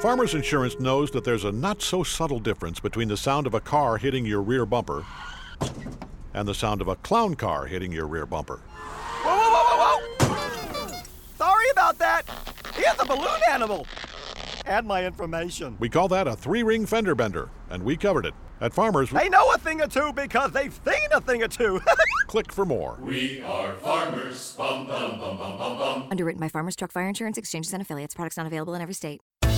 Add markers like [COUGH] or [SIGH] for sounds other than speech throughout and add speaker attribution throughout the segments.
Speaker 1: Farmers Insurance knows that there's a not so subtle difference between the sound of a car hitting your rear bumper and the sound of a clown car hitting your rear bumper.
Speaker 2: Whoa, whoa, whoa, whoa, whoa! Sorry about that. Here's a balloon animal. Add my information.
Speaker 1: We call that a three ring fender bender, and we covered it. At Farmers, we
Speaker 2: They know a thing or two because they've seen a thing or two. [LAUGHS]
Speaker 1: click for more.
Speaker 3: We are farmers. Bum, bum, bum, bum, bum, bum.
Speaker 4: Underwritten by Farmers Truck Fire Insurance Exchanges and Affiliates. Products not available in every state.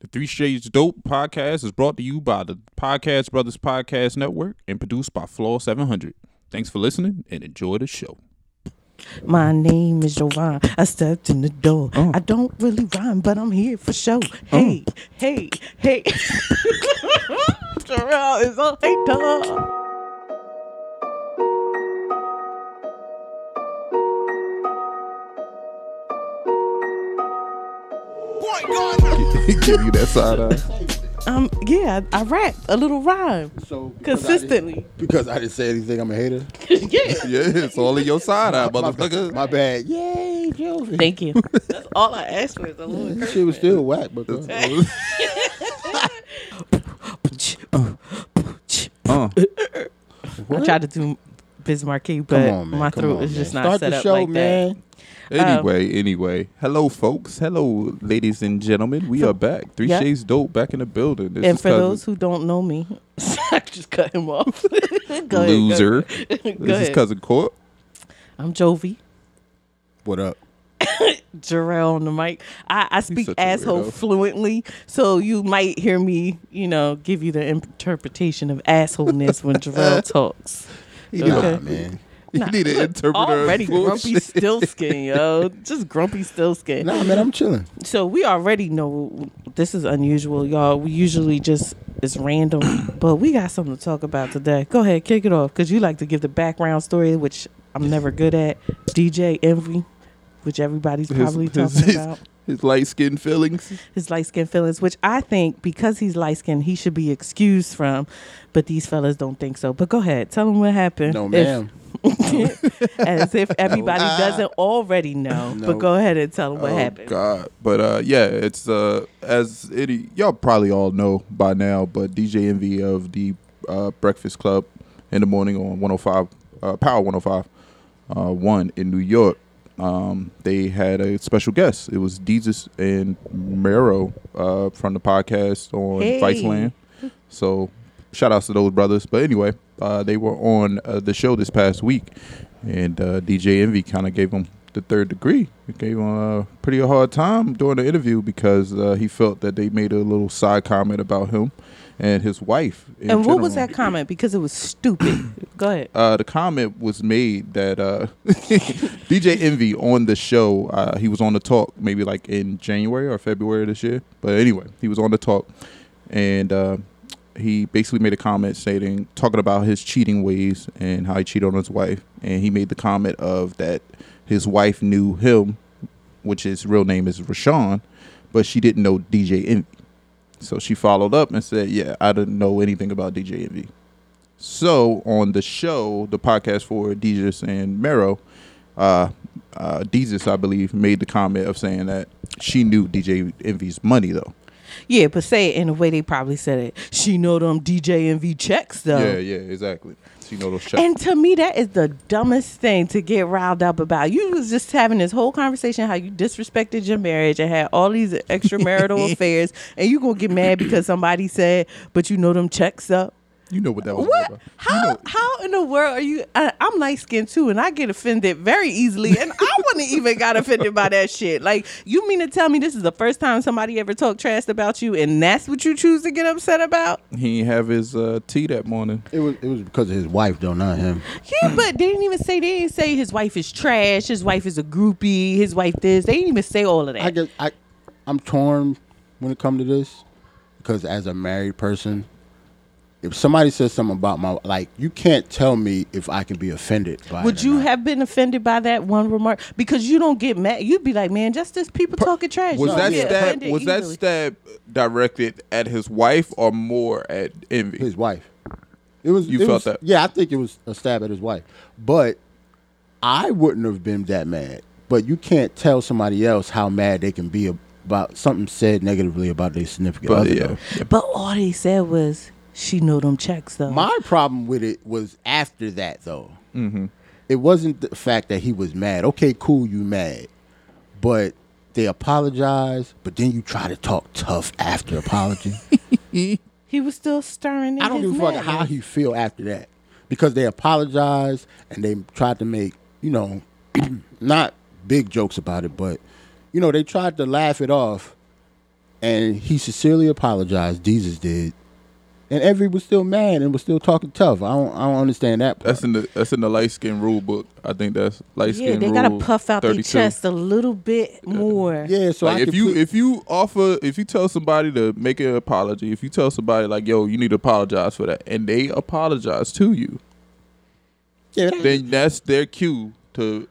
Speaker 5: The Three Shades Dope podcast is brought to you by the Podcast Brothers Podcast Network and produced by Floor 700. Thanks for listening and enjoy the [LAUGHS] show.
Speaker 6: My name is Jovan. I stepped in the door. I don't really rhyme, but I'm here for show. Hey, hey, hey. [LAUGHS] Terrell is on hey dog.
Speaker 5: Give you that side eye.
Speaker 6: Um, yeah, I rap a little rhyme
Speaker 7: So because I didn't- [LAUGHS]
Speaker 6: consistently.
Speaker 7: because I didn't say anything, I'm a hater.
Speaker 6: yeah,
Speaker 5: Yeah, it's all in your side eye,
Speaker 7: [LAUGHS] My,
Speaker 5: motherfucker.
Speaker 7: my bad. Yay, Jovi.
Speaker 6: thank you. That's all I asked for. Is a little
Speaker 7: That shit was still whack, but [LAUGHS] uh,
Speaker 6: encouragement.
Speaker 5: Uh,
Speaker 6: [LAUGHS] I tried to do Biz Markie, but
Speaker 7: come on, man.
Speaker 6: my
Speaker 7: come
Speaker 6: throat
Speaker 7: on,
Speaker 6: is just
Speaker 7: man.
Speaker 6: not
Speaker 7: Start
Speaker 6: set
Speaker 7: the
Speaker 6: up
Speaker 7: show,
Speaker 6: like
Speaker 7: man.
Speaker 6: that.
Speaker 5: anyway, anyway. Hello, folks. Hello, ladies and gentlemen. We are back. Three
Speaker 6: Yeah.
Speaker 5: Shades Dope back in the building. This
Speaker 6: and
Speaker 5: is
Speaker 6: for
Speaker 5: cousin-
Speaker 6: those who don't know me, [LAUGHS] I just cut him off. [LAUGHS] Go ahead, go ahead.
Speaker 5: loser,
Speaker 6: Go
Speaker 5: this
Speaker 6: ahead.
Speaker 5: is Cousin Court.
Speaker 6: I'm Jovi.
Speaker 7: What up?
Speaker 6: Jarrell on the mic. I, I speak
Speaker 5: such a
Speaker 6: asshole
Speaker 5: weirdo.
Speaker 6: fluently, so you might hear me, you know, give you the interpretation of assholeness
Speaker 5: [LAUGHS]
Speaker 6: when Jarrell talks.
Speaker 7: Nah, man.
Speaker 5: You need
Speaker 6: [LAUGHS]
Speaker 5: an interpreter.
Speaker 6: Already grumpy
Speaker 5: Bullshit.
Speaker 6: still
Speaker 5: [LAUGHS]
Speaker 6: skin, yo. Just grumpy still skin.
Speaker 7: Nah, man. I'm chilling.
Speaker 6: So we already know this is unusual, y'all. We usually just
Speaker 7: [COUGHS]
Speaker 6: it's random, but we got something to talk about today. Go ahead, kick it off, cause you like to give the background story, which I'm never good at. DJ envy, which everybody's probably talking about
Speaker 5: his light skinned feelings.
Speaker 6: his light skin feelings, which I think because he's light skinned, he should be excused from. But these fellas don't think so. But go ahead, tell them what happened.
Speaker 7: No,
Speaker 6: If-
Speaker 7: ma'am.
Speaker 5: [LAUGHS]
Speaker 6: as if everybody doesn't already know. But
Speaker 7: No.
Speaker 6: go ahead and tell them what
Speaker 5: Oh,
Speaker 6: happened.
Speaker 5: God, but uh, yeah, it's uh, as any y'all probably all know by now, but DJ Envy of the uh, Breakfast Club in the morning on 105 uh, Power 105 uh, one in New York. Um, they had a special guest. It was Jesus and Mero uh, from the podcast on
Speaker 6: Hey.
Speaker 5: Viceland. So shout outs to those brothers. But anyway, uh, they were on uh, the show this past week, and uh, DJ Envy kind of gave him the third degree. It gave him a pretty hard time during the interview because uh, he felt that they made a little side comment about him and his wife. in
Speaker 6: And what was
Speaker 5: general
Speaker 6: that comment? Because it was stupid. go ahead.
Speaker 5: uh, the comment was made that uh, [LAUGHS] DJ Envy on the show, uh, he was on the talk maybe like in January or February of this year. But anyway, he was on the talk and uh, he basically made a comment stating, talking about his cheating ways and how he cheated on his wife. And he made the comment of that his wife knew him, which his real name is Rashawn, but she didn't know DJ Envy. So she followed up and said, Yeah, I didn't know anything about DJ Envy. So on the show, the podcast for Desus and Mero, uh, uh, Desus, I believe, made the comment of saying that she knew DJ Envy's money though.
Speaker 6: Yeah, but say it in the way they probably said it. She know them DJ envy checks though.
Speaker 5: Yeah, yeah, exactly. She know those shots.
Speaker 6: And to me, that is the dumbest thing to get riled up about. You was just having this whole conversation how you disrespected your marriage and had
Speaker 5: [LAUGHS]
Speaker 6: all these extramarital affairs, and you gonna get mad because somebody said, "But you know them checks up."
Speaker 5: you know what that was.
Speaker 6: What?
Speaker 5: about.
Speaker 6: How? how in the world are you? I, I'm light skinned too, and I get offended very easily, and [LAUGHS] I wouldn't even got offended by that shit. Like, you mean to tell me this is the first time somebody ever talked trash about you, and that's what you choose to get upset about?
Speaker 5: He ain't have his uh, tea that morning.
Speaker 7: It was it was because of his wife, though, not him.
Speaker 6: Yeah, but they didn't even say they didn't say his wife is trash, his wife is a groupie, his wife this. They didn't even say all of that.
Speaker 7: I guess I I'm torn when it comes to this because as a married person, if somebody says something about my like, you can't tell me if I can be offended by. it
Speaker 6: Would
Speaker 7: or
Speaker 6: you
Speaker 7: not.
Speaker 6: have been offended by that one remark? Because you don't get mad. You'd be like, man, just this people talking trash.
Speaker 5: Was
Speaker 6: You
Speaker 5: that
Speaker 6: don't get
Speaker 5: stab?
Speaker 6: offended
Speaker 5: Was that
Speaker 6: easily.
Speaker 5: stab directed at his wife or more at Envy?
Speaker 7: his wife. It was
Speaker 5: You
Speaker 7: it
Speaker 5: felt
Speaker 7: was-
Speaker 5: that?
Speaker 7: Yeah, I think it was a stab at his wife, but I wouldn't have been that mad. But you can't tell somebody else how mad they can be about something said negatively about their significant
Speaker 5: but
Speaker 7: other.
Speaker 5: yeah,
Speaker 7: though.
Speaker 6: But all they said was, she know them checks though.
Speaker 7: My problem with it was after that though. Mm-hmm. It wasn't the fact that he was mad. Okay, cool, you mad, but they apologize, but then you try to talk tough after apology.
Speaker 6: he was still stirring. In
Speaker 7: I don't
Speaker 6: his
Speaker 7: give a fuck
Speaker 6: madness.
Speaker 7: how he feel after that because they apologized and they tried to make you know not big jokes about it, but you know they tried to laugh it off. And he sincerely apologized. Jesus did, and Every was still mad and was still talking tough. I don't, I don't understand that. Part.
Speaker 5: that's in the that's in the light skin rule book. I think that's light skin.
Speaker 6: Yeah, they gotta
Speaker 5: rule
Speaker 6: puff out their
Speaker 5: 32.
Speaker 6: chest a little bit more.
Speaker 7: yeah, so
Speaker 5: like
Speaker 7: I
Speaker 5: if
Speaker 7: could
Speaker 5: you
Speaker 7: feel-
Speaker 5: if you offer if you tell somebody to make an apology, if you tell somebody like yo, you need to apologize for that, and they apologize to you,
Speaker 7: yeah, that-
Speaker 5: then that's their cue to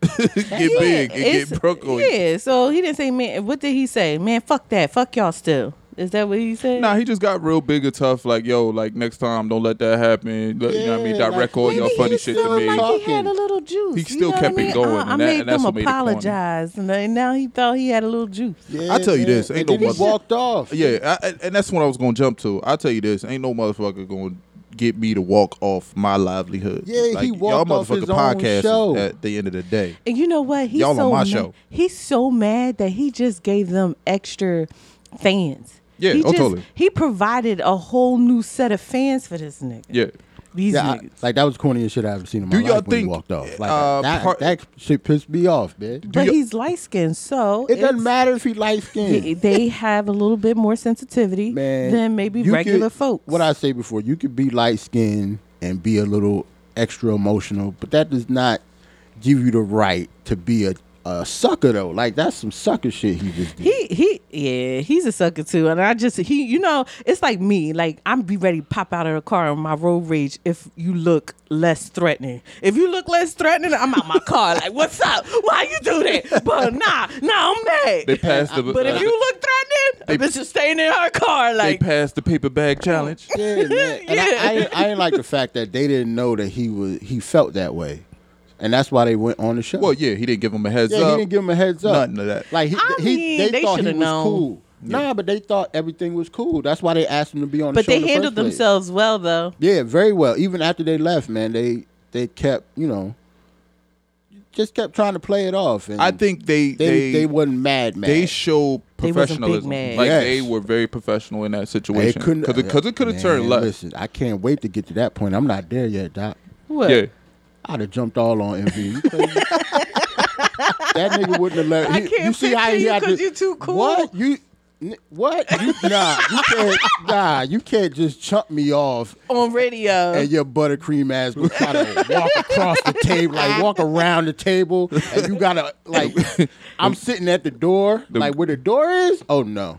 Speaker 5: [LAUGHS] get big and
Speaker 6: it's-
Speaker 5: get broke on. you.
Speaker 6: Yeah, so he didn't say man. What did he say? Man, fuck that. Fuck y'all still. Is that what he said?
Speaker 5: Nah, he just got real big and tough. Like yo, like next time, don't let that happen. Let- you know what I mean?
Speaker 7: Yeah, like-
Speaker 5: Direct all
Speaker 6: Maybe
Speaker 5: your
Speaker 6: he
Speaker 5: funny
Speaker 6: was
Speaker 5: shit to
Speaker 6: feeling
Speaker 5: me.
Speaker 6: Like he had a
Speaker 7: Talking.
Speaker 6: little juice.
Speaker 5: He
Speaker 6: you
Speaker 5: still
Speaker 6: know what
Speaker 5: kept
Speaker 6: I
Speaker 5: it
Speaker 6: mean?
Speaker 5: going,
Speaker 6: Uh, I
Speaker 5: and that-
Speaker 6: made
Speaker 5: and that's what
Speaker 6: them
Speaker 5: made it corny.
Speaker 6: apologize, and then now he thought he had a little juice.
Speaker 7: yeah,
Speaker 5: I tell you
Speaker 7: yeah.
Speaker 5: this, ain't
Speaker 7: And
Speaker 5: no
Speaker 7: then he
Speaker 5: mother-
Speaker 7: walked off.
Speaker 5: Yeah, I, I- and that's what I was gonna jump to. I tell you this, ain't no motherfucker gonna get me to walk off my livelihood.
Speaker 7: Yeah, he walked off his own
Speaker 5: podcast is
Speaker 7: show.
Speaker 5: at the end of the day.
Speaker 6: And you know what? He's
Speaker 5: Y'all on
Speaker 6: so
Speaker 5: my
Speaker 6: mad.
Speaker 5: show.
Speaker 6: He's so mad that he just gave them extra fans.
Speaker 5: Yeah,
Speaker 6: he
Speaker 5: oh, totally.
Speaker 6: He provided a whole new set of fans for this nigga.
Speaker 5: Yeah,
Speaker 6: These
Speaker 7: Yeah, I-
Speaker 6: niggas.
Speaker 7: like that was corniest shit I ever seen in my
Speaker 5: Do
Speaker 7: life
Speaker 5: y'all
Speaker 7: when he
Speaker 5: think,
Speaker 7: walked off. Like
Speaker 5: uh,
Speaker 7: that,
Speaker 5: part-
Speaker 7: that shit pissed me off, man.
Speaker 6: but
Speaker 5: y'all-
Speaker 6: he's light skinned, so
Speaker 7: It doesn't
Speaker 6: it's-
Speaker 7: matter if he light skinned.
Speaker 6: they- They have a little bit more sensitivity
Speaker 7: man,
Speaker 6: than maybe
Speaker 7: you
Speaker 6: regular
Speaker 7: could-
Speaker 6: folks.
Speaker 7: What I say before, you could be light skinned and be a little extra emotional, but that does not give you the right to be a, a sucker though. Like that's some sucker shit he just did.
Speaker 6: He he yeah, he's a sucker too. And I just he you know, it's like me. Like I'm be ready to pop out of the car on my road rage if you look less threatening. If you look less threatening, I'm out my
Speaker 7: [LAUGHS]
Speaker 6: car. Like, what's up? Why you do that? But nah, nah, I'm mad.
Speaker 5: they passed the.
Speaker 6: uh, but
Speaker 7: uh,
Speaker 6: if you look threatening,
Speaker 5: They-
Speaker 6: bitch is staying in her car.
Speaker 5: they
Speaker 6: Like
Speaker 5: passed the paper bag challenge.
Speaker 7: yeah, man. And I-
Speaker 6: Yeah.
Speaker 7: I, didn't- I, didn't like the fact that they didn't know that he was he felt that way, and that's why they went on the show.
Speaker 5: Well, yeah, he didn't give him a heads
Speaker 7: Yeah,
Speaker 5: up.
Speaker 7: he didn't give him a heads up.
Speaker 5: Nothing of that.
Speaker 7: Like he,
Speaker 6: I
Speaker 7: he
Speaker 6: mean,
Speaker 7: they,
Speaker 6: they
Speaker 7: thought he was
Speaker 6: shoulda known.
Speaker 7: cool. Nah, but they thought everything was cool. That's why they asked him to be on the
Speaker 6: But
Speaker 7: show.
Speaker 6: they
Speaker 7: in the first
Speaker 6: handled
Speaker 7: place.
Speaker 6: themselves well though.
Speaker 7: Yeah, very well. Even after they left, man, they they kept you know just kept trying to play it off. And
Speaker 5: I think they
Speaker 7: they
Speaker 5: they
Speaker 7: they, wasn't mad, mad.
Speaker 5: they show
Speaker 6: They wasn't big
Speaker 5: professionalism.
Speaker 6: mad.
Speaker 5: Like
Speaker 7: Yes.
Speaker 5: they were very professional in that
Speaker 7: They
Speaker 5: situation.
Speaker 7: couldn't
Speaker 5: because it, could have
Speaker 7: Man,
Speaker 5: turned left.
Speaker 7: Listen, I can't wait to get to that point. I'm not there yet, Doc.
Speaker 6: What?
Speaker 5: Yeah,
Speaker 7: I'd have jumped all on MV. You crazy? that nigga wouldn't have let.
Speaker 6: I
Speaker 7: he-
Speaker 6: can't
Speaker 7: Uh, you see how
Speaker 6: picture
Speaker 7: he
Speaker 6: you
Speaker 7: had
Speaker 6: 'cause
Speaker 7: to-
Speaker 6: you too cool.
Speaker 7: What you? n- What you, [LAUGHS] nah? You can't nah. You can't just chump me off
Speaker 6: On radio.
Speaker 7: and your buttercream ass go try
Speaker 6: [LAUGHS]
Speaker 7: to walk across the table, like walk around the table, and you gotta like. I'm sitting at the door, like where the door is. Oh no!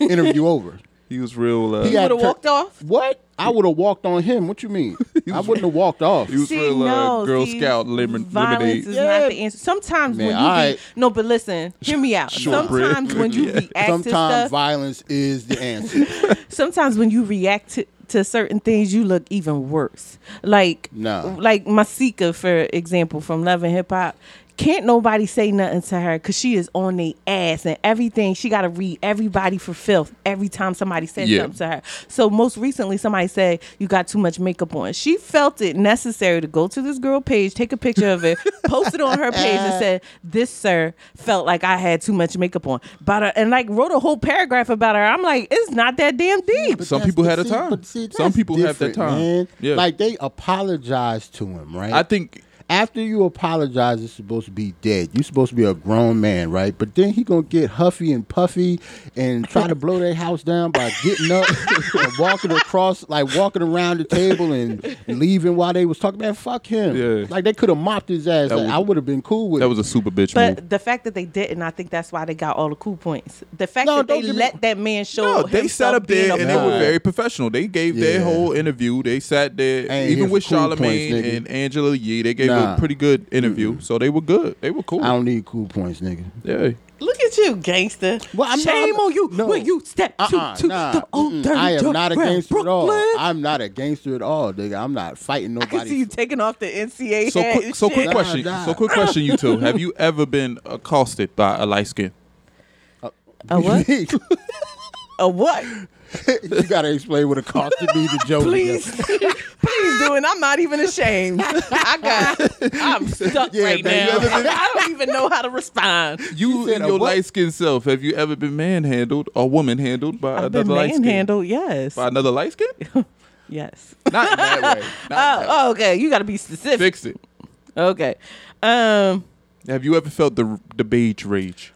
Speaker 7: Interview over.
Speaker 5: he was real. Uh,
Speaker 7: He
Speaker 6: you
Speaker 7: had
Speaker 6: would have
Speaker 7: tur-
Speaker 6: walked off?
Speaker 7: What? I would have walked on him. What you mean? I wouldn't have walked off.
Speaker 5: He was
Speaker 6: See,
Speaker 5: real uh,
Speaker 6: no,
Speaker 5: Girl
Speaker 6: see,
Speaker 5: Scout lemon,
Speaker 6: violence
Speaker 5: lemonade.
Speaker 6: is
Speaker 7: Yeah.
Speaker 6: not the answer. Sometimes
Speaker 7: Man,
Speaker 6: when you
Speaker 7: alright.
Speaker 6: be, no, but listen, hear me out.
Speaker 5: Shortbread.
Speaker 6: Sometimes
Speaker 7: [LAUGHS]
Speaker 6: when you
Speaker 5: Yeah.
Speaker 6: react to
Speaker 7: Sometimes
Speaker 6: stuff,
Speaker 7: violence is the answer.
Speaker 6: [LAUGHS] sometimes when you react to, to certain things, you look even worse. Like,
Speaker 7: Nah.
Speaker 6: like Masika, for example, from Love and Hip Hop. Can't nobody say nothing to her because she is on their ass and everything. She got to read everybody for filth every time somebody says
Speaker 5: Yeah.
Speaker 6: something to her. So most recently, somebody said you got too much makeup on. She felt it necessary to go to this girl page, take a picture
Speaker 7: [LAUGHS]
Speaker 6: of it, post it on her page, and said, "This sir felt like I had too much makeup on." But uh, and like wrote a whole paragraph about her. I'm like, it's not that damn deep.
Speaker 7: But
Speaker 5: Some
Speaker 7: that's
Speaker 5: people
Speaker 7: the-
Speaker 5: had a
Speaker 7: see,
Speaker 5: time.
Speaker 7: but see,
Speaker 5: Some
Speaker 7: that's
Speaker 5: people have their
Speaker 7: different,
Speaker 5: time.
Speaker 7: Man.
Speaker 5: Yeah.
Speaker 7: Like they apologized to him, right?
Speaker 5: I think
Speaker 7: after you apologize, it's supposed to be dead. You're supposed to be a grown man, right? But then he gonna get huffy and puffy and try to blow their house down by getting up [LAUGHS] and walking across, like walking around the table and leaving while they was talking. Man, fuck him.
Speaker 5: Yeah.
Speaker 7: Like they could have mopped his ass. Like,
Speaker 5: was-
Speaker 7: I would have been cool with
Speaker 5: That
Speaker 7: it.
Speaker 5: was a super bitch move.
Speaker 7: Mm.
Speaker 6: But the fact that they didn't, I think that's why they got all the cool points. The fact
Speaker 7: No,
Speaker 6: that they
Speaker 7: don't give me-
Speaker 6: let that man show.
Speaker 5: No, they
Speaker 6: himself
Speaker 5: sat up
Speaker 6: being
Speaker 5: there
Speaker 6: a
Speaker 5: and they were
Speaker 6: fool.
Speaker 5: very professional. They gave their
Speaker 7: Yeah.
Speaker 5: whole interview. They sat there,
Speaker 7: I ain't here
Speaker 5: even
Speaker 7: for
Speaker 5: with
Speaker 7: cool points,
Speaker 5: Charlemagne
Speaker 7: nigga.
Speaker 5: and Angela Yee. They gave
Speaker 7: Nah.
Speaker 5: a pretty good interview, so they were good. They were cool.
Speaker 7: I don't need cool points, nigga.
Speaker 5: yeah,
Speaker 6: Look at you, gangster.
Speaker 7: Well, I'm not-
Speaker 6: Shame
Speaker 7: I'm-
Speaker 6: on you
Speaker 7: no.
Speaker 6: when you step to,
Speaker 7: Uh-uh,
Speaker 6: to
Speaker 7: nah,
Speaker 6: the old
Speaker 7: mm-mm.
Speaker 6: dirty
Speaker 7: I am
Speaker 6: John
Speaker 7: not a
Speaker 6: Brown,
Speaker 7: gangster at all.
Speaker 6: Brooklyn.
Speaker 7: I'm not a gangster at all, nigga. I'm not fighting
Speaker 6: I
Speaker 7: nobody.
Speaker 6: can see you taking off the NCAA
Speaker 5: So
Speaker 6: hat.
Speaker 5: quick,
Speaker 6: and
Speaker 5: so
Speaker 6: shit.
Speaker 5: quick
Speaker 7: Nah,
Speaker 5: question.
Speaker 7: nah.
Speaker 5: So quick question, you two. Have you ever been accosted by a light skin?
Speaker 6: A what? A what?
Speaker 7: [LAUGHS] you gotta explain what it cost to be the Joe.
Speaker 6: Please, [LAUGHS] please do, and I'm not even ashamed. I got, I'm stuck
Speaker 7: Yeah,
Speaker 6: right
Speaker 7: man,
Speaker 6: now.
Speaker 7: you ever
Speaker 6: [LAUGHS] I don't even know how to respond.
Speaker 5: You
Speaker 7: said
Speaker 5: in
Speaker 7: a
Speaker 5: your
Speaker 7: what?
Speaker 5: light skin self, have you ever been manhandled or woman handled by
Speaker 6: I've
Speaker 5: another
Speaker 6: been
Speaker 5: Uh, light skin?
Speaker 6: manhandled. Yes,
Speaker 5: By another light
Speaker 6: [LAUGHS]
Speaker 5: skin?
Speaker 6: yes.
Speaker 5: Not in that way. Not in
Speaker 6: Oh,
Speaker 5: that way.
Speaker 6: oh, okay. You got to be specific.
Speaker 5: Fix it.
Speaker 6: Okay. Um.
Speaker 5: Have you ever felt the the beige rage?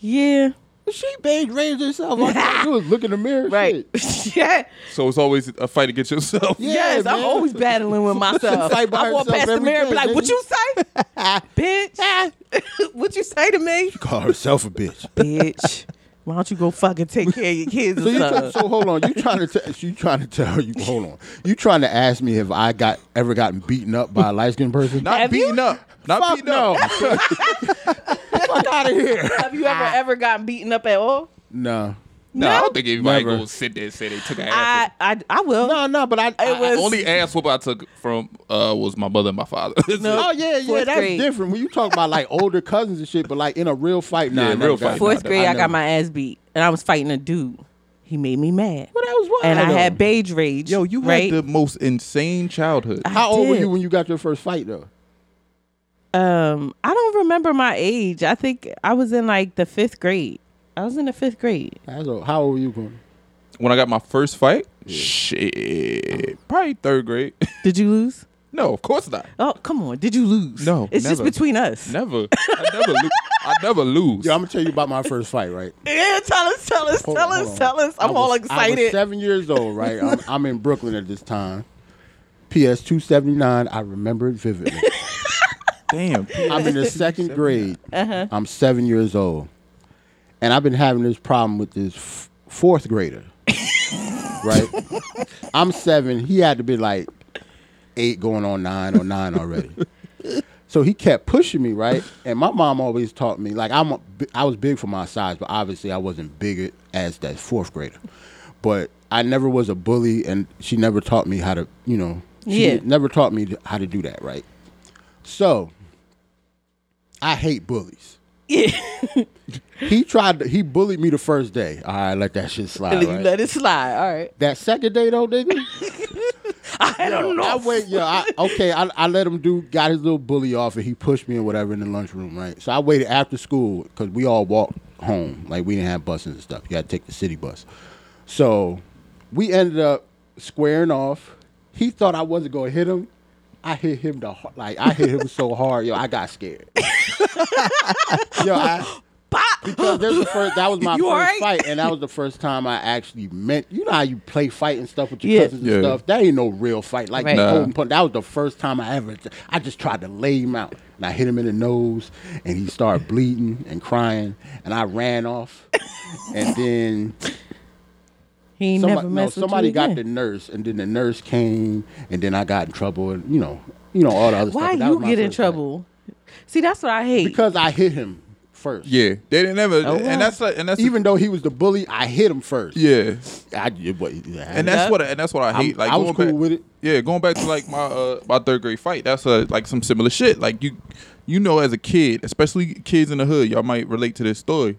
Speaker 6: Yeah.
Speaker 7: She bathed, raised herself. All she had to do was look in the mirror.
Speaker 6: Right. [LAUGHS]
Speaker 7: Shit.
Speaker 6: yeah.
Speaker 5: So it's always a fight against yourself.
Speaker 7: Yeah,
Speaker 6: Yes, I'm
Speaker 7: man.
Speaker 6: always battling with myself.
Speaker 7: Fight by
Speaker 6: I walk
Speaker 7: herself
Speaker 6: past the
Speaker 7: every
Speaker 6: mirror and be
Speaker 7: day,
Speaker 6: like, "What
Speaker 7: nigga."
Speaker 6: you say, bitch? [LAUGHS] what you say to me,
Speaker 7: Call herself a bitch.
Speaker 6: bitch? Why don't you go fucking take care of your kids
Speaker 7: So,
Speaker 6: or
Speaker 7: you
Speaker 6: something?"
Speaker 7: try, so hold on. You trying to tell you trying to tell you hold on. You trying to ask me if I got ever gotten beaten up by a light skinned person?
Speaker 5: Not
Speaker 6: Have you?
Speaker 5: beating up. Not
Speaker 7: Fuck
Speaker 5: beating
Speaker 7: no.
Speaker 5: up.
Speaker 7: Fuck out of here.
Speaker 6: Have you ever ever gotten beaten up at all?
Speaker 7: No.
Speaker 5: No, I don't think anybody
Speaker 7: Never.
Speaker 5: gonna sit there and say they took an ass.
Speaker 6: I I I will.
Speaker 7: No, no, but I, I-
Speaker 6: was-
Speaker 5: whoop. Only ass whoop I took from uh, was my mother and my father. [LAUGHS]
Speaker 7: Oh yeah, yeah,
Speaker 6: Fourth
Speaker 7: that's
Speaker 6: grade.
Speaker 7: different. When you talk about like older cousins and shit, but like in a real fight, nah,
Speaker 5: Yeah,
Speaker 7: I never
Speaker 5: real
Speaker 7: got-
Speaker 5: fight.
Speaker 6: Fourth grade, I,
Speaker 7: never-
Speaker 6: got my ass beat, and I was fighting a dude. He made me mad.
Speaker 7: Well, that was wild.
Speaker 6: and I had
Speaker 7: though.
Speaker 6: beige rage.
Speaker 5: Yo, you
Speaker 6: right?
Speaker 5: had the most insane childhood.
Speaker 6: I
Speaker 7: How old were
Speaker 6: did.
Speaker 7: you when you got your first fight though?
Speaker 6: Um, I don't remember my age. I think I was in like the fifth grade. I was in the fifth grade.
Speaker 7: That's old. How old were you going?
Speaker 5: When I got my first fight, shit, probably third grade. [LAUGHS]
Speaker 6: Did you lose?
Speaker 5: no, of course not.
Speaker 6: Oh, come on. Did you lose?
Speaker 5: No,
Speaker 6: It's just
Speaker 5: never.
Speaker 6: between us.
Speaker 5: Never. I never. Lo- I never lose.
Speaker 7: Yeah, I'm gonna tell you about my first fight, right?
Speaker 6: [LAUGHS] Yeah, tell us, tell us,
Speaker 7: Hold on,
Speaker 6: tell us,
Speaker 7: hold on.
Speaker 6: tell us. I'm
Speaker 7: I was-
Speaker 6: all
Speaker 7: I was
Speaker 6: excited.
Speaker 7: seven years old, right? I'm, I'm in Brooklyn at this time. PS two seventy nine. I remember it vividly.
Speaker 5: [LAUGHS] Damn.
Speaker 7: I'm in the second grade. I'm seven years old, and I've been having this problem with this f- fourth grader. right?
Speaker 6: [LAUGHS]
Speaker 7: I'm seven. He had to be like eight, going on nine or nine already. So he kept pushing me, right? And my mom always taught me like I'm a, I was big for my size, but obviously I wasn't big as that fourth grader. But I never was a bully, and she never taught me how to, you know, she
Speaker 6: Yeah.
Speaker 7: never taught me how to do that, right? So I hate bullies.
Speaker 6: Yeah.
Speaker 7: [LAUGHS] He tried. To, he bullied me the first day. All right, let that shit slide.
Speaker 6: You
Speaker 7: right?
Speaker 6: let it slide. All right.
Speaker 7: that second day though, nigga.
Speaker 6: [LAUGHS] I had a
Speaker 7: I
Speaker 6: loss.
Speaker 7: wait, yeah. I, okay, I, I let him do, got his little bully off, and he pushed me or whatever in the lunchroom, right? So I waited after school because we all walked home. Like, we didn't have buses and stuff. You had to take the city bus. So we ended up squaring off. He thought I wasn't going to hit him. I hit him the har- like I hit him so hard, yo. I got scared. yo,
Speaker 6: [LAUGHS]
Speaker 7: I, because this was the first, that was my
Speaker 6: You
Speaker 7: first
Speaker 6: alright?
Speaker 7: fight, and that was the first time I actually meant. You know how you play fight and stuff with your
Speaker 6: Yeah.
Speaker 7: cousins and
Speaker 5: Yeah.
Speaker 7: stuff. That ain't no real fight. Like
Speaker 6: Right.
Speaker 7: the
Speaker 6: Nah.
Speaker 7: open punch. That was the first time I ever. I just tried to lay him out, and I hit him in the nose, and he started bleeding and crying, and I ran off,
Speaker 6: [LAUGHS]
Speaker 7: and then
Speaker 6: He ain't
Speaker 7: somebody,
Speaker 6: never
Speaker 7: no,
Speaker 6: messed with
Speaker 7: somebody
Speaker 6: you
Speaker 7: got the
Speaker 6: again.
Speaker 7: nurse, and then the nurse came, and then I got in trouble, and you know, you know all the other
Speaker 6: Why
Speaker 7: stuff. That
Speaker 6: you
Speaker 7: was my
Speaker 6: get in
Speaker 7: first fight.
Speaker 6: trouble? See, that's what I hate.
Speaker 7: Because I hit him first.
Speaker 5: Yeah, they didn't ever.
Speaker 6: wow.
Speaker 5: And that's like, and that's
Speaker 7: Even though he was the bully, I hit him first.
Speaker 5: yeah.
Speaker 7: I, it, what, yeah.
Speaker 5: And that's
Speaker 6: Yep.
Speaker 5: what I- and that's what I
Speaker 7: I'm-
Speaker 5: hate. like
Speaker 7: I was
Speaker 5: going
Speaker 7: cool
Speaker 5: back,
Speaker 7: with it.
Speaker 5: Yeah, going back to like my uh, my third grade fight. That's uh like some similar shit. Like you, you know, as a kid, especially kids in the hood, y'all might relate to this story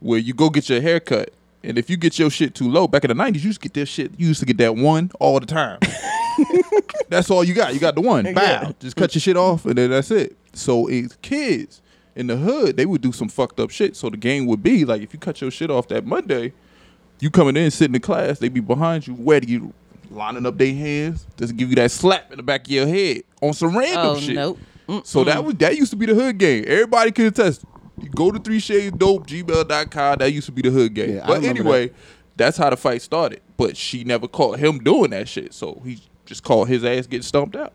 Speaker 5: where you go get your hair cut, and if you get your shit too low, back in the nineties, you used to get this shit. You used to get that one all the time. that's all you got. You got the one. Bow. Just cut your shit off, and then that's it. So it's kids in the hood. They would do some fucked up shit. So the game would be like, if you cut your shit off that Monday, you coming in, sitting in class, they be behind you, wet you, lining up their hands, just give you that slap in the back of your head on some random
Speaker 6: oh
Speaker 5: shit.
Speaker 6: nope.
Speaker 5: So
Speaker 7: Hmm.
Speaker 5: that was that used to be the hood game. Everybody could attest. Go to three shades dope gmail.com. That used to be the hood game.
Speaker 7: Yeah, I
Speaker 5: but
Speaker 7: remember
Speaker 5: anyway, that's how the fight started. But she never caught him doing that shit. So he just caught his ass getting stomped out.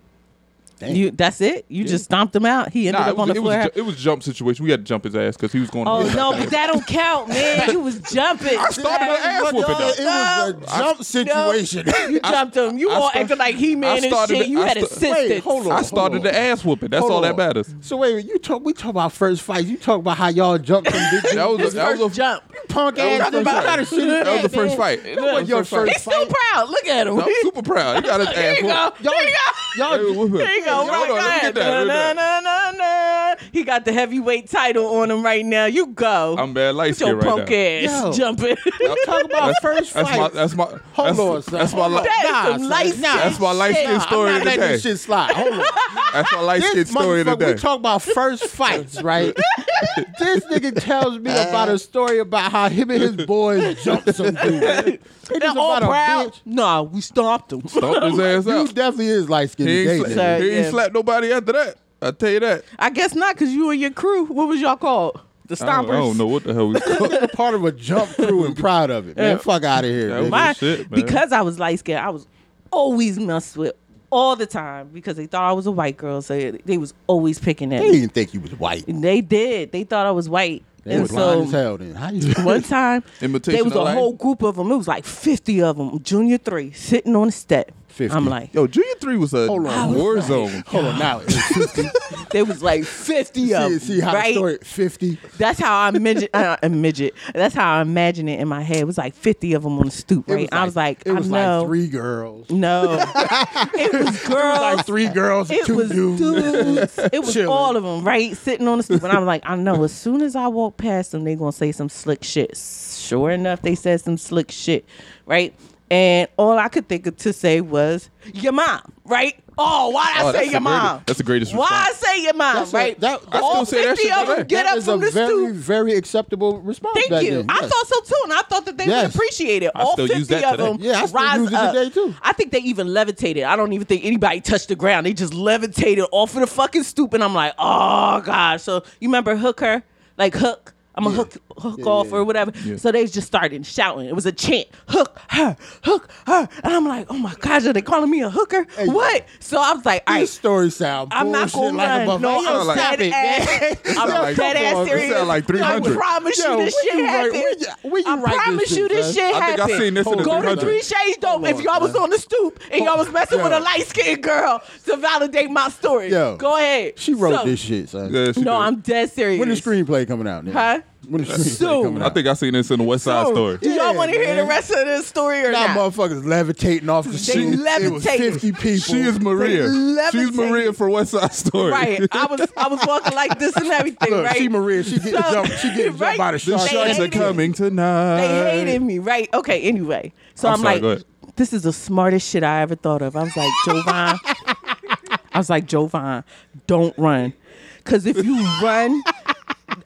Speaker 7: Damn.
Speaker 6: You that's it. You just stomped him out. He ended
Speaker 5: Nah, it
Speaker 6: up on
Speaker 5: was,
Speaker 6: the
Speaker 5: it was,
Speaker 6: floor.
Speaker 5: ju- it was jump situation. We had to jump his ass because he was going. to
Speaker 6: Oh
Speaker 5: the-
Speaker 6: no, but that don't count, man. You was
Speaker 5: [LAUGHS]
Speaker 6: jumping. I
Speaker 5: started an ass whooping, though.
Speaker 7: It was a jump situation.
Speaker 6: You jumped him.
Speaker 5: [LAUGHS]
Speaker 6: You
Speaker 5: I
Speaker 6: all
Speaker 5: sta-
Speaker 6: acting like he
Speaker 5: I
Speaker 6: man and
Speaker 5: started
Speaker 6: shit.
Speaker 5: to-
Speaker 6: You
Speaker 5: I
Speaker 6: had
Speaker 5: sta-
Speaker 6: assistance.
Speaker 7: Wait, hold on.
Speaker 5: [LAUGHS] I started the ass whooping. That's
Speaker 7: Hold
Speaker 5: all
Speaker 7: on. [LAUGHS]
Speaker 5: that matters.
Speaker 7: So wait, a minute, you talk. We talk about first fights. You talk about how y'all jumped from big
Speaker 5: That was a, that was a
Speaker 6: jump.
Speaker 7: punk
Speaker 5: that was
Speaker 7: ass.
Speaker 5: the
Speaker 7: Talking
Speaker 5: first
Speaker 7: about how to
Speaker 5: fight. That was the
Speaker 6: man.
Speaker 5: first
Speaker 6: [LAUGHS]
Speaker 5: fight. That
Speaker 7: was
Speaker 5: was
Speaker 7: your
Speaker 5: the
Speaker 7: first
Speaker 6: He's still
Speaker 7: fight.
Speaker 6: proud. Look at him.
Speaker 5: No, I'm super proud. He got his
Speaker 6: There
Speaker 5: ass
Speaker 6: you go.
Speaker 5: whooped.
Speaker 6: There you go.
Speaker 5: Y'all,
Speaker 6: There you go.
Speaker 5: Hold on, let me
Speaker 6: Right
Speaker 5: get that.
Speaker 6: there.
Speaker 5: Look
Speaker 6: Na,
Speaker 5: at that.
Speaker 6: na, na, na. He got the heavyweight title on him right now. You go.
Speaker 5: I'm bad light
Speaker 6: With your
Speaker 5: skin right
Speaker 6: punk
Speaker 5: now.
Speaker 6: ass
Speaker 7: Yo.
Speaker 6: jumping.
Speaker 7: talk
Speaker 6: [LAUGHS]
Speaker 7: about first
Speaker 5: That's my.
Speaker 7: fights.
Speaker 5: That's my.
Speaker 7: Hold
Speaker 5: that's,
Speaker 7: on, son.
Speaker 5: That's my.
Speaker 7: Hold
Speaker 5: Li-
Speaker 7: on.
Speaker 6: That is
Speaker 7: Nah,
Speaker 6: some
Speaker 7: son.
Speaker 6: light
Speaker 7: Nah,
Speaker 6: skin
Speaker 5: that's my light
Speaker 6: shit.
Speaker 5: skin story
Speaker 7: I'm
Speaker 5: of
Speaker 7: not
Speaker 5: the
Speaker 7: letting
Speaker 5: day.
Speaker 7: this shit slide. Hold on.
Speaker 5: That's my light skin
Speaker 7: This
Speaker 5: story of the
Speaker 7: motherfucker,
Speaker 5: day.
Speaker 7: we talk about first fights, right? this nigga tells me about a story about how him and his boys jumped some dude. It is
Speaker 6: They're all
Speaker 7: about a
Speaker 6: proud.
Speaker 7: bitch.
Speaker 6: Nah, we stomped him.
Speaker 5: Stomped his ass
Speaker 7: You
Speaker 5: out.
Speaker 7: definitely is light skinned.
Speaker 5: He ain't,
Speaker 7: He,
Speaker 6: Sorry,
Speaker 5: sla- he ain't
Speaker 6: yeah.
Speaker 5: slapped nobody after that. I tell you that.
Speaker 6: [LAUGHS] I guess not, cause you and your crew. What was y'all called? The
Speaker 5: I don't,
Speaker 6: stompers.
Speaker 5: I don't know what the
Speaker 6: [LAUGHS]
Speaker 5: hell we called.
Speaker 7: part of a jump through and proud of it. Man,
Speaker 5: Yeah.
Speaker 7: fuck out of here.
Speaker 5: That was
Speaker 7: nigga.
Speaker 6: My-
Speaker 5: shit, man.
Speaker 6: because I was light skinned, I was always messed with all the time because they thought I was a white girl, so they was always picking at
Speaker 7: They
Speaker 6: me.
Speaker 7: didn't think you was white.
Speaker 6: And They did. They thought I was white,
Speaker 7: They
Speaker 6: and
Speaker 7: was blind as
Speaker 6: so
Speaker 7: hell then. How you [LAUGHS]
Speaker 6: one time there
Speaker 5: Imitation
Speaker 6: was
Speaker 5: of
Speaker 6: a
Speaker 5: life.
Speaker 6: whole group of them. It was like fifty of them, junior three, sitting on the step.
Speaker 7: 50.
Speaker 6: I'm like,
Speaker 5: Yo, Junior Three was a
Speaker 7: Hold on.
Speaker 5: war zone.
Speaker 7: Hold on now.
Speaker 6: there was like fifty of
Speaker 7: see,
Speaker 6: them,
Speaker 7: see how the
Speaker 6: right?
Speaker 7: story fifty.
Speaker 6: That's how I imagine. uh, a midget. That's how I imagine it in my head. It was like fifty of them on the stoop,
Speaker 7: It
Speaker 6: right? I was like,
Speaker 7: it was
Speaker 6: I know.
Speaker 7: like three girls. [LAUGHS]
Speaker 6: No, it was girls.
Speaker 7: Like three girls and
Speaker 6: It
Speaker 7: two
Speaker 6: was
Speaker 7: dudes.
Speaker 6: dudes. It
Speaker 7: [LAUGHS]
Speaker 6: was
Speaker 7: Chilling.
Speaker 6: all of them, right? Sitting on the stoop. And I'm like, I know as soon as I walk past them, they going to say some slick shit. Sure enough, they said some slick shit, right? And all I could think of to say was, your mom, right? Oh, why'd I
Speaker 5: Oh, that's
Speaker 6: say
Speaker 5: the
Speaker 6: your mom?
Speaker 5: greatest- that's the greatest
Speaker 6: Why I
Speaker 5: response.
Speaker 6: say your mom,
Speaker 7: That's a-
Speaker 6: right?
Speaker 7: that- I
Speaker 5: still
Speaker 6: all
Speaker 5: say that
Speaker 6: 50
Speaker 5: shit
Speaker 6: of them
Speaker 5: today.
Speaker 6: get
Speaker 7: that
Speaker 6: up
Speaker 7: is
Speaker 6: from
Speaker 7: a
Speaker 6: the
Speaker 7: very,
Speaker 6: stoop.
Speaker 7: very acceptable response.
Speaker 6: Thank
Speaker 7: back
Speaker 6: you.
Speaker 7: Then.
Speaker 6: I
Speaker 7: Yes.
Speaker 6: thought so too, and I thought that they would
Speaker 7: Yes.
Speaker 6: appreciate it.
Speaker 5: I
Speaker 6: All
Speaker 5: still
Speaker 6: fifty
Speaker 5: use that
Speaker 6: of
Speaker 5: today.
Speaker 6: them
Speaker 7: Yeah, I still
Speaker 6: rise
Speaker 7: use it
Speaker 6: up.
Speaker 7: today, too.
Speaker 6: I think they even levitated. I don't even think anybody touched the ground. They just levitated off of the fucking stoop, and I'm like, oh god. So you remember Hooker, like Hook. I'm a hook, hook off or whatever. So they just started shouting. It was a chant, hook her, hook her, and I'm like, oh my gosh, are they calling me a hooker? what? So I was like, all
Speaker 7: This
Speaker 6: right,
Speaker 7: story sound
Speaker 6: I'm not
Speaker 7: bullshit
Speaker 6: gonna
Speaker 7: like a
Speaker 6: run. No,
Speaker 7: motherfucker.
Speaker 6: I'm
Speaker 5: like-
Speaker 6: dead
Speaker 5: [LAUGHS]
Speaker 6: ass. I'm
Speaker 5: like-
Speaker 6: dead
Speaker 5: come
Speaker 6: ass
Speaker 5: on, it
Speaker 6: serious.
Speaker 5: sound like 300.
Speaker 6: I promise
Speaker 7: Yo,
Speaker 6: you this
Speaker 7: where
Speaker 6: shit
Speaker 7: you write-
Speaker 6: happened.
Speaker 7: where you- where you
Speaker 6: I
Speaker 7: write this
Speaker 6: promise
Speaker 7: shit,
Speaker 6: you this
Speaker 7: son?
Speaker 6: shit
Speaker 5: I think
Speaker 6: happened.
Speaker 5: I seen this in the
Speaker 6: Go to
Speaker 5: 300.
Speaker 6: Three Shades Dope
Speaker 7: Hold
Speaker 6: if
Speaker 7: on,
Speaker 6: y'all was
Speaker 7: man.
Speaker 6: on the stoop and y'all was messing with a
Speaker 7: Yo.
Speaker 6: light skinned girl to validate my story.
Speaker 7: Yo.
Speaker 6: Go ahead.
Speaker 7: She wrote
Speaker 6: So-
Speaker 7: this shit, son.
Speaker 5: Yeah, she
Speaker 6: No,
Speaker 5: did.
Speaker 6: I'm dead serious.
Speaker 7: When the screenplay coming out? Nigga?
Speaker 6: Huh?
Speaker 7: [LAUGHS] When the screenplay
Speaker 6: Soon.
Speaker 7: coming
Speaker 5: I
Speaker 7: out?
Speaker 5: think I seen this in the West Side
Speaker 6: So,
Speaker 5: Story.
Speaker 6: Do
Speaker 7: Yeah,
Speaker 6: y'all want to hear the
Speaker 7: man.
Speaker 6: rest of this story or
Speaker 7: Now
Speaker 6: not?
Speaker 7: motherfuckers levitating off the
Speaker 6: They
Speaker 7: shit. It was
Speaker 6: levitating.
Speaker 7: fifty people.
Speaker 5: She is Maria.
Speaker 6: They
Speaker 5: She's Maria
Speaker 6: levitated.
Speaker 5: for West Side Story. [LAUGHS]
Speaker 6: Right. I was I was walking like this and
Speaker 7: [LAUGHS]
Speaker 6: everything,
Speaker 7: Look,
Speaker 6: right?
Speaker 7: she Maria. She getting
Speaker 6: So-
Speaker 7: jumped. She getting
Speaker 6: [LAUGHS]
Speaker 7: jumped
Speaker 6: right?
Speaker 7: by the
Speaker 5: The
Speaker 7: shark.
Speaker 6: They
Speaker 5: sharks are
Speaker 6: hated-
Speaker 5: coming tonight.
Speaker 6: They hated me, right? Okay, anyway. So
Speaker 5: Uh, I'm
Speaker 6: I'm,
Speaker 5: sorry, go
Speaker 6: like,
Speaker 5: ahead.
Speaker 6: this is the smartest shit I ever thought of. I was like, Jovan. I was like, Jovan, don't run. Because if you run,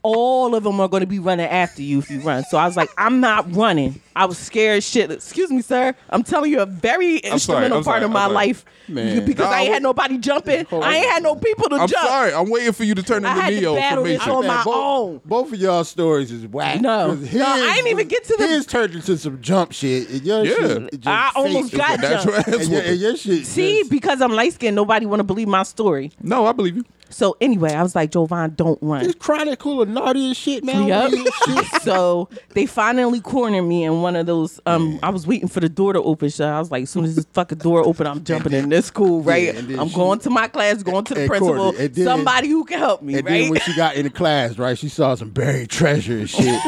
Speaker 6: all of them are going to be running after you if you run. So I was like, I'm not running. I was scared shit. Excuse me, sir. I'm telling you a very
Speaker 5: sorry,
Speaker 6: instrumental
Speaker 5: I'm
Speaker 6: part
Speaker 5: sorry,
Speaker 6: of
Speaker 5: I'm
Speaker 6: my
Speaker 5: sorry.
Speaker 6: life
Speaker 7: Man.
Speaker 6: because I ain't had nobody jumping. I ain't had no people to
Speaker 5: I'm
Speaker 6: jump.
Speaker 5: sorry. I'm waiting for you to turn
Speaker 6: I
Speaker 5: into
Speaker 6: had to
Speaker 5: Neo
Speaker 6: battle
Speaker 5: for
Speaker 6: this
Speaker 5: Matrix.
Speaker 6: on my
Speaker 7: Bo-
Speaker 6: own.
Speaker 7: Both of y'all stories is whack.
Speaker 6: No.
Speaker 7: 'Cause
Speaker 6: No, I ain't even get to the-
Speaker 7: His turned into some jump shit. And your
Speaker 5: Yeah.
Speaker 7: shit is just
Speaker 6: I almost
Speaker 7: fake.
Speaker 6: got
Speaker 5: That's your
Speaker 6: jumped.
Speaker 5: ass
Speaker 7: And your,
Speaker 5: whooping.
Speaker 7: and your shit.
Speaker 6: See,
Speaker 7: just-
Speaker 6: because I'm light skinned, nobody want to believe my story.
Speaker 5: No, I believe you.
Speaker 6: So anyway, I was like, Jovan, don't run.
Speaker 7: it's chronicle of naughty as shit now. [LAUGHS]
Speaker 6: Yup.
Speaker 7: weird shit.
Speaker 6: so they finally cornered me in one of those. Um, I was waiting for the door to open. So I was like, as soon as this fucking door open, I'm jumping in this school, right?
Speaker 7: and then
Speaker 6: I'm
Speaker 7: she-
Speaker 6: going to my class, going to the
Speaker 7: and
Speaker 6: principal,
Speaker 7: Courtney, and then-
Speaker 6: somebody who can help me,
Speaker 7: And
Speaker 6: right?
Speaker 7: then
Speaker 6: [LAUGHS]
Speaker 7: when she got into class, right, she saw some buried treasure and shit.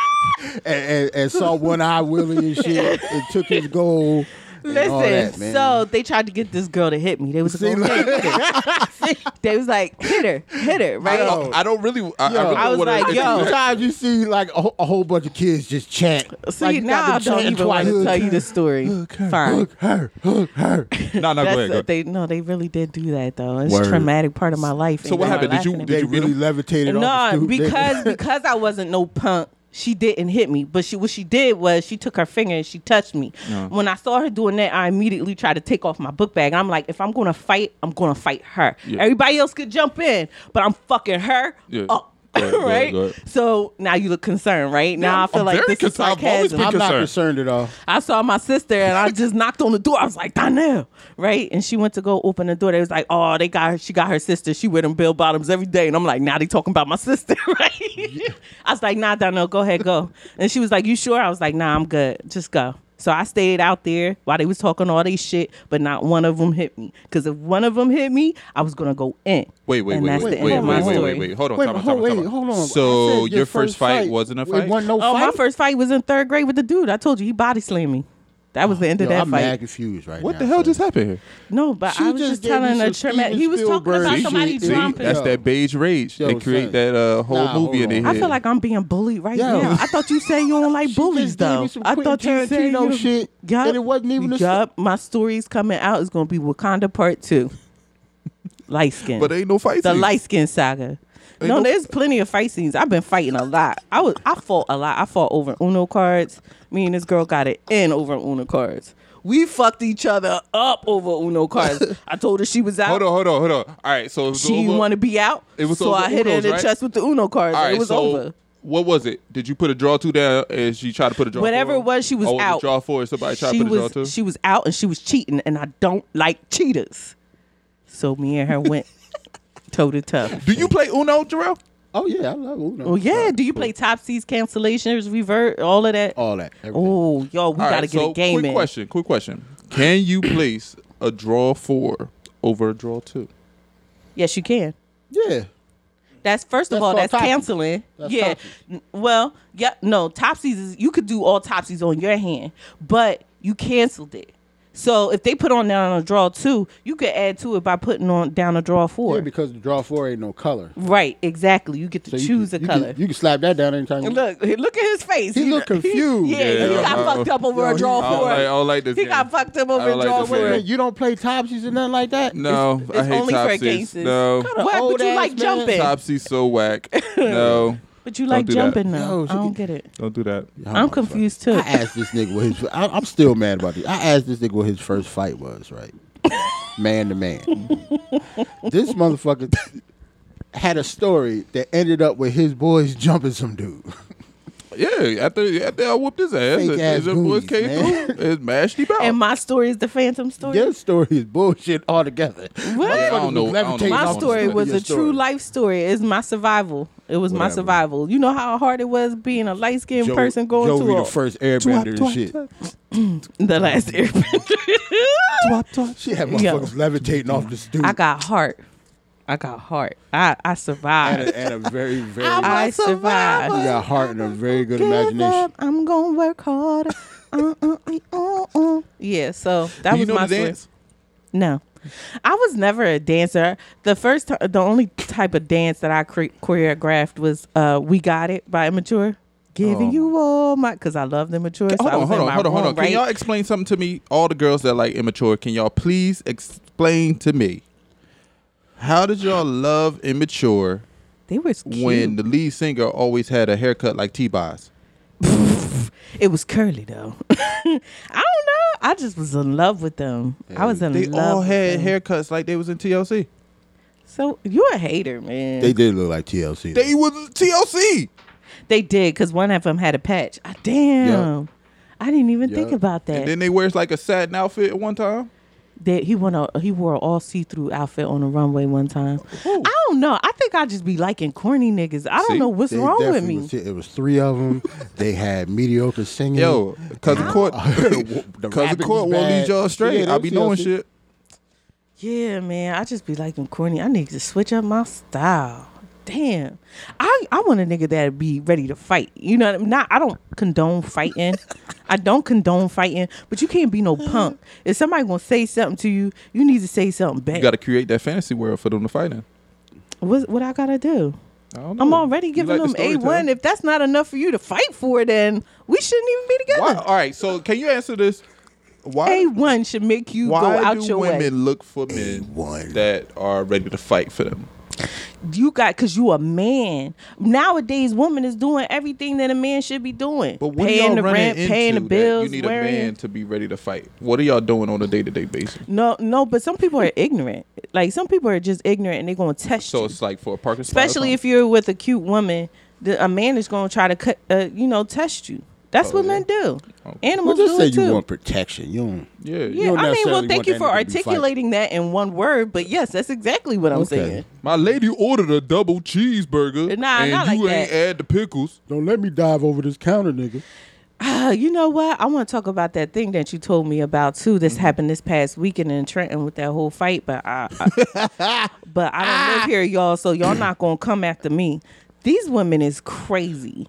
Speaker 7: [LAUGHS] and, and, and saw one eye Willie and shit and took his gold. and all that,
Speaker 6: Listen,
Speaker 7: man.
Speaker 6: so they tried to get this girl to hit me. They
Speaker 7: [LAUGHS]
Speaker 6: was
Speaker 7: See,
Speaker 6: like,
Speaker 7: look.
Speaker 6: [LAUGHS] they was like, hit her, hit her, right?
Speaker 7: Yo.
Speaker 5: I don't really. I,
Speaker 7: Yo.
Speaker 5: I, really
Speaker 6: I was
Speaker 5: wanna-
Speaker 6: like,
Speaker 5: it's-
Speaker 6: yo.
Speaker 7: Sometimes you see like a, whole- a whole bunch of kids just chant.
Speaker 6: See,
Speaker 7: like, you got
Speaker 6: now I
Speaker 7: them
Speaker 6: don't
Speaker 7: chanting
Speaker 6: even want to
Speaker 7: twice.
Speaker 6: tell you the story. Fine.
Speaker 7: Hook her, hook her.
Speaker 6: [LAUGHS]
Speaker 5: Nah, nah, go
Speaker 6: That's
Speaker 5: ahead. Go
Speaker 6: a,
Speaker 5: ahead.
Speaker 6: they no, they really did do that though. It's
Speaker 7: Word.
Speaker 6: a traumatic part of my life.
Speaker 5: So
Speaker 6: and
Speaker 5: what
Speaker 6: y'all are
Speaker 5: happened? Did you-
Speaker 6: laughing at
Speaker 5: did
Speaker 7: They
Speaker 5: you beat
Speaker 7: really [LAUGHS]
Speaker 5: him?
Speaker 7: levitated off the
Speaker 6: no,
Speaker 7: stoop. They-
Speaker 6: because because I wasn't no punk. she didn't hit me, but she what she did was she took her finger and she touched me. When I saw her doing that, I immediately tried to take off my book bag. I'm like, if I'm gonna fight, I'm gonna fight her.
Speaker 5: Yeah.
Speaker 6: Everybody else could jump in, but I'm fucking her
Speaker 5: Yeah.
Speaker 6: up. [LAUGHS]
Speaker 5: Go ahead, go ahead,
Speaker 6: right?
Speaker 5: go ahead.
Speaker 6: So now you look concerned, right? Now I feel
Speaker 5: I'm
Speaker 6: like
Speaker 5: very
Speaker 6: this is
Speaker 5: concerned. I've always been
Speaker 6: sarcasm.
Speaker 7: I'm not
Speaker 5: concerned.
Speaker 7: concerned at all.
Speaker 6: I saw my sister and I just knocked on the door. I was like, Donnell, right? And she went to go open the door. They was like, oh, they got her. She got her sister. She wear them bell bottoms every day. And I'm like, now they talking about my sister, [LAUGHS] right? I was like, nah, Donnell, go ahead, go. And she was like, you sure? I was like, nah, I'm good. Just go. So I stayed out there while they was talking all they shit, but not one of them hit me. Because if one of them hit me, I was gonna go in.
Speaker 5: Wait, wait,
Speaker 6: And
Speaker 5: wait,
Speaker 6: that's
Speaker 5: wait,
Speaker 6: the
Speaker 5: wait,
Speaker 6: end of my
Speaker 5: wait, wait,
Speaker 6: story.
Speaker 5: wait, wait. Hold on,
Speaker 7: Wait,
Speaker 5: time out,
Speaker 7: hold,
Speaker 5: time out, time
Speaker 7: wait,
Speaker 5: out.
Speaker 7: hold on. I said
Speaker 5: So your, first fight, wasn't a
Speaker 7: it
Speaker 5: fight?
Speaker 7: wasn't no
Speaker 6: Oh, my
Speaker 7: fight?
Speaker 6: first fight was in third grade with the dude. I told you he body slammed me. That was the end
Speaker 7: Oh, Yo,
Speaker 6: of that
Speaker 7: I'm
Speaker 6: fight.
Speaker 7: mad confused right
Speaker 5: what
Speaker 7: now.
Speaker 5: the hell
Speaker 7: so-
Speaker 5: just happened here?
Speaker 6: No, but
Speaker 7: She
Speaker 6: I was
Speaker 7: just
Speaker 6: just,
Speaker 7: gave me
Speaker 6: telling
Speaker 7: some
Speaker 6: a traumatic.
Speaker 7: Steven
Speaker 6: He was talking
Speaker 7: Spielberg
Speaker 6: about
Speaker 7: shit.
Speaker 6: somebody
Speaker 7: See?
Speaker 6: dropping.
Speaker 5: that's that beige rage.
Speaker 7: Yo,
Speaker 5: they create
Speaker 7: son.
Speaker 5: that uh, whole
Speaker 7: Nah,
Speaker 5: movie
Speaker 7: hold
Speaker 5: in their
Speaker 7: on.
Speaker 5: head.
Speaker 6: I feel like I'm being bullied right
Speaker 7: Yo.
Speaker 6: now. I thought you said you
Speaker 5: [LAUGHS]
Speaker 6: don't like
Speaker 7: She
Speaker 6: bullies
Speaker 7: just gave me
Speaker 6: though.
Speaker 7: some
Speaker 6: I
Speaker 7: quick
Speaker 6: thought you said
Speaker 7: Tarantino
Speaker 6: you
Speaker 7: shit,
Speaker 6: Yup.
Speaker 7: and it wasn't even a-
Speaker 6: Yup. My story's coming out. It's gonna be Wakanda Part Two. light skin.
Speaker 5: but ain't no fight.
Speaker 6: the
Speaker 5: scenes.
Speaker 6: light skin saga. No,
Speaker 5: no-
Speaker 6: there's plenty of fight scenes. I've been fighting a lot. I was I fought a lot. I fought over Uno cards. Me and this girl got it in over Uno cards. We fucked each other up over
Speaker 5: [LAUGHS]
Speaker 6: Uno cards. I told her she was out.
Speaker 5: Hold on, hold on, hold on. All right, so it was
Speaker 6: she
Speaker 5: over-
Speaker 6: didn't want to be out.
Speaker 5: It was
Speaker 6: so
Speaker 5: over
Speaker 6: I hit her in
Speaker 5: Unos,
Speaker 6: the
Speaker 5: right?
Speaker 6: chest with the Uno card.
Speaker 5: All right,
Speaker 6: it was
Speaker 5: so
Speaker 6: over.
Speaker 5: What was it? Did you put a draw two down and she tried to put a draw?
Speaker 6: Whatever
Speaker 5: four?
Speaker 6: it was, she was
Speaker 5: or was
Speaker 6: out.
Speaker 5: It draw four. and Somebody tried
Speaker 6: she
Speaker 5: to put a
Speaker 6: was
Speaker 5: draw two.
Speaker 6: she was out and she was cheating, and I don't like cheaters. So me and
Speaker 5: [LAUGHS]
Speaker 6: her went toe to toe.
Speaker 5: Do you play Uno, Jarrell?
Speaker 7: Oh yeah, I love Uno.
Speaker 6: Well, yeah. Do you play topsies, cancellations, revert, all of that?
Speaker 7: all that? everything.
Speaker 6: Oh, yo,
Speaker 5: All
Speaker 6: we gotta
Speaker 5: right,
Speaker 6: get
Speaker 5: so
Speaker 6: a game
Speaker 5: quick
Speaker 6: in.
Speaker 5: question. Quick question. Can you place a draw four over a draw two?
Speaker 6: Yes, you can.
Speaker 7: Yeah.
Speaker 6: That's first of
Speaker 7: That's
Speaker 6: all,
Speaker 7: called
Speaker 6: that's
Speaker 7: topsies.
Speaker 6: canceling.
Speaker 7: That's
Speaker 6: yeah.
Speaker 7: topsies.
Speaker 6: N- Well, yeah, no, topsies is you could do all topsies on your hand, but you canceled it. So if they put on down a draw two, you could add to it by putting on down a draw four.
Speaker 7: Yeah, because the draw four ain't no color.
Speaker 6: right, exactly. You get to
Speaker 7: So you
Speaker 6: choose
Speaker 7: can,
Speaker 6: a
Speaker 7: you
Speaker 6: color.
Speaker 7: Can, you can slap that down anytime. you-
Speaker 6: Look, look at his face.
Speaker 7: He look confused.
Speaker 6: yeah, he
Speaker 5: Yeah,
Speaker 6: got
Speaker 5: I-
Speaker 6: fucked up over
Speaker 7: yo,
Speaker 6: a
Speaker 7: he-
Speaker 6: draw
Speaker 7: I
Speaker 5: don't
Speaker 6: four.
Speaker 5: like- I don't like this
Speaker 6: He
Speaker 5: game.
Speaker 6: got fucked up
Speaker 5: I
Speaker 6: over
Speaker 5: don't
Speaker 6: a
Speaker 5: like
Speaker 6: draw
Speaker 5: this
Speaker 7: Wait a
Speaker 6: four.
Speaker 5: game.
Speaker 7: minute, you don't play topsies or nothing like that.
Speaker 5: No, I
Speaker 6: it's
Speaker 5: hate
Speaker 6: only for
Speaker 5: topsies.
Speaker 6: cases.
Speaker 5: No,
Speaker 6: What? But you
Speaker 7: old-ass
Speaker 6: like
Speaker 7: man.
Speaker 6: jumping.
Speaker 5: topsy's so whack.
Speaker 6: [LAUGHS]
Speaker 5: No,
Speaker 6: But you like
Speaker 5: do that.
Speaker 6: jumping though.
Speaker 7: Yo,
Speaker 6: I don't get it.
Speaker 5: don't do that.
Speaker 6: I'm confused too.
Speaker 7: I asked this nigga what his. I, I'm still mad about this. I asked this nigga what his first fight was.
Speaker 6: [LAUGHS]
Speaker 7: Right, man to man. this motherfucker had a story that ended up with his boys jumping some dude.
Speaker 5: Yeah, after, after I whooped his ass,
Speaker 7: Fake
Speaker 5: and-
Speaker 7: ass
Speaker 5: and the boys
Speaker 7: booties,
Speaker 5: came
Speaker 7: man.
Speaker 5: through. It mashed him out.
Speaker 6: And my story is the Phantom story.
Speaker 7: Your story is bullshit altogether.
Speaker 6: What?
Speaker 5: I don't know. I don't know.
Speaker 7: Levitating
Speaker 6: my
Speaker 7: off
Speaker 5: Don't
Speaker 6: story
Speaker 5: discuss
Speaker 7: your
Speaker 6: was a
Speaker 7: story.
Speaker 6: true life story. It's my survival. It was my
Speaker 5: Whatever.
Speaker 6: survival. You know how hard it was being a light skinned
Speaker 7: Joe-
Speaker 6: person going
Speaker 7: Joe be
Speaker 6: to
Speaker 7: the
Speaker 6: a,
Speaker 7: first airbender and shit.
Speaker 6: the last [LAUGHS] airbender.
Speaker 7: She had
Speaker 6: Yeah.
Speaker 7: motherfuckers levitating off the stoop.
Speaker 6: I got heart. I got heart. I I
Speaker 7: and
Speaker 6: survived.
Speaker 7: a, and a very very.
Speaker 6: I survived.
Speaker 7: you got heart and a very good
Speaker 6: Give
Speaker 7: imagination.
Speaker 6: up. I'm gonna work harder. uh, uh, uh, uh, uh. Yeah, so that
Speaker 5: Do you
Speaker 6: was
Speaker 5: know
Speaker 6: my
Speaker 5: the
Speaker 6: story.
Speaker 5: dance?
Speaker 6: No, I was never a dancer. The first, ti- the only type of dance that I cre- choreographed was uh, "We Got It" by Immature. Giving you all my, because I loved Immature. so
Speaker 5: Oh. Hold
Speaker 6: I
Speaker 5: on,
Speaker 6: was
Speaker 5: hold
Speaker 6: in
Speaker 5: on,
Speaker 6: my
Speaker 5: hold on, hold
Speaker 6: room,
Speaker 5: on. Can y'all
Speaker 6: right?
Speaker 5: explain something to me? All the girls that like immature, can y'all please explain to me how did y'all love immature
Speaker 6: They was cute.
Speaker 5: when the lead singer always had a haircut like T-Boz?
Speaker 6: it was curly though. [LAUGHS] I don't know. I just was in love with them. I was in
Speaker 5: They
Speaker 6: love.
Speaker 5: all
Speaker 6: with
Speaker 5: had
Speaker 6: them.
Speaker 5: haircuts like they was in TLC.
Speaker 6: So you a hater, man?
Speaker 7: They did look like TLC. though.
Speaker 5: They was TLC.
Speaker 6: They did because one of them had a patch. Ah, damn. I didn't even think
Speaker 7: Yup.
Speaker 6: about that.
Speaker 5: And then they wears like a satin outfit at one time.
Speaker 6: that he went a, he wore an all see through outfit on the runway one time. I don't know. I think I just be liking corny niggas. I don't
Speaker 5: See,
Speaker 6: know what's
Speaker 7: They
Speaker 6: wrong with
Speaker 7: definitely
Speaker 6: me.
Speaker 7: was hit- it was three of them. they had mediocre singing.
Speaker 5: Yo,
Speaker 6: Ah.
Speaker 5: cousin Court,
Speaker 7: Mm. [LAUGHS]
Speaker 5: [LAUGHS]
Speaker 7: The
Speaker 5: cousin
Speaker 7: rapping
Speaker 5: Court
Speaker 7: was
Speaker 5: won't lead
Speaker 7: bad.
Speaker 5: y'all straight.
Speaker 7: Yeah, they
Speaker 5: I
Speaker 7: was
Speaker 5: be knowing
Speaker 7: TLC.
Speaker 5: shit.
Speaker 6: Yeah, man. I just be liking corny. I need to switch up my style. Damn. I I want a nigga that be ready to fight. You know, what I'm not I don't condone fighting. I don't condone fighting, but you can't be no punk. If somebody gonna say something to you, you need to say something back.
Speaker 5: You got to create that fantasy world for them to fight in.
Speaker 6: what what I gotta do?
Speaker 5: I don't know.
Speaker 6: I'm already
Speaker 5: You
Speaker 6: giving
Speaker 5: like the
Speaker 6: them a one.
Speaker 5: storytelling.
Speaker 6: If that's not enough for you to fight for, then we shouldn't even be
Speaker 5: Why,
Speaker 6: together.
Speaker 5: all right, so can you answer this? Why?
Speaker 6: A one should make you go
Speaker 5: Why
Speaker 6: out
Speaker 5: do
Speaker 6: your
Speaker 5: women
Speaker 6: way.
Speaker 5: look for men that are ready to fight for them?
Speaker 6: you got because you a man. Nowadays, woman is doing everything that a man should be doing.
Speaker 5: But what
Speaker 6: paying
Speaker 5: are y'all
Speaker 6: the
Speaker 5: running
Speaker 6: rent,
Speaker 5: into
Speaker 6: paying the
Speaker 5: that
Speaker 6: bills,
Speaker 5: you need a
Speaker 6: wearing-
Speaker 5: man to be ready to fight? What are y'all doing on a day to day basis?
Speaker 6: No, no, but some people are ignorant. Like some people are just ignorant and they're gonna test
Speaker 5: So
Speaker 6: you.
Speaker 5: it's like for a parking spot or
Speaker 6: Especially if
Speaker 5: something?
Speaker 6: you're with a cute woman, the, a man is gonna try to cut, uh, you know, test you. That's
Speaker 5: Oh,
Speaker 6: what men do.
Speaker 7: Well,
Speaker 6: Animals
Speaker 7: just
Speaker 6: do
Speaker 7: say
Speaker 6: it too.
Speaker 7: you want protection. You don't.
Speaker 5: yeah,
Speaker 6: yeah,
Speaker 7: don't
Speaker 6: I mean, well,
Speaker 7: necessarily
Speaker 6: thank
Speaker 7: want
Speaker 6: you
Speaker 7: that
Speaker 6: for
Speaker 7: nigga to be fighting.
Speaker 6: articulating that in one word. But yes, that's exactly what I'm saying.
Speaker 5: My lady ordered a double cheeseburger,
Speaker 6: Nah,
Speaker 5: and
Speaker 6: not
Speaker 5: you
Speaker 6: like
Speaker 5: ain't
Speaker 6: that.
Speaker 5: add the pickles.
Speaker 7: Don't let me dive over this counter, nigga.
Speaker 6: Uh, you know what? I want to talk about that thing that you told me about too.
Speaker 7: Mm-hmm.
Speaker 6: This happened this past weekend in Trenton with that whole fight, but I,
Speaker 7: [LAUGHS]
Speaker 6: I- but I don't live
Speaker 7: Ah.
Speaker 6: here, y'all. So y'all not gonna come after me. These women is crazy.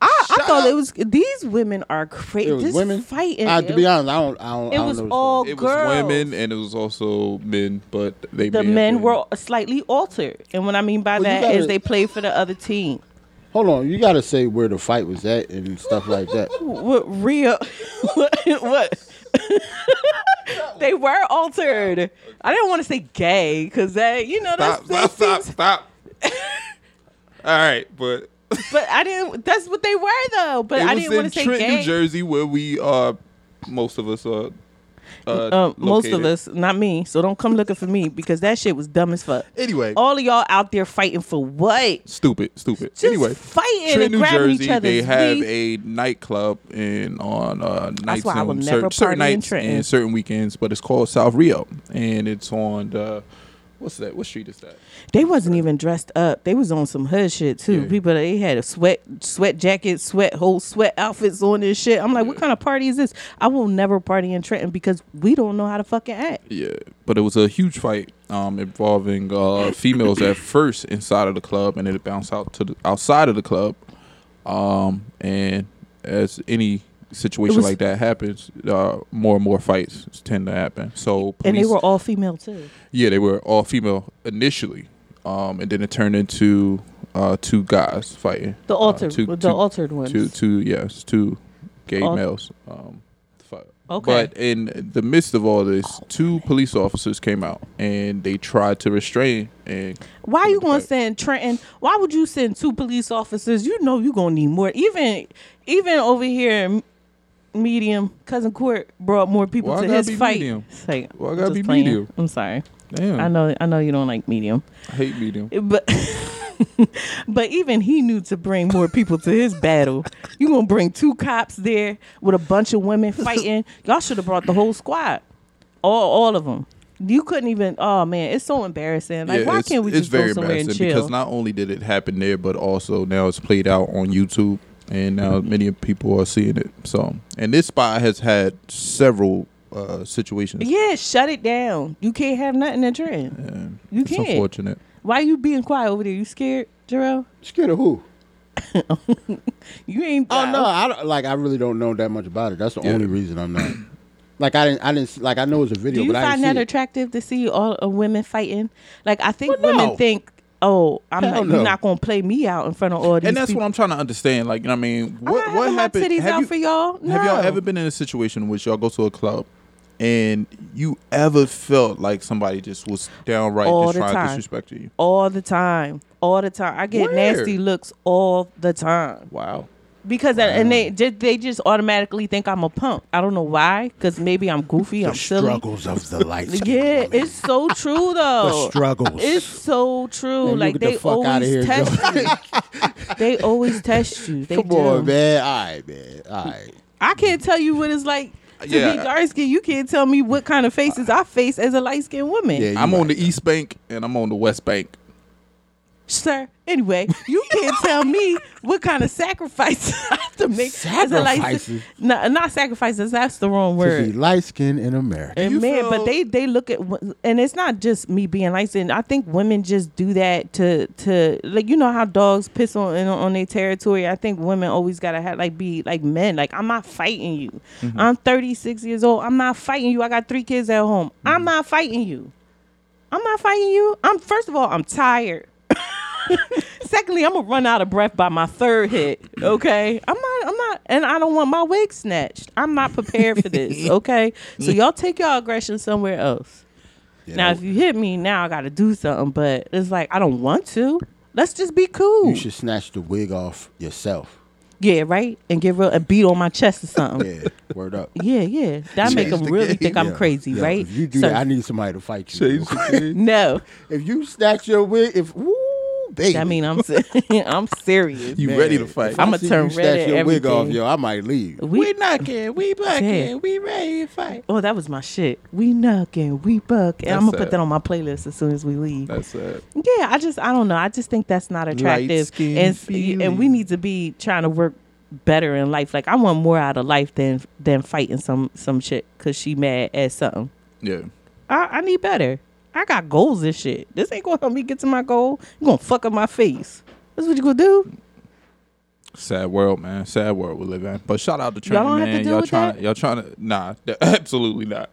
Speaker 6: I, I thought it was these women are crazy.
Speaker 7: It was
Speaker 6: This
Speaker 7: women
Speaker 6: fighting.
Speaker 7: Uh, to be
Speaker 6: it-
Speaker 7: honest, I don't. I don't. I
Speaker 6: it
Speaker 7: don't
Speaker 6: was
Speaker 7: know the
Speaker 6: all
Speaker 7: story.
Speaker 5: It was
Speaker 6: Oh, girls.
Speaker 5: women and it was also men, but they
Speaker 6: the
Speaker 5: may have
Speaker 6: men
Speaker 5: been-
Speaker 6: were slightly altered, and what I mean by
Speaker 7: Well, you
Speaker 6: that is
Speaker 7: gotta-
Speaker 6: they played for the other team.
Speaker 7: Hold on, you gotta say where the fight was at and stuff like that.
Speaker 6: What real? [LAUGHS] what? what? [LAUGHS] they were altered. I didn't want to say gay because that you know that's
Speaker 5: Stop! Stop! Stop!
Speaker 6: [LAUGHS]
Speaker 5: Stop! All right, but [LAUGHS]
Speaker 6: but I didn't. That's what they were though. But
Speaker 5: it
Speaker 6: I
Speaker 5: was
Speaker 6: didn't want
Speaker 5: in
Speaker 6: to say
Speaker 5: Trenton,
Speaker 6: gay.
Speaker 5: New Jersey, where we are. Most of us are. Uh,
Speaker 6: Um, most of
Speaker 5: located.
Speaker 6: us, not me. So don't come looking for me because that shit was dumb as fuck.
Speaker 5: Anyway.
Speaker 6: all of y'all out there fighting for what?
Speaker 5: Stupid, stupid.
Speaker 6: Just
Speaker 5: anyway,
Speaker 6: fighting and
Speaker 5: Trenton, New
Speaker 6: grabbing each
Speaker 5: Jersey, they
Speaker 6: other's
Speaker 5: have
Speaker 6: weave.
Speaker 5: a nightclub in on uh, nights
Speaker 6: why I will
Speaker 5: on certain,
Speaker 6: never
Speaker 5: certain
Speaker 6: party in
Speaker 5: nights
Speaker 6: Trenton.
Speaker 5: and certain weekends, but it's called South Rio, and it's on the what's that? What street is that?
Speaker 6: They wasn't even dressed up. They was on some hood shit too. People they had a sweat sweat jacket, sweat whole sweat outfits on this shit. I'm like, what kind of party is this? I will never party in Trenton because we don't know how to fucking act.
Speaker 5: Yeah, but it was a huge fight um, involving uh, females at first inside of the club, and then it bounced out to the outside of the club. Um, and as any situation
Speaker 6: was-
Speaker 5: like that happens, uh, more and more fights tend to happen. So
Speaker 6: And they
Speaker 5: police-
Speaker 6: were all female too.
Speaker 5: yeah, they were all female initially, um, and then it turned into uh, two guys fighting.
Speaker 6: The altered-
Speaker 5: uh, two-
Speaker 6: the
Speaker 5: two-
Speaker 6: altered ones.
Speaker 5: Two, two, yes, two gay
Speaker 6: Al-
Speaker 5: males. Um, fight.
Speaker 6: Okay.
Speaker 5: But in the midst of all this, two police officers came out and they tried to restrain and
Speaker 6: Why you gonna
Speaker 5: Right.
Speaker 6: send Trenton? Why would you send two police officers? You know you gonna need more. Even even over here, m- medium cousin Court brought more people
Speaker 5: Why
Speaker 6: to
Speaker 5: gotta
Speaker 6: his
Speaker 5: be
Speaker 6: fight.
Speaker 5: medium?
Speaker 6: It's Like,
Speaker 5: Why
Speaker 6: I'm
Speaker 5: gotta
Speaker 6: just
Speaker 5: be
Speaker 6: playing.
Speaker 5: medium?
Speaker 6: I'm sorry.
Speaker 5: damn.
Speaker 6: I know I know you don't like medium.
Speaker 5: I hate medium.
Speaker 6: but [LAUGHS] but even he knew to bring more people to his battle. You gonna bring two cops there with a bunch of women fighting? Y'all should have brought the whole squad, all all of them. You couldn't even. Oh man, it's so embarrassing. Like why
Speaker 5: it's-
Speaker 6: can't we
Speaker 5: it's
Speaker 6: just go somewhere and
Speaker 5: embarrassing
Speaker 6: chill?
Speaker 5: Because not only did it happen there, but also now it's played out on YouTube, and now
Speaker 6: Mm-hmm.
Speaker 5: many people are seeing it. So, and this spot has had several uh, situations.
Speaker 6: yeah, shut it down. You can't have nothing in Trenton. you
Speaker 5: it's
Speaker 6: can't.
Speaker 5: unfortunate.
Speaker 6: Why you being quiet over there? You scared, Jarrell?
Speaker 7: Scared of who?
Speaker 6: [LAUGHS] You ain't.
Speaker 7: Oh no, I don't, like I really don't know that much about it. That's the only reason I'm not. Like I didn't, I didn't see- like I know it's a video,
Speaker 6: Do you
Speaker 7: but I
Speaker 6: find
Speaker 7: didn't
Speaker 6: that
Speaker 7: see it.
Speaker 6: attractive to see all uh, women fighting? Like I think
Speaker 7: Well,
Speaker 6: women
Speaker 7: no.
Speaker 6: think, oh, I'm
Speaker 7: Hell
Speaker 6: not,
Speaker 7: no.
Speaker 6: you're not gonna play me out in front of all these.
Speaker 5: And that's
Speaker 6: people.
Speaker 5: what I'm trying to understand. Like, you know what I mean,
Speaker 6: I'm
Speaker 5: what
Speaker 6: not
Speaker 5: what
Speaker 6: having my
Speaker 5: happened?
Speaker 6: titties out for y'all.
Speaker 5: Have y'all
Speaker 6: No.
Speaker 5: ever been in a situation in which y'all go to a club and you ever felt like somebody just was downright
Speaker 6: All
Speaker 5: just
Speaker 6: the
Speaker 5: trying
Speaker 6: time.
Speaker 5: to disrespect you?
Speaker 6: all the time, all the time. I get
Speaker 5: Where?
Speaker 6: nasty looks all the time
Speaker 5: Wow.
Speaker 6: because I- and they ju- they just automatically think I'm a punk. I don't know why, because maybe I'm goofy, I'm silly.
Speaker 7: of the
Speaker 6: [LAUGHS]
Speaker 7: light.
Speaker 6: Yeah, it's so true though.
Speaker 7: struggles.
Speaker 6: It's so true.
Speaker 7: Man, you
Speaker 6: like
Speaker 7: get the
Speaker 6: they
Speaker 7: fuck outta
Speaker 6: always
Speaker 7: here,
Speaker 6: test you.
Speaker 7: [LAUGHS]
Speaker 6: they always test you. They
Speaker 7: Come
Speaker 6: do.
Speaker 7: on, man. All right, man. All right.
Speaker 6: I can't tell you what it's like to
Speaker 5: Yeah.
Speaker 6: be dark skinned. You can't tell me what kind of faces I face as a light skinned woman.
Speaker 7: Yeah, you
Speaker 5: I'm
Speaker 7: right.
Speaker 5: on the East Bank and I'm on the West Bank.
Speaker 6: Sir, anyway, you can't tell me what kind of sacrifices [LAUGHS] I have to make as a light
Speaker 7: Sacrifices?
Speaker 6: No, not sacrifices. That's the wrong
Speaker 7: to be
Speaker 6: word.
Speaker 7: light skinned in America.
Speaker 6: And
Speaker 5: You
Speaker 6: man, but
Speaker 5: feel-
Speaker 6: they they look at wo- and it's not just me being light skinned. I think women just do that to to like you know how dogs piss on in- on their territory. I think women always gotta have like be like men. Like I'm not fighting you.
Speaker 5: Mm-hmm.
Speaker 6: I'm 36 years old. I'm not fighting you. I got three kids at home.
Speaker 5: Mm-hmm.
Speaker 6: I'm not fighting you. I'm not fighting you. I'm first of all I'm tired. Secondly, I'm gonna run out of breath by my third hit. Okay, I'm not. I'm not, and I don't want my
Speaker 7: [LAUGHS]
Speaker 6: wig snatched. I'm not prepared for this. Okay, so y'all take your aggression somewhere else. now, if you hit me, now I got to do something. But it's like I don't want to. Let's just be cool.
Speaker 7: You should snatch the wig off yourself.
Speaker 6: Yeah, right. And get real and beat on my chest or something.
Speaker 7: Yeah, word up.
Speaker 6: [LAUGHS] yeah, yeah. That make
Speaker 5: Change
Speaker 6: them
Speaker 5: the
Speaker 6: really
Speaker 5: game.
Speaker 6: think I'm
Speaker 7: Yeah,
Speaker 6: crazy,
Speaker 7: yeah.
Speaker 6: right?
Speaker 7: If you do
Speaker 6: So-
Speaker 7: that, I need somebody to fight you.
Speaker 5: Change the game.
Speaker 6: [LAUGHS] no,
Speaker 7: If you snatch your wig, if woo, baby,
Speaker 6: I
Speaker 7: [LAUGHS]
Speaker 6: mean I'm se- [LAUGHS] I'm serious.
Speaker 5: You
Speaker 7: Man,
Speaker 5: ready to fight?
Speaker 7: if I
Speaker 6: I'ma
Speaker 7: see
Speaker 6: turn
Speaker 7: you
Speaker 6: red
Speaker 7: snatch
Speaker 6: at
Speaker 7: your wig off,
Speaker 6: everything.
Speaker 7: yo, I might leave.
Speaker 6: we,
Speaker 5: knocking, we
Speaker 6: bucking,
Speaker 5: we ready to fight.
Speaker 6: oh, that was my shit. We knocking, we buck, and I'm gonna
Speaker 5: That's
Speaker 6: put
Speaker 5: it.
Speaker 6: that on my playlist as soon as we leave.
Speaker 5: That's it.
Speaker 6: Yeah, I just I don't know. I just think that's not attractive,
Speaker 5: skin
Speaker 6: and s-
Speaker 5: feeling.
Speaker 6: and we need to be trying to work better in life. Like I want more out of life than than fighting some some shit because she mad at something.
Speaker 5: Yeah.
Speaker 6: I, I need better. I got goals and shit. This ain't gonna help me get to my goal. You gonna fuck up my face. That's what you gonna do.
Speaker 5: Sad world, man. Sad world we live in. But shout out to Trent,
Speaker 6: Y'all don't have
Speaker 5: man.
Speaker 6: to deal
Speaker 5: y'all
Speaker 6: with
Speaker 5: trying
Speaker 6: that?
Speaker 5: y'all trying to nah, [LAUGHS] absolutely not.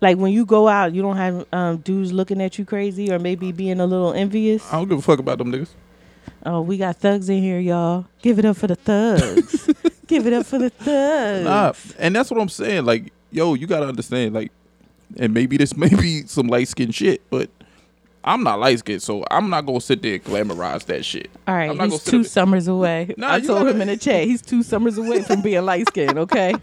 Speaker 6: Like when you go out, you don't have um, dudes looking at you crazy or maybe being a little envious.
Speaker 5: I don't give a fuck about them niggas.
Speaker 6: Oh, we got thugs in here, y'all. Give it up for the thugs.
Speaker 7: [LAUGHS]
Speaker 6: Give it up for the thugs.
Speaker 5: Nah, and that's what I'm saying. Like, yo, you gotta understand. Like, and maybe this [LAUGHS] may be some light skinned shit, but I'm not light skinned, so I'm not gonna sit there and glamorize that shit. I'm
Speaker 6: All right,
Speaker 5: not
Speaker 6: he's
Speaker 5: gonna sit
Speaker 6: two
Speaker 5: up-
Speaker 7: [LAUGHS]
Speaker 6: summers away.
Speaker 5: Nah,
Speaker 6: I
Speaker 5: you
Speaker 6: told
Speaker 5: gotta-
Speaker 6: him in the chat, he's two summers away from being light
Speaker 7: [LAUGHS]
Speaker 6: skinned, okay?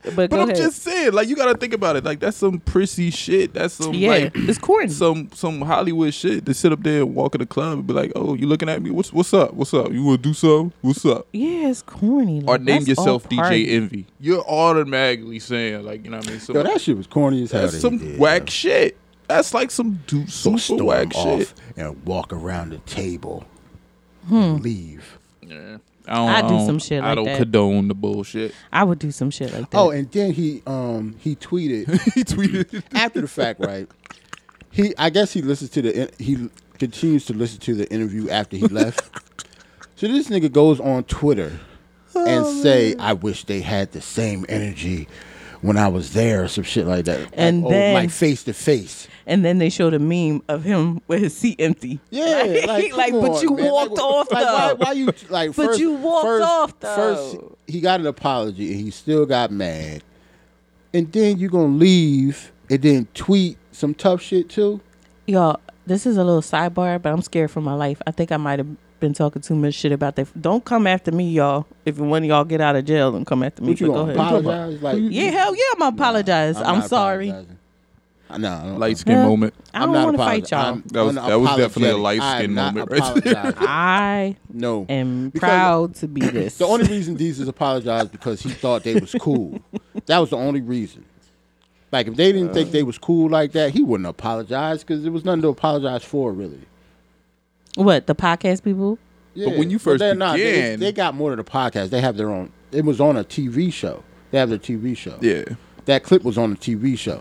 Speaker 6: But,
Speaker 5: But
Speaker 6: go
Speaker 5: I'm
Speaker 6: ahead.
Speaker 5: just saying, like, you gotta think about it. Like, that's some prissy shit. That's some
Speaker 6: yeah,
Speaker 5: like
Speaker 6: it's corny.
Speaker 5: some some Hollywood shit to sit up there and walk in the club and be like, "Oh, you looking at me? What's what's up? What's up? You wanna do something? What's up?"
Speaker 6: yeah, it's corny.
Speaker 5: Or
Speaker 6: Like,
Speaker 5: name
Speaker 6: let's all
Speaker 5: yourself
Speaker 6: party.
Speaker 5: DJ Envy. You're automatically saying, like, you know what I mean? So
Speaker 7: Yo, that shit was corny as hell.
Speaker 5: that's
Speaker 7: they
Speaker 5: some
Speaker 7: did,
Speaker 5: whack
Speaker 7: yo.
Speaker 5: shit. That's like some dude
Speaker 7: So
Speaker 5: super
Speaker 7: storm
Speaker 5: whack
Speaker 7: off
Speaker 5: shit.
Speaker 7: and walk around the table,
Speaker 6: Hmm.
Speaker 7: and leave.
Speaker 5: don't-
Speaker 6: I do
Speaker 5: don't-
Speaker 6: some shit
Speaker 5: I
Speaker 6: like
Speaker 5: don't
Speaker 6: that.
Speaker 5: condone the bullshit. [LAUGHS]
Speaker 6: I would do some shit like that.
Speaker 7: Oh, and then he um he tweeted
Speaker 5: he tweeted.
Speaker 6: [LAUGHS]
Speaker 7: after the fact, right? He, I guess he listens to the in- he continues to listen to the interview after he left. so this nigga goes on Twitter and say, "I wish they had the same energy when I was there," or some shit like that,
Speaker 6: And
Speaker 7: like, oh,
Speaker 6: then-
Speaker 7: like face to face.
Speaker 6: and then they showed a meme of him with his seat empty.
Speaker 7: Yeah, like,
Speaker 6: [LAUGHS] like,
Speaker 7: come
Speaker 6: but
Speaker 7: on,
Speaker 6: you
Speaker 7: man.
Speaker 6: walked
Speaker 7: Like,
Speaker 6: off
Speaker 7: like,
Speaker 6: though.
Speaker 7: Why, why you like?
Speaker 6: But
Speaker 7: first,
Speaker 6: you walked
Speaker 7: first-
Speaker 6: off, though.
Speaker 7: First, he got an apology, and he still got mad. And then you gonna leave, and then tweet some tough shit too.
Speaker 6: Y'all, this is a little sidebar, but I'm scared for my life. I think I might have been talking too much shit about that. Don't come after me, y'all. If one of y'all get out of jail, then come after me.
Speaker 7: What
Speaker 6: But
Speaker 7: you
Speaker 6: go
Speaker 7: gonna
Speaker 6: ahead.
Speaker 7: apologize? Like,
Speaker 6: Yeah, hell yeah, I'm gonna apologize. I'm,
Speaker 7: not
Speaker 6: sorry.
Speaker 7: apologizing. Uh, No, I don't-
Speaker 5: Light skin
Speaker 6: Yeah.
Speaker 5: moment.
Speaker 6: I
Speaker 7: I'm
Speaker 6: don't
Speaker 7: not
Speaker 6: want to
Speaker 7: apolog-
Speaker 6: fight y'all.
Speaker 7: I'm
Speaker 5: That was- that was definitely a
Speaker 7: unapologetic.
Speaker 5: light
Speaker 7: I am
Speaker 5: skin
Speaker 7: not
Speaker 5: moment right there.
Speaker 7: apologizing.
Speaker 6: [LAUGHS] I
Speaker 7: No,
Speaker 6: am
Speaker 7: Because
Speaker 6: proud to be
Speaker 7: [COUGHS]
Speaker 6: this.
Speaker 7: The only reason Jesus apologized because he thought they was cool. that was the only reason. Like if they didn't think they was cool like that, he wouldn't apologize because there was nothing to apologize for really.
Speaker 6: what the podcast people?
Speaker 7: Yeah.
Speaker 5: when you first
Speaker 7: they're not- they-
Speaker 5: began-
Speaker 7: they, got more than a podcast. They have their own. It was on a TV show. They have their TV show.
Speaker 5: Yeah.
Speaker 7: That clip was on a TV show.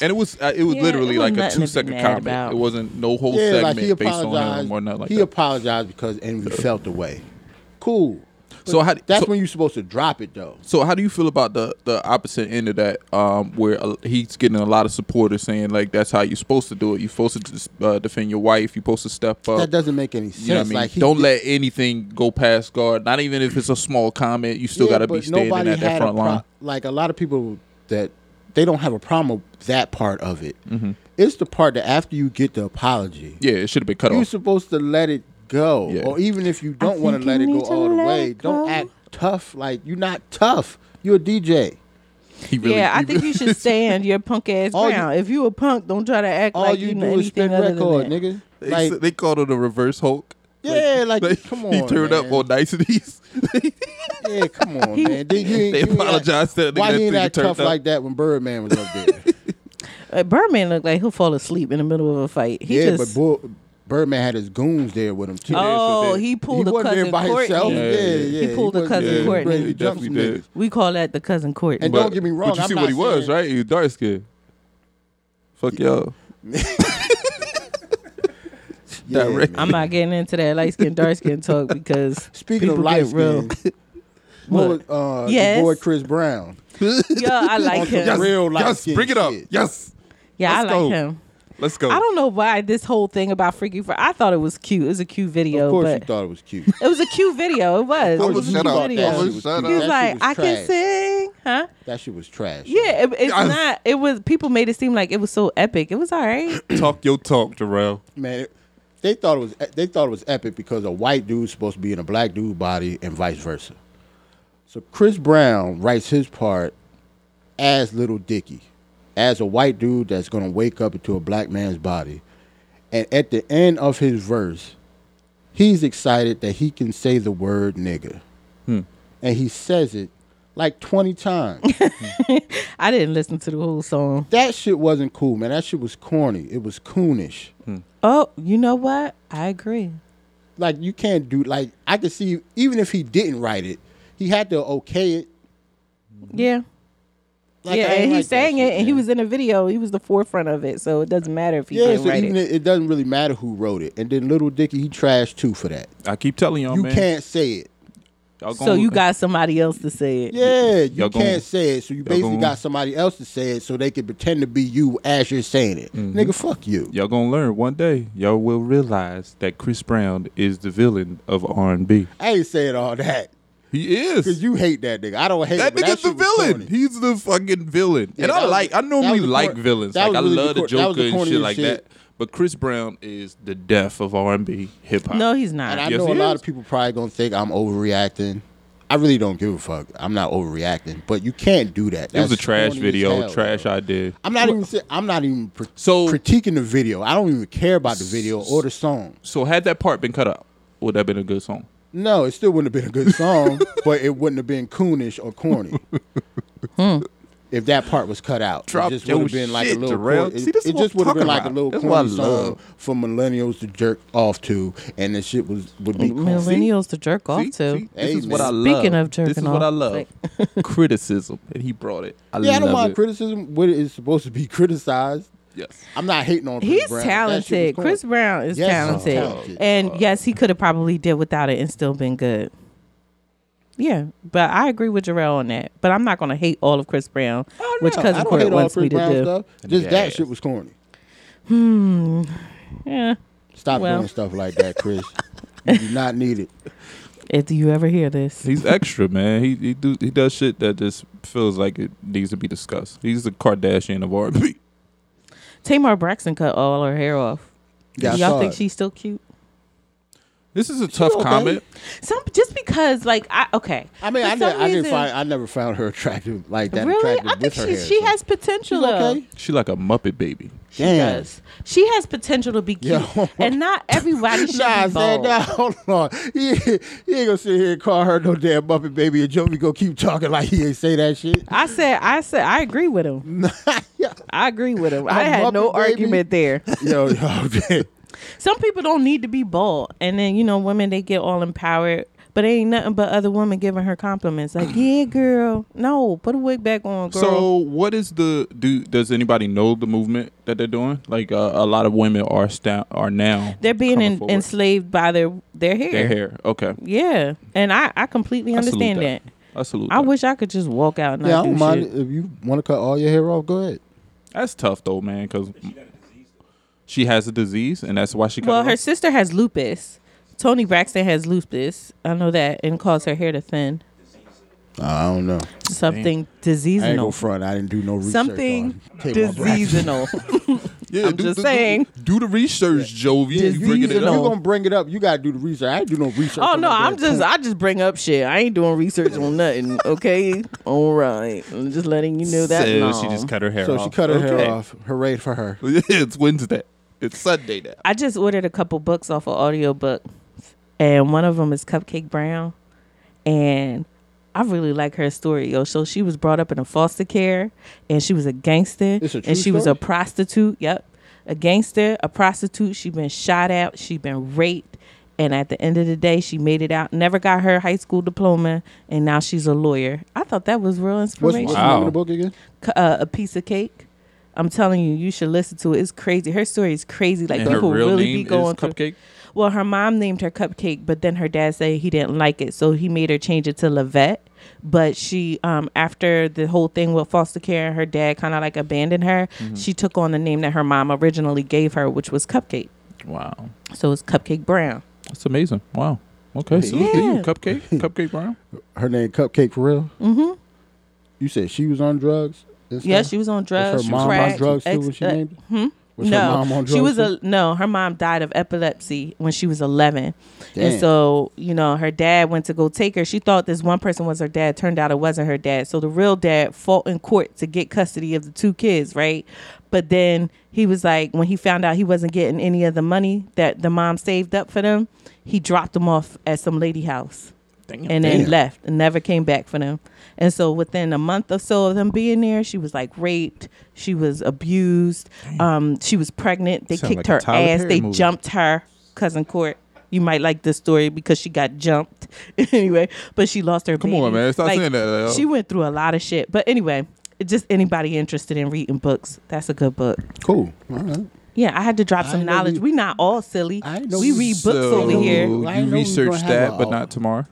Speaker 5: And it was uh, it was
Speaker 6: Yeah,
Speaker 5: literally
Speaker 6: it
Speaker 5: like
Speaker 6: wasn't
Speaker 5: a
Speaker 6: nothing to be
Speaker 5: two second
Speaker 6: mad
Speaker 5: comment.
Speaker 6: about.
Speaker 5: It wasn't no whole
Speaker 7: Yeah,
Speaker 5: segment
Speaker 7: like he
Speaker 5: based on
Speaker 7: apologized.
Speaker 5: him or nothing like
Speaker 7: he
Speaker 5: [LAUGHS] that.
Speaker 7: apologized because Envy felt the way. Cool.
Speaker 5: so how
Speaker 7: That's
Speaker 5: so,
Speaker 7: when you're supposed to drop it though.
Speaker 5: so how do you feel about the the opposite end of that, um, where uh, he's getting a lot of supporters saying like that's how you're supposed to do it. You're supposed to just, uh, defend your wife. You're supposed to step up.
Speaker 7: That doesn't make any sense.
Speaker 5: you know what I mean?
Speaker 7: Like he
Speaker 5: Don't
Speaker 7: did-
Speaker 5: let anything go past guard. Not even if it's a small comment. You still
Speaker 7: Yeah,
Speaker 5: got to
Speaker 7: but
Speaker 5: be standing
Speaker 7: nobody
Speaker 5: at that
Speaker 7: had a
Speaker 5: front
Speaker 7: pro-
Speaker 5: line.
Speaker 7: Like a lot of people that they don't have a problem with that part of it. It's the part that after you get the apology,
Speaker 5: Yeah, it should have been cut
Speaker 7: you're
Speaker 5: off.
Speaker 7: supposed to let it go.
Speaker 5: Yeah.
Speaker 7: Or even if you don't
Speaker 6: I
Speaker 7: want to let
Speaker 6: think you
Speaker 7: it go
Speaker 6: need to
Speaker 7: all the
Speaker 6: let
Speaker 7: way,
Speaker 6: it
Speaker 7: don't
Speaker 6: go.
Speaker 7: act tough. Like you're not tough. You're a DJ.
Speaker 5: He really,
Speaker 6: yeah, I
Speaker 5: he
Speaker 6: think
Speaker 5: really-
Speaker 6: you should stand
Speaker 7: [LAUGHS]
Speaker 6: your punk ass
Speaker 7: All you-
Speaker 6: ground. if you a punk, don't try to act
Speaker 7: All
Speaker 6: like
Speaker 7: you,
Speaker 6: you, know
Speaker 7: do is spin
Speaker 6: anything other
Speaker 7: record,
Speaker 6: than that.
Speaker 7: nigga.
Speaker 5: [LAUGHS] They,
Speaker 7: Like
Speaker 5: s- they called it a reverse Hulk.
Speaker 7: Yeah, like, come
Speaker 5: [LAUGHS] He
Speaker 7: on,
Speaker 5: turned up
Speaker 7: man.
Speaker 5: on niceties. [LAUGHS]
Speaker 7: yeah, come on, man. They, you ain't-
Speaker 5: They
Speaker 7: you ain't act-
Speaker 5: apologized to that nigga
Speaker 7: Why
Speaker 5: that
Speaker 7: he ain't
Speaker 5: thing
Speaker 7: act
Speaker 5: turned
Speaker 7: tough
Speaker 5: up.
Speaker 7: like that when Birdman was up there?
Speaker 6: [LAUGHS] Uh, Birdman looked like he'll fall asleep in the middle of a fight. He
Speaker 7: yeah,
Speaker 6: just
Speaker 7: but Bull, Birdman had his goons there with him too.
Speaker 6: oh,
Speaker 5: did.
Speaker 6: he
Speaker 7: he
Speaker 6: pulled a
Speaker 7: wasn't
Speaker 6: cousin
Speaker 7: there by himself.
Speaker 6: Courtney.
Speaker 7: Yeah, yeah, yeah.
Speaker 6: He pulled a
Speaker 7: wasn't
Speaker 6: cousin
Speaker 7: there. He was
Speaker 6: Courtney.
Speaker 7: ready to
Speaker 5: He
Speaker 7: jump some
Speaker 5: definitely did.
Speaker 7: niggas.
Speaker 6: We call that the cousin Courtney.
Speaker 7: And don't get me wrong,
Speaker 5: But you
Speaker 7: I'm
Speaker 5: see
Speaker 7: not
Speaker 5: what he was,
Speaker 7: saying-
Speaker 5: right? He was dark skinned. Fuck y'all.
Speaker 7: Yeah,
Speaker 5: Direct.
Speaker 7: man.
Speaker 6: I'm not getting into that light skin dark skin talk because
Speaker 7: [LAUGHS] Speaking of
Speaker 6: people
Speaker 7: light
Speaker 6: get real.
Speaker 7: skin, what was, uh,
Speaker 6: Yes.
Speaker 7: your boy Chris Brown?
Speaker 6: [LAUGHS] Yeah, I like
Speaker 7: On some
Speaker 6: him.
Speaker 7: real life
Speaker 5: yes,
Speaker 7: skin
Speaker 5: bring it up.
Speaker 7: shit.
Speaker 5: Yes.
Speaker 6: Yeah, I
Speaker 5: Let's
Speaker 6: like
Speaker 5: go.
Speaker 6: him.
Speaker 5: Let's go.
Speaker 6: I don't know why this whole thing about Freaky Friday. I thought it was cute. It was a cute video,
Speaker 7: Of course, you
Speaker 6: but
Speaker 7: thought it
Speaker 6: [LAUGHS]
Speaker 7: was cute.
Speaker 6: it was a cute video. It was. It
Speaker 5: was
Speaker 6: was a
Speaker 5: shut
Speaker 6: cute
Speaker 5: up. I
Speaker 6: video.
Speaker 5: was shut
Speaker 6: He was
Speaker 5: up.
Speaker 6: like, I can
Speaker 7: say
Speaker 6: sing.
Speaker 7: That shit was trash.
Speaker 6: Yeah, it, it's not. It was people made it seem like it was so epic. It was all right.
Speaker 5: talk your talk, Jarrell.
Speaker 7: man. It, they thought it was they thought it was epic because a white dude's supposed to be in a black dude body and vice versa. So Chris Brown writes his part as Little Dicky, as a white dude that's gonna wake up into a black man's body, and at the end of his verse, he's excited that he can say the word nigga, and he says it like twenty times.
Speaker 6: [LAUGHS] I didn't listen to the whole song.
Speaker 7: that shit wasn't cool, man. That shit was corny. It was coonish.
Speaker 6: Oh, you know what? I agree.
Speaker 7: like you can't do like I could see even if he didn't write it, he had to okay it.
Speaker 6: Yeah.
Speaker 7: Like,
Speaker 6: yeah,
Speaker 7: I ain't
Speaker 6: and he
Speaker 7: like that
Speaker 6: sang
Speaker 7: shit,
Speaker 6: it, and he
Speaker 7: man.
Speaker 6: was in a video. He was the forefront of it, so it doesn't matter if he
Speaker 7: yeah.
Speaker 6: didn't
Speaker 7: So
Speaker 6: write
Speaker 7: even
Speaker 6: it.
Speaker 7: it. it doesn't really matter who wrote it. And then Little Dicky, he trashed too for that.
Speaker 5: I keep telling y'all,
Speaker 7: you
Speaker 5: man.
Speaker 7: can't say it.
Speaker 5: Y'all
Speaker 6: So
Speaker 5: gonna-
Speaker 6: you got somebody else to say it.
Speaker 7: Yeah, you
Speaker 5: Y'all
Speaker 7: can't
Speaker 5: gonna-
Speaker 7: say it. So you basically
Speaker 5: gonna-
Speaker 7: got somebody else to say it, so they can pretend to be you as you're saying it.
Speaker 5: Mm-hmm.
Speaker 7: Nigga, fuck you.
Speaker 5: Y'all gonna learn one day. Y'all will realize that Chris Brown is the villain of R and B.
Speaker 7: I ain't saying all that
Speaker 5: He
Speaker 7: because
Speaker 5: is.
Speaker 7: you hate that nigga. I don't hate
Speaker 5: That
Speaker 7: him, but
Speaker 5: nigga's the
Speaker 7: shit was
Speaker 5: villain.
Speaker 7: corny.
Speaker 5: He's the fucking villain.
Speaker 7: Yeah,
Speaker 5: and
Speaker 7: that
Speaker 5: I
Speaker 7: was-
Speaker 5: like. I
Speaker 7: that
Speaker 5: normally
Speaker 7: was the
Speaker 5: like
Speaker 7: cor-
Speaker 5: villains.
Speaker 7: that
Speaker 5: Like
Speaker 7: was
Speaker 5: I
Speaker 7: really the
Speaker 5: love the
Speaker 7: cor- that was
Speaker 5: Joker
Speaker 7: the
Speaker 5: and shit
Speaker 7: corniest
Speaker 5: like that.
Speaker 7: shit.
Speaker 5: But Chris Brown is the death of R and B hip hop.
Speaker 6: No, he's not.
Speaker 7: And I
Speaker 5: Yes,
Speaker 7: know a
Speaker 5: he
Speaker 7: lot
Speaker 5: is.
Speaker 7: of people probably gonna think I'm overreacting. I really don't give a fuck. I'm not overreacting, but you can't do that.
Speaker 5: it was a
Speaker 7: That's
Speaker 5: trash
Speaker 7: corny as
Speaker 5: video,
Speaker 7: hell,
Speaker 5: trash
Speaker 7: bro.
Speaker 5: idea.
Speaker 7: I'm not even. say- I'm not even pr-
Speaker 5: So-
Speaker 7: critiquing the video. I don't even care about the video or the song.
Speaker 5: So had that part been cut out, would that have been a good song?
Speaker 7: No, it still wouldn't have been a good song, [LAUGHS] but it wouldn't have been coonish or corny. If that part was cut out,
Speaker 5: Drop
Speaker 7: it just
Speaker 5: your
Speaker 7: would have been like a
Speaker 5: shit,
Speaker 7: little.
Speaker 5: Jarrell.
Speaker 7: corny- It,
Speaker 5: See, this is
Speaker 7: it
Speaker 5: what
Speaker 7: just
Speaker 5: I'm
Speaker 7: would have been
Speaker 5: talking
Speaker 7: like a
Speaker 5: about.
Speaker 7: little
Speaker 5: That's what I
Speaker 7: corny song
Speaker 5: love.
Speaker 7: for millennials to jerk off to, and the shit was would be corny.
Speaker 6: Millennials to jerk off
Speaker 5: See?
Speaker 6: to.
Speaker 5: See? This is
Speaker 7: Hey,
Speaker 5: what I
Speaker 7: man.
Speaker 5: love.
Speaker 6: Speaking of jerking
Speaker 5: this is what I
Speaker 6: off,
Speaker 5: love. [LAUGHS] Criticism, and he brought it. I
Speaker 7: Yeah, I don't
Speaker 5: love
Speaker 7: mind
Speaker 5: it.
Speaker 7: criticism. What is supposed to be criticized?
Speaker 5: yes.
Speaker 7: I'm not hating on. Chris
Speaker 6: He's
Speaker 7: Brown. That shit was
Speaker 6: talented.
Speaker 7: cool.
Speaker 6: Chris Brown is
Speaker 7: Yes, he's
Speaker 6: talented.
Speaker 7: talented.
Speaker 6: And yes, he could have probably did without it and still been good. Yeah, but I agree with Jarrell on that. But I'm not going to hate all of Chris Brown, which
Speaker 7: Oh, No, I
Speaker 6: Cousin
Speaker 7: don't
Speaker 6: Court
Speaker 7: hate all
Speaker 6: wants
Speaker 7: Chris
Speaker 6: me to
Speaker 7: Brown
Speaker 6: do. Hmm.
Speaker 7: Stuff. Just
Speaker 5: Yes.
Speaker 7: that shit was corny.
Speaker 6: Yeah.
Speaker 7: Stop
Speaker 6: Well.
Speaker 7: doing stuff like that, Chris. you do not need it.
Speaker 6: [LAUGHS] If you ever hear this,
Speaker 5: He's extra, man. He he do he does shit that just feels like it needs to be discussed. He's the Kardashian of R&B.
Speaker 6: Tamar Braxton cut all her hair off.
Speaker 7: Yeah, I
Speaker 6: Do y'all
Speaker 7: saw
Speaker 6: think
Speaker 7: it.
Speaker 6: she's still cute?
Speaker 5: This is a tough
Speaker 7: okay.
Speaker 5: comment.
Speaker 6: Some just because, like, I okay.
Speaker 7: I mean,
Speaker 6: For
Speaker 7: I, ne-
Speaker 6: some
Speaker 7: I didn't
Speaker 6: reason-
Speaker 7: find. I never found her attractive like that.
Speaker 6: really,
Speaker 7: Attractive
Speaker 6: I
Speaker 7: with
Speaker 6: think
Speaker 7: her
Speaker 6: she
Speaker 7: hair,
Speaker 6: she
Speaker 7: so.
Speaker 6: has potential.
Speaker 7: She's
Speaker 6: though.
Speaker 7: okay.
Speaker 5: She like a Muppet baby.
Speaker 6: She
Speaker 7: Damn.
Speaker 6: does. She has potential to be cute,
Speaker 7: Yo.
Speaker 6: and not
Speaker 7: [LAUGHS]
Speaker 6: everybody should
Speaker 7: Nah, I
Speaker 6: be
Speaker 7: said,
Speaker 6: bold.
Speaker 7: nah, hold on. He, he ain't gonna sit here and call her no damn Muppet baby, and Jovi gonna keep talking like he ain't say that shit. [LAUGHS]
Speaker 6: I said, I said, I agree with him. I agree with him. I
Speaker 7: A
Speaker 6: had no
Speaker 7: Muppet baby?
Speaker 6: argument there.
Speaker 7: yo, yo, [LAUGHS] man.
Speaker 6: Some people don't need to be bold, and then you know, women they get all empowered, but it ain't nothing but other women giving her
Speaker 5: [CLEARS THROAT]
Speaker 6: compliments. Like, yeah, girl, no, put a wig back on, girl.
Speaker 5: So, what is the do? Does anybody know the movement that they're doing? Like uh, a lot of women are sta- are now
Speaker 6: They're being
Speaker 5: coming
Speaker 6: en-
Speaker 5: forward.
Speaker 6: enslaved by their their hair.
Speaker 5: their hair. Okay,
Speaker 6: Yeah, and I I completely
Speaker 5: I salute
Speaker 6: understand that.
Speaker 5: I salute.
Speaker 6: I
Speaker 5: that.
Speaker 6: wish I could just walk out and
Speaker 7: yeah, I
Speaker 6: not do
Speaker 7: don't mind
Speaker 6: shit.
Speaker 7: if you want to cut all your hair off. Go ahead.
Speaker 5: that's tough though, man. Because she has a disease, and that's why she. cut
Speaker 6: Well,
Speaker 5: it
Speaker 6: her
Speaker 5: off.
Speaker 6: sister has lupus. Tony Braxton has lupus. I know that, and calls her hair to thin.
Speaker 7: I don't know.
Speaker 6: Something
Speaker 7: I ain't
Speaker 6: diseasinal.
Speaker 7: go front. I didn't do no research.
Speaker 6: Something
Speaker 7: on Tamar Braxton.
Speaker 6: [LAUGHS] diseasinal.
Speaker 5: Yeah,
Speaker 6: I'm just saying.
Speaker 5: Do, the research, Jovi. You bringing
Speaker 7: If
Speaker 5: it
Speaker 7: you're
Speaker 5: up?
Speaker 7: gonna bring it up, you gotta do the research. I ain't do no research.
Speaker 6: oh
Speaker 7: on
Speaker 6: no,
Speaker 7: that
Speaker 6: I'm
Speaker 7: damn
Speaker 6: just
Speaker 7: coon.
Speaker 6: I just bring up shit. I ain't doing research on nothing. Okay, all right. I'm just letting you know that.
Speaker 5: so
Speaker 6: now.
Speaker 5: she just cut her hair
Speaker 7: So
Speaker 5: off.
Speaker 7: she cut her
Speaker 5: Okay.
Speaker 7: hair off. Hooray for her.
Speaker 5: [LAUGHS] it's Wednesday. It's Sunday now.
Speaker 6: I just ordered a couple books off of audiobook and one of them is Cupcake Brown and I really like her story, yo. So she was brought up in a foster care and she was a gangster
Speaker 7: It's a true
Speaker 6: and she was a
Speaker 7: story?
Speaker 6: prostitute. Yep. A gangster, a prostitute. She been shot at, she been raped and at the end of the day she made it out. Never got her high school diploma and now she's a lawyer. I thought that was real
Speaker 7: What's,
Speaker 6: inspiration
Speaker 7: what's the
Speaker 5: Wow.
Speaker 7: name of the book again?
Speaker 6: c- uh, a piece of cake. I'm telling you, you should listen to it. It's crazy. Her story is crazy. Like
Speaker 5: And her
Speaker 6: people
Speaker 5: real
Speaker 6: really
Speaker 5: name
Speaker 6: be
Speaker 5: is
Speaker 6: going through-
Speaker 5: Cupcake?
Speaker 6: Well, her mom named her Cupcake, but then her dad said he didn't like it, so he made her change it to Lavette. But she, um, after the whole thing with foster care, her dad kind of like abandoned her.
Speaker 5: Mm-hmm.
Speaker 6: She took on the name that her mom originally gave her, which was Cupcake.
Speaker 5: Wow,
Speaker 6: So it's Cupcake Brown.
Speaker 5: that's amazing. Wow.
Speaker 6: [LAUGHS]
Speaker 5: Okay, salute to you, Cupcake. Cupcake Brown.
Speaker 7: Her name Cupcake for real. Mm-hmm. You said she was on drugs. and
Speaker 6: Yeah,
Speaker 7: stuff?
Speaker 6: she was on drugs.
Speaker 7: Was her mom
Speaker 6: crack,
Speaker 7: on drugs too?
Speaker 6: ex-
Speaker 7: when she
Speaker 6: uh,
Speaker 7: named? it? Was
Speaker 6: no,
Speaker 7: her mom on drugs?
Speaker 6: she was
Speaker 7: too?
Speaker 6: a no. Her mom died of epilepsy when she was eleven,
Speaker 7: Damn.
Speaker 6: and so you know her dad went to go take her. She thought this one person was her dad. Turned out it wasn't her dad. So the real dad fought in court to get custody of the two kids, right? But then he was like, when he found out he wasn't getting any of the money that the mom saved up for them, he dropped them off at some lady house and then
Speaker 7: Damn.
Speaker 6: left and never came back for them. And so within a month or so of them being there, she was like raped, she was abused, um, she was pregnant. They
Speaker 5: Sound like
Speaker 6: kicked
Speaker 5: a
Speaker 6: her
Speaker 5: Tyler
Speaker 6: ass.
Speaker 5: Perry
Speaker 6: they
Speaker 5: movie.
Speaker 6: jumped her. Cousin Court, you might like this story because she got jumped [LAUGHS] anyway. But she lost her.
Speaker 5: Come on,
Speaker 6: baby.
Speaker 5: man. Stop
Speaker 6: Like,
Speaker 5: saying that, L.
Speaker 6: She went through a lot of shit. But anyway, just anybody interested in reading books, that's a good book.
Speaker 7: cool. All right.
Speaker 6: Yeah, I had to drop some
Speaker 7: didn't know
Speaker 6: knowledge.
Speaker 5: e-
Speaker 7: you-
Speaker 6: we not all silly.
Speaker 7: I didn't know
Speaker 6: We
Speaker 7: you-
Speaker 6: read books
Speaker 5: So,
Speaker 6: over here.
Speaker 7: I know
Speaker 5: You
Speaker 7: we
Speaker 5: research
Speaker 7: gonna have
Speaker 5: that,
Speaker 7: a-
Speaker 5: but not tomorrow.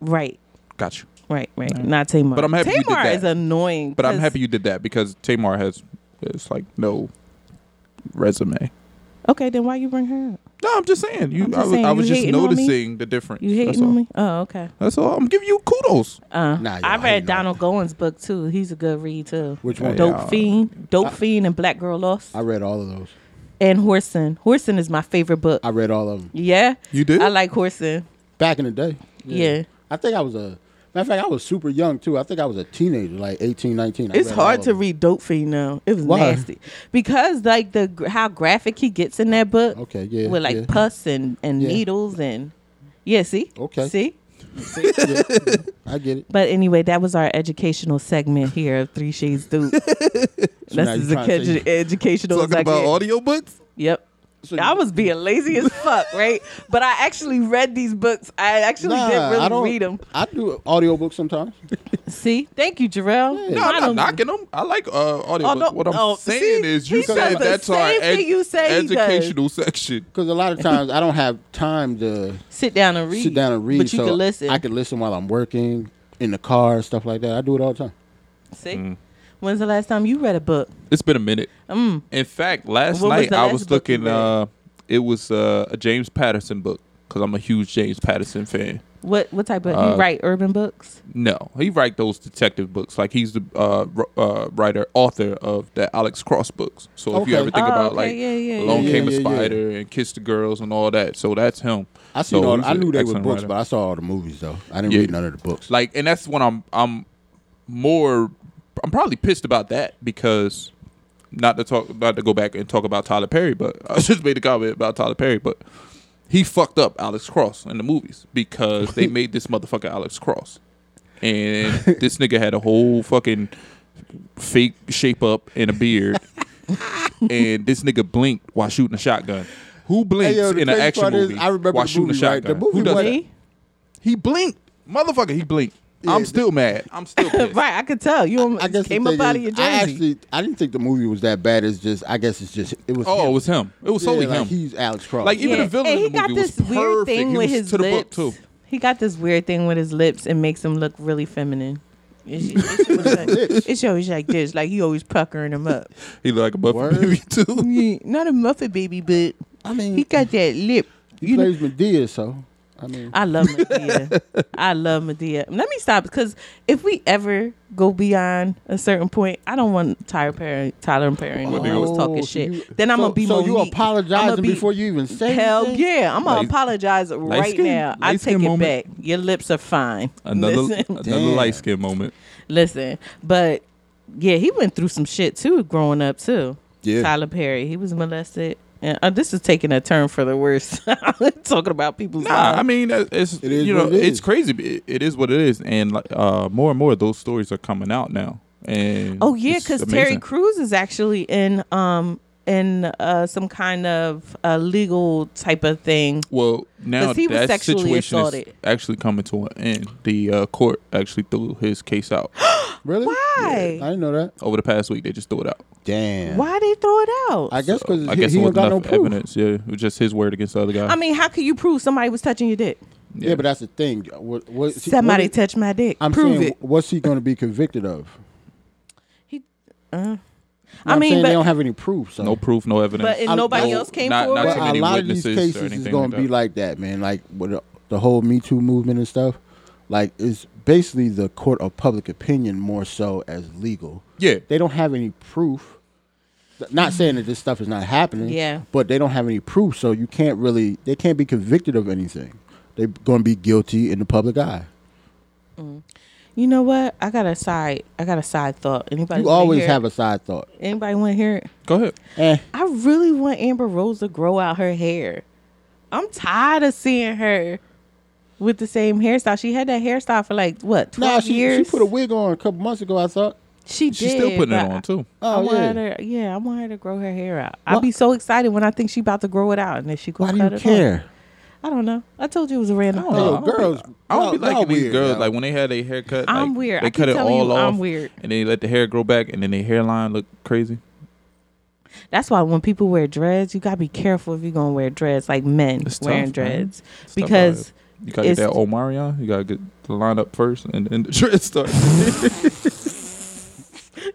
Speaker 6: Right,
Speaker 5: Got you.
Speaker 6: right, right. Not Tamar.
Speaker 5: But I'm happy you
Speaker 6: Tamar
Speaker 5: did that.
Speaker 6: is annoying.
Speaker 5: But I'm
Speaker 6: 'cause-
Speaker 5: happy you did that because Tamar has it's like no resume.
Speaker 6: Okay, then why you bring her up?
Speaker 5: No, I'm just saying. You,
Speaker 6: I'm just
Speaker 5: I was,
Speaker 6: saying,
Speaker 5: I
Speaker 6: you
Speaker 5: was just
Speaker 6: hating on me?
Speaker 5: noticing the difference.
Speaker 6: You
Speaker 5: That's
Speaker 6: hating
Speaker 5: all.
Speaker 6: on me? Oh, okay.
Speaker 5: That's all. I'm giving you kudos.
Speaker 6: Uh,
Speaker 7: Nah, y'all
Speaker 6: I read
Speaker 7: hating on
Speaker 6: Donald Goins' book too. He's a good read too.
Speaker 7: Which one?
Speaker 6: Dope
Speaker 5: Yeah.
Speaker 6: Fiend, Dope Fiend, and Black Girl Lost,
Speaker 7: I read all of those.
Speaker 6: and Horson. Horson is my favorite book.
Speaker 7: I read all of them
Speaker 6: yeah,
Speaker 5: You did?
Speaker 6: I like Horson.
Speaker 7: back in the day.
Speaker 6: yeah.
Speaker 7: I think I was a matter of fact. I was super young too. I think I was a teenager, like 18, 19. I
Speaker 6: It's
Speaker 7: read all
Speaker 6: hard
Speaker 7: of
Speaker 6: to
Speaker 7: them.
Speaker 6: read Dope Fiend now. It was
Speaker 7: Why?
Speaker 6: nasty because like the gr- how graphic he gets in that book.
Speaker 7: Okay, yeah,
Speaker 6: with like
Speaker 7: yeah.
Speaker 6: pus and and
Speaker 7: Yeah.
Speaker 6: needles and yeah. See,
Speaker 7: Okay.
Speaker 6: see. [LAUGHS]
Speaker 7: I get it.
Speaker 6: But anyway, that was our educational segment here of Three
Speaker 7: [LAUGHS]
Speaker 6: Shades Duke.
Speaker 7: now
Speaker 6: That's
Speaker 7: you
Speaker 6: the
Speaker 7: trying to
Speaker 6: edu- educational
Speaker 5: Talking
Speaker 6: segment.
Speaker 5: about audiobooks.
Speaker 6: Yep. I was being lazy
Speaker 7: [LAUGHS]
Speaker 6: as fuck, right? But I actually read these books. I actually
Speaker 7: Nah,
Speaker 6: did
Speaker 7: I
Speaker 6: really
Speaker 7: don't
Speaker 6: read them.
Speaker 7: I do audiobooks sometimes.
Speaker 6: See, thank you, Jarrell.
Speaker 5: No, I'm not knocking them. I like uh, audiobooks.
Speaker 6: Oh, no.
Speaker 5: what I'm
Speaker 6: Oh,
Speaker 5: saying
Speaker 6: see?
Speaker 5: is, you
Speaker 6: He says
Speaker 5: said
Speaker 6: the
Speaker 5: that's our
Speaker 6: same thing you say he does.
Speaker 5: educational section.
Speaker 7: Because a lot of times I don't have time to
Speaker 6: [LAUGHS] Sit down and read.
Speaker 7: sit down and read.
Speaker 6: But you
Speaker 7: so
Speaker 6: can listen.
Speaker 7: I can listen while I'm working in the car, stuff like that. I do it all the time.
Speaker 6: See,
Speaker 5: Mm.
Speaker 6: when's the last time you read a book?
Speaker 5: It's been a minute. In fact, last
Speaker 6: Mm. What was
Speaker 5: night
Speaker 6: the
Speaker 5: I
Speaker 6: last
Speaker 5: was
Speaker 6: book you
Speaker 5: looking.
Speaker 6: read?
Speaker 5: Uh, it was uh, a James Patterson book because I'm a huge James Patterson fan.
Speaker 6: What what type of
Speaker 5: Uh,
Speaker 6: you write urban books?
Speaker 5: No, he write those detective books. Like he's the uh, r- uh, writer, author of the Alex Cross books. So if you
Speaker 7: Okay.
Speaker 5: ever think
Speaker 6: Oh,
Speaker 5: about
Speaker 6: okay,
Speaker 5: like
Speaker 6: yeah, yeah,
Speaker 5: Along
Speaker 7: yeah.
Speaker 5: Came
Speaker 7: Yeah,
Speaker 5: the
Speaker 7: yeah, yeah.
Speaker 5: Spider and Kiss the Girls and all that. So that's him.
Speaker 7: I
Speaker 5: see.
Speaker 7: seen all. I knew they were books, but I saw all the movies though. I didn't
Speaker 5: Yeah.
Speaker 7: read none of the books.
Speaker 5: like, and that's when I'm I'm more I'm probably pissed about that because not to talk not to go back and talk about Tyler Perry, but [LAUGHS] I just made a comment about Tyler Perry, but he fucked up Alex Cross in the movies because
Speaker 7: [LAUGHS]
Speaker 5: they made this motherfucker Alex Cross, and [LAUGHS] this nigga had a whole fucking fake shape up and a
Speaker 7: [LAUGHS]
Speaker 5: beard, and this nigga blinked while shooting a shotgun. Who blinks
Speaker 7: yo, the
Speaker 5: in an
Speaker 7: crazy
Speaker 5: action
Speaker 7: part is,
Speaker 5: movie
Speaker 7: I remember
Speaker 5: while
Speaker 7: the
Speaker 5: shooting
Speaker 7: movie,
Speaker 5: a
Speaker 7: right? The
Speaker 5: shotgun? Who
Speaker 7: movie
Speaker 5: does
Speaker 7: was-
Speaker 5: that?
Speaker 6: See?
Speaker 5: He blinked. Motherfucker, he blinked. I'm still mad. I'm still pissed.
Speaker 6: [LAUGHS] Right, I could tell you almost
Speaker 7: I guess the
Speaker 6: came up
Speaker 7: thing
Speaker 6: out
Speaker 7: is,
Speaker 6: of your jersey.
Speaker 7: I actually I didn't think the movie was that bad. It's just I guess it's just it was.
Speaker 5: Oh,
Speaker 7: him.
Speaker 5: it was him. It was
Speaker 7: Yeah,
Speaker 5: solely
Speaker 7: like,
Speaker 5: him.
Speaker 7: He's Alex Cross.
Speaker 5: Like, even
Speaker 6: Yeah.
Speaker 5: the villain
Speaker 6: and
Speaker 5: in
Speaker 6: he
Speaker 5: the
Speaker 6: got
Speaker 5: movie was
Speaker 6: this weird
Speaker 5: perfect.
Speaker 6: thing
Speaker 5: He
Speaker 6: with
Speaker 5: was
Speaker 6: his
Speaker 5: to the book,
Speaker 6: lips.
Speaker 5: too.
Speaker 6: He got this weird thing with his lips. It makes him look really feminine. It's, it's, always like, it's always like this, like he always puckering him up.
Speaker 5: He looked like a
Speaker 7: Word.
Speaker 5: Muppet baby too.
Speaker 6: [LAUGHS] Yeah, Not a muffin baby, but
Speaker 7: I mean,
Speaker 6: he got that lip.
Speaker 7: he plays Medea, so I mean,
Speaker 6: I love
Speaker 7: [LAUGHS]
Speaker 6: Medea. I love Medea. Let me stop because if we ever go beyond a certain point, I don't want Tyler Perry, Tyler and Perry anymore. I was talking
Speaker 7: Oh, so
Speaker 6: shit.
Speaker 7: you-
Speaker 6: then I'm
Speaker 7: so-
Speaker 6: gonna be
Speaker 7: so you
Speaker 6: Monique.
Speaker 7: apologizing
Speaker 6: I'ma be-
Speaker 7: before you even say
Speaker 6: Hell
Speaker 7: anything?
Speaker 6: yeah, I'm gonna
Speaker 5: Light-
Speaker 6: apologize right
Speaker 5: skin-
Speaker 6: now.
Speaker 5: light
Speaker 6: I take it
Speaker 5: skin moment.
Speaker 6: back. Your lips are fine.
Speaker 5: Another
Speaker 6: listen,
Speaker 5: another light skin moment.
Speaker 6: listen, but yeah, he went through some shit too growing up too.
Speaker 7: Yeah.
Speaker 6: Tyler Perry, he was molested. And uh, this is taking a turn for the worse. [LAUGHS] Talking about people's
Speaker 5: Nah,
Speaker 6: lives.
Speaker 5: I mean uh, it's
Speaker 7: It is
Speaker 5: you know
Speaker 7: what it is.
Speaker 5: it's crazy. but It, it is what it is, and like uh, more and more of those stories are coming out now. And
Speaker 6: Oh yeah,
Speaker 5: it's
Speaker 6: because Terry
Speaker 5: amazing.
Speaker 6: Crews is actually in um in uh some kind of uh, legal type of thing.
Speaker 5: Well, now
Speaker 6: 'Cause he was
Speaker 5: that
Speaker 6: sexually
Speaker 5: situation is
Speaker 6: assaulted.
Speaker 5: actually coming to an end. The uh, court actually threw his case
Speaker 6: [GASPS]
Speaker 5: out
Speaker 7: really?
Speaker 6: Why?
Speaker 7: I didn't know that.
Speaker 5: over the past week. They just threw it out.
Speaker 7: Damn.
Speaker 6: Why they throw it out?
Speaker 7: I guess because
Speaker 5: I
Speaker 7: he,
Speaker 5: guess
Speaker 7: he
Speaker 5: it
Speaker 7: don't
Speaker 5: wasn't
Speaker 7: got
Speaker 5: enough
Speaker 7: no proof.
Speaker 5: evidence. Yeah, it was just his word against the other guy.
Speaker 6: I mean, how can you prove somebody was touching your dick?
Speaker 7: Yeah, but that's the thing. What, what, see, what
Speaker 6: Somebody
Speaker 7: is-
Speaker 6: touched my dick.
Speaker 7: I'm
Speaker 6: prove
Speaker 7: saying,
Speaker 6: it.
Speaker 7: what's he going to be convicted of?
Speaker 6: He, uh,
Speaker 7: You know what
Speaker 6: I
Speaker 7: I'm
Speaker 6: mean,
Speaker 7: saying they don't
Speaker 6: but,
Speaker 7: have any proof. So.
Speaker 5: no proof, no evidence.
Speaker 6: but if
Speaker 7: I-
Speaker 6: nobody
Speaker 7: no,
Speaker 6: else came
Speaker 5: not-
Speaker 6: forward.
Speaker 7: But
Speaker 5: not too
Speaker 7: a
Speaker 5: many
Speaker 7: lot of these
Speaker 5: witnesses or
Speaker 7: cases is
Speaker 5: anything
Speaker 7: going to
Speaker 5: like
Speaker 7: be
Speaker 5: that.
Speaker 7: like that, man. Like with the, the whole Me Too movement and stuff. like it's basically the court of public opinion more so as legal.
Speaker 5: Yeah.
Speaker 7: They don't have any proof. Th- Not saying that this stuff is not happening.
Speaker 6: Yeah.
Speaker 7: But they don't have any proof, so you can't really they can't be convicted of anything. They're going to be guilty in the public eye.
Speaker 6: You know what? I got a side. I got a side thought. Anybody?
Speaker 7: You always have a side thought.
Speaker 6: Anybody want to hear it?
Speaker 5: Go ahead.
Speaker 7: Eh,
Speaker 6: I really want Amber Rose to grow out her hair. I'm tired of seeing her with the same hairstyle. She had that hairstyle for like what twelve
Speaker 7: nah, she
Speaker 6: years.
Speaker 7: she put a wig on a couple months ago. I thought.
Speaker 6: She
Speaker 5: She's still
Speaker 6: did,
Speaker 5: putting it
Speaker 6: but
Speaker 5: on too.
Speaker 6: I, I
Speaker 7: Oh
Speaker 6: want
Speaker 7: yeah.
Speaker 6: her. Yeah, I want her to grow her hair out.
Speaker 7: Why-
Speaker 6: I'd be so excited when I think she about to grow it out, and then she go
Speaker 7: Why
Speaker 6: cut
Speaker 7: do you
Speaker 6: it off.
Speaker 7: care? Oh.
Speaker 6: I don't know. I told you it was a random.
Speaker 5: I
Speaker 7: Yo,
Speaker 5: don't
Speaker 6: thought.
Speaker 5: be-
Speaker 7: girls,
Speaker 5: I don't be
Speaker 7: y'all- y'all
Speaker 5: liking these
Speaker 7: weird,
Speaker 5: girls.
Speaker 7: yo.
Speaker 5: Like when they had their hair cut,
Speaker 6: I'm
Speaker 5: like,
Speaker 6: weird.
Speaker 5: They
Speaker 6: I keep
Speaker 5: cut it
Speaker 6: telling
Speaker 5: all
Speaker 6: you
Speaker 5: off.
Speaker 6: I'm weird.
Speaker 5: And then they let the hair grow back, and then their hairline look crazy.
Speaker 6: That's why when people wear dreads, you gotta be careful if you're gonna wear dreads, like men
Speaker 5: It's
Speaker 6: wearing
Speaker 5: tough, man.
Speaker 6: dreads,
Speaker 5: It's tough out
Speaker 6: because
Speaker 5: here. you gotta get that
Speaker 6: it's-
Speaker 5: Omarion. You gotta get the line up first, and then the dread start.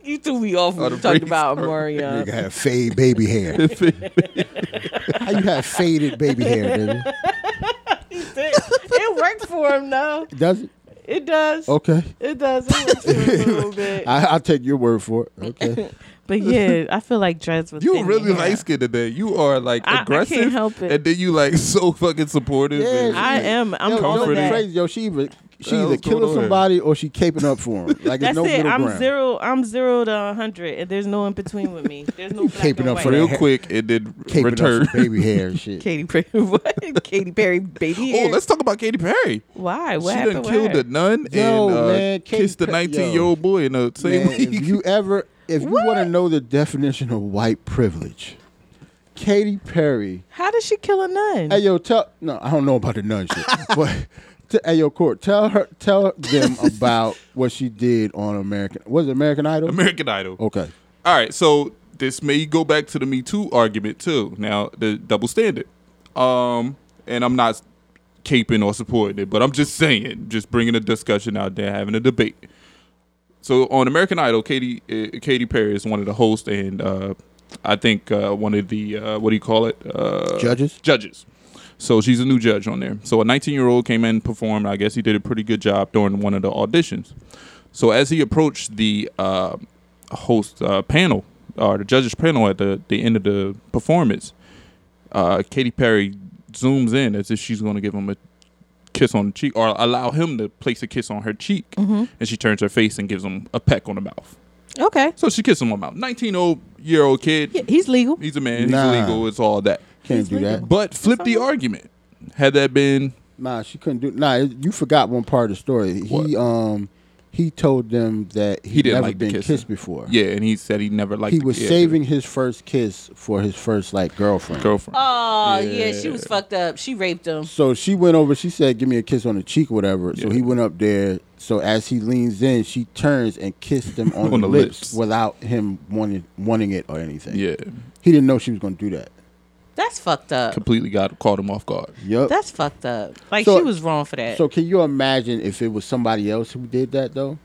Speaker 6: you threw me off
Speaker 5: Oh,
Speaker 6: when
Speaker 5: the
Speaker 6: you talked
Speaker 5: breeze. [LAUGHS]
Speaker 6: about
Speaker 7: Nigga
Speaker 6: Mario.
Speaker 7: have fade baby hair.
Speaker 6: [LAUGHS]
Speaker 7: How you have faded baby hair, nigga?
Speaker 6: it worked for him though.
Speaker 7: Does it?
Speaker 6: It does.
Speaker 7: Okay.
Speaker 6: It does. It works for him
Speaker 7: [LAUGHS]
Speaker 6: a little bit.
Speaker 7: I, I'll take your word for it. Okay.
Speaker 6: [LAUGHS] But yeah, I feel like dreads with
Speaker 5: You
Speaker 6: thin
Speaker 5: really
Speaker 6: hair.
Speaker 5: light skinned today. You are like
Speaker 6: I- I can't
Speaker 5: aggressive,
Speaker 6: help it.
Speaker 5: and then you like [LAUGHS] so fucking supportive. and-
Speaker 6: I am.
Speaker 7: yo,
Speaker 6: I'm doing
Speaker 7: yo,
Speaker 5: Comforting.
Speaker 6: that.
Speaker 7: crazy. Yo, she either, she
Speaker 5: hell
Speaker 7: either
Speaker 5: is going
Speaker 7: killing
Speaker 5: on here?
Speaker 7: somebody or she caping up for him. Like there's
Speaker 6: That's
Speaker 7: no
Speaker 6: it.
Speaker 7: middle
Speaker 6: I'm
Speaker 7: ground.
Speaker 6: zero. I'm zero to hundred, and there's no in between with me. There's no black
Speaker 7: caping
Speaker 6: and
Speaker 7: up
Speaker 6: white.
Speaker 7: for
Speaker 5: real
Speaker 7: that.
Speaker 5: quick and then
Speaker 7: Caping
Speaker 5: return.
Speaker 7: up for baby hair and shit.
Speaker 6: Katy Perry. [LAUGHS] What? Katy Perry, baby.
Speaker 5: [LAUGHS] Oh,
Speaker 6: hair?
Speaker 5: let's talk about Katy Perry.
Speaker 6: Why? What
Speaker 5: she done
Speaker 6: happened? with
Speaker 5: killed
Speaker 6: her?
Speaker 5: a nun
Speaker 7: Yo,
Speaker 5: and uh,
Speaker 7: man, Katy
Speaker 5: kissed a
Speaker 7: Perry-
Speaker 5: 19 year old boy in the same
Speaker 7: Man,
Speaker 5: week.
Speaker 7: if you ever, if you want to know the definition of white privilege, Katy Perry
Speaker 6: How did she kill a nun?
Speaker 7: Hey yo, tell no, I don't know about the nun shit. but t- hey yo, court, tell her, tell them about what she did on American. Was it American Idol?
Speaker 5: [LAUGHS] American Idol.
Speaker 7: okay,
Speaker 5: All right, so this may go back to the Me Too argument too. Now the double standard, um, and I'm not caping or supporting it, but I'm just saying, just bringing a discussion out there, having a debate. So on American Idol, Katie uh, Katy Perry is one of the hosts, and uh, I think uh, one of the uh, what do you call it uh,
Speaker 7: Judges?
Speaker 5: Judges. So she's a new judge on there. So a 19 year old came in and performed. I guess he did a pretty good job during one of the auditions. So as he approached the uh, host uh, panel or the judges panel at the, the end of the performance, uh, Katy Perry zooms in as if she's going to give him a kiss on the cheek or allow him to place a kiss on her cheek.
Speaker 6: Mm-hmm.
Speaker 5: And she turns her face and gives him a peck on the mouth.
Speaker 6: okay.
Speaker 5: So she kissed him on the mouth. 19 old year old kid.
Speaker 6: Yeah, he's legal.
Speaker 5: He's a man.
Speaker 7: Nah.
Speaker 5: He's legal. It's all that.
Speaker 7: can't do that.
Speaker 5: But flip the argument. Had that been
Speaker 7: Nah, she couldn't do. Nah, it- you forgot one part of the story.
Speaker 5: What?
Speaker 7: He um he told them that he'd
Speaker 5: he didn't
Speaker 7: never
Speaker 5: like the
Speaker 7: been
Speaker 5: kiss.
Speaker 7: kissed before.
Speaker 5: Yeah, and he said he never liked.
Speaker 7: he
Speaker 5: the
Speaker 7: was
Speaker 5: kid.
Speaker 7: saving his first kiss for his first like girlfriend.
Speaker 5: girlfriend.
Speaker 6: Oh yeah. she was fucked up. She raped him.
Speaker 7: So she went over. She said, "Give me a kiss on the cheek, or whatever." So he went up there. So as he leans in, she turns and kissed him on,
Speaker 5: On
Speaker 7: the,
Speaker 5: the
Speaker 7: lips,
Speaker 5: lips.
Speaker 7: without him wanting wanting it or anything.
Speaker 5: yeah,
Speaker 7: He didn't know she was going to do that.
Speaker 6: That's fucked up.
Speaker 5: completely got caught him off guard.
Speaker 7: Yep.
Speaker 6: That's fucked up. Like
Speaker 7: Oh. So-
Speaker 6: she was wrong for that.
Speaker 7: so can you imagine if it was somebody else who did that though?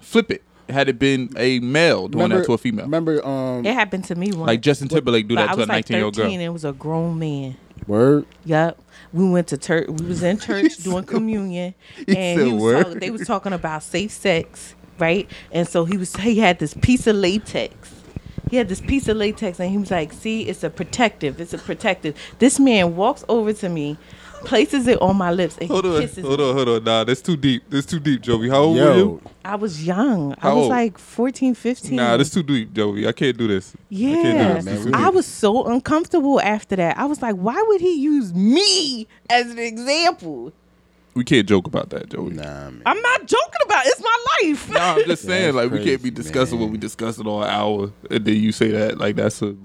Speaker 5: Flip it. Had it been a male doing that to a female,
Speaker 7: Remember, um,
Speaker 6: it happened to me once.
Speaker 5: like Justin Timberlake do
Speaker 6: But
Speaker 5: that
Speaker 6: I
Speaker 5: to a
Speaker 6: was like
Speaker 5: 19 year old
Speaker 6: 13 and
Speaker 5: girl.
Speaker 6: it was a grown man.
Speaker 7: word.
Speaker 6: Yep. We went to church. We
Speaker 7: [LAUGHS]
Speaker 6: was in church doing communion, and
Speaker 5: said
Speaker 6: he was
Speaker 5: word.
Speaker 6: talking, they was talking about safe sex, right? And so he was he had this piece of latex. He had this piece of latex, and he was like, "See, it's a protective. It's a protective." This man walks over to me, places it on my lips, and he kisses. me.
Speaker 5: on, hold on. Nah, that's too deep. That's too deep, Jovi. How old
Speaker 7: Yo,
Speaker 6: I was young. I
Speaker 5: How
Speaker 6: was
Speaker 5: old?
Speaker 6: like 14, 15.
Speaker 5: too deep, Jovi. I can't do this.
Speaker 6: Yeah,
Speaker 7: man. We
Speaker 6: I
Speaker 7: need-
Speaker 6: was so uncomfortable after that. I was like, "Why would he use me as an example?"
Speaker 5: We can't joke about that, Joey.
Speaker 7: nah, man.
Speaker 6: I'm not joking about it. It's my life.
Speaker 5: Nah,
Speaker 6: [LAUGHS]
Speaker 5: I'm just saying,
Speaker 7: that's
Speaker 5: like, we can't
Speaker 7: crazy,
Speaker 5: be discussing what we discussing all hour, and then you say that, like, that's a
Speaker 6: okay,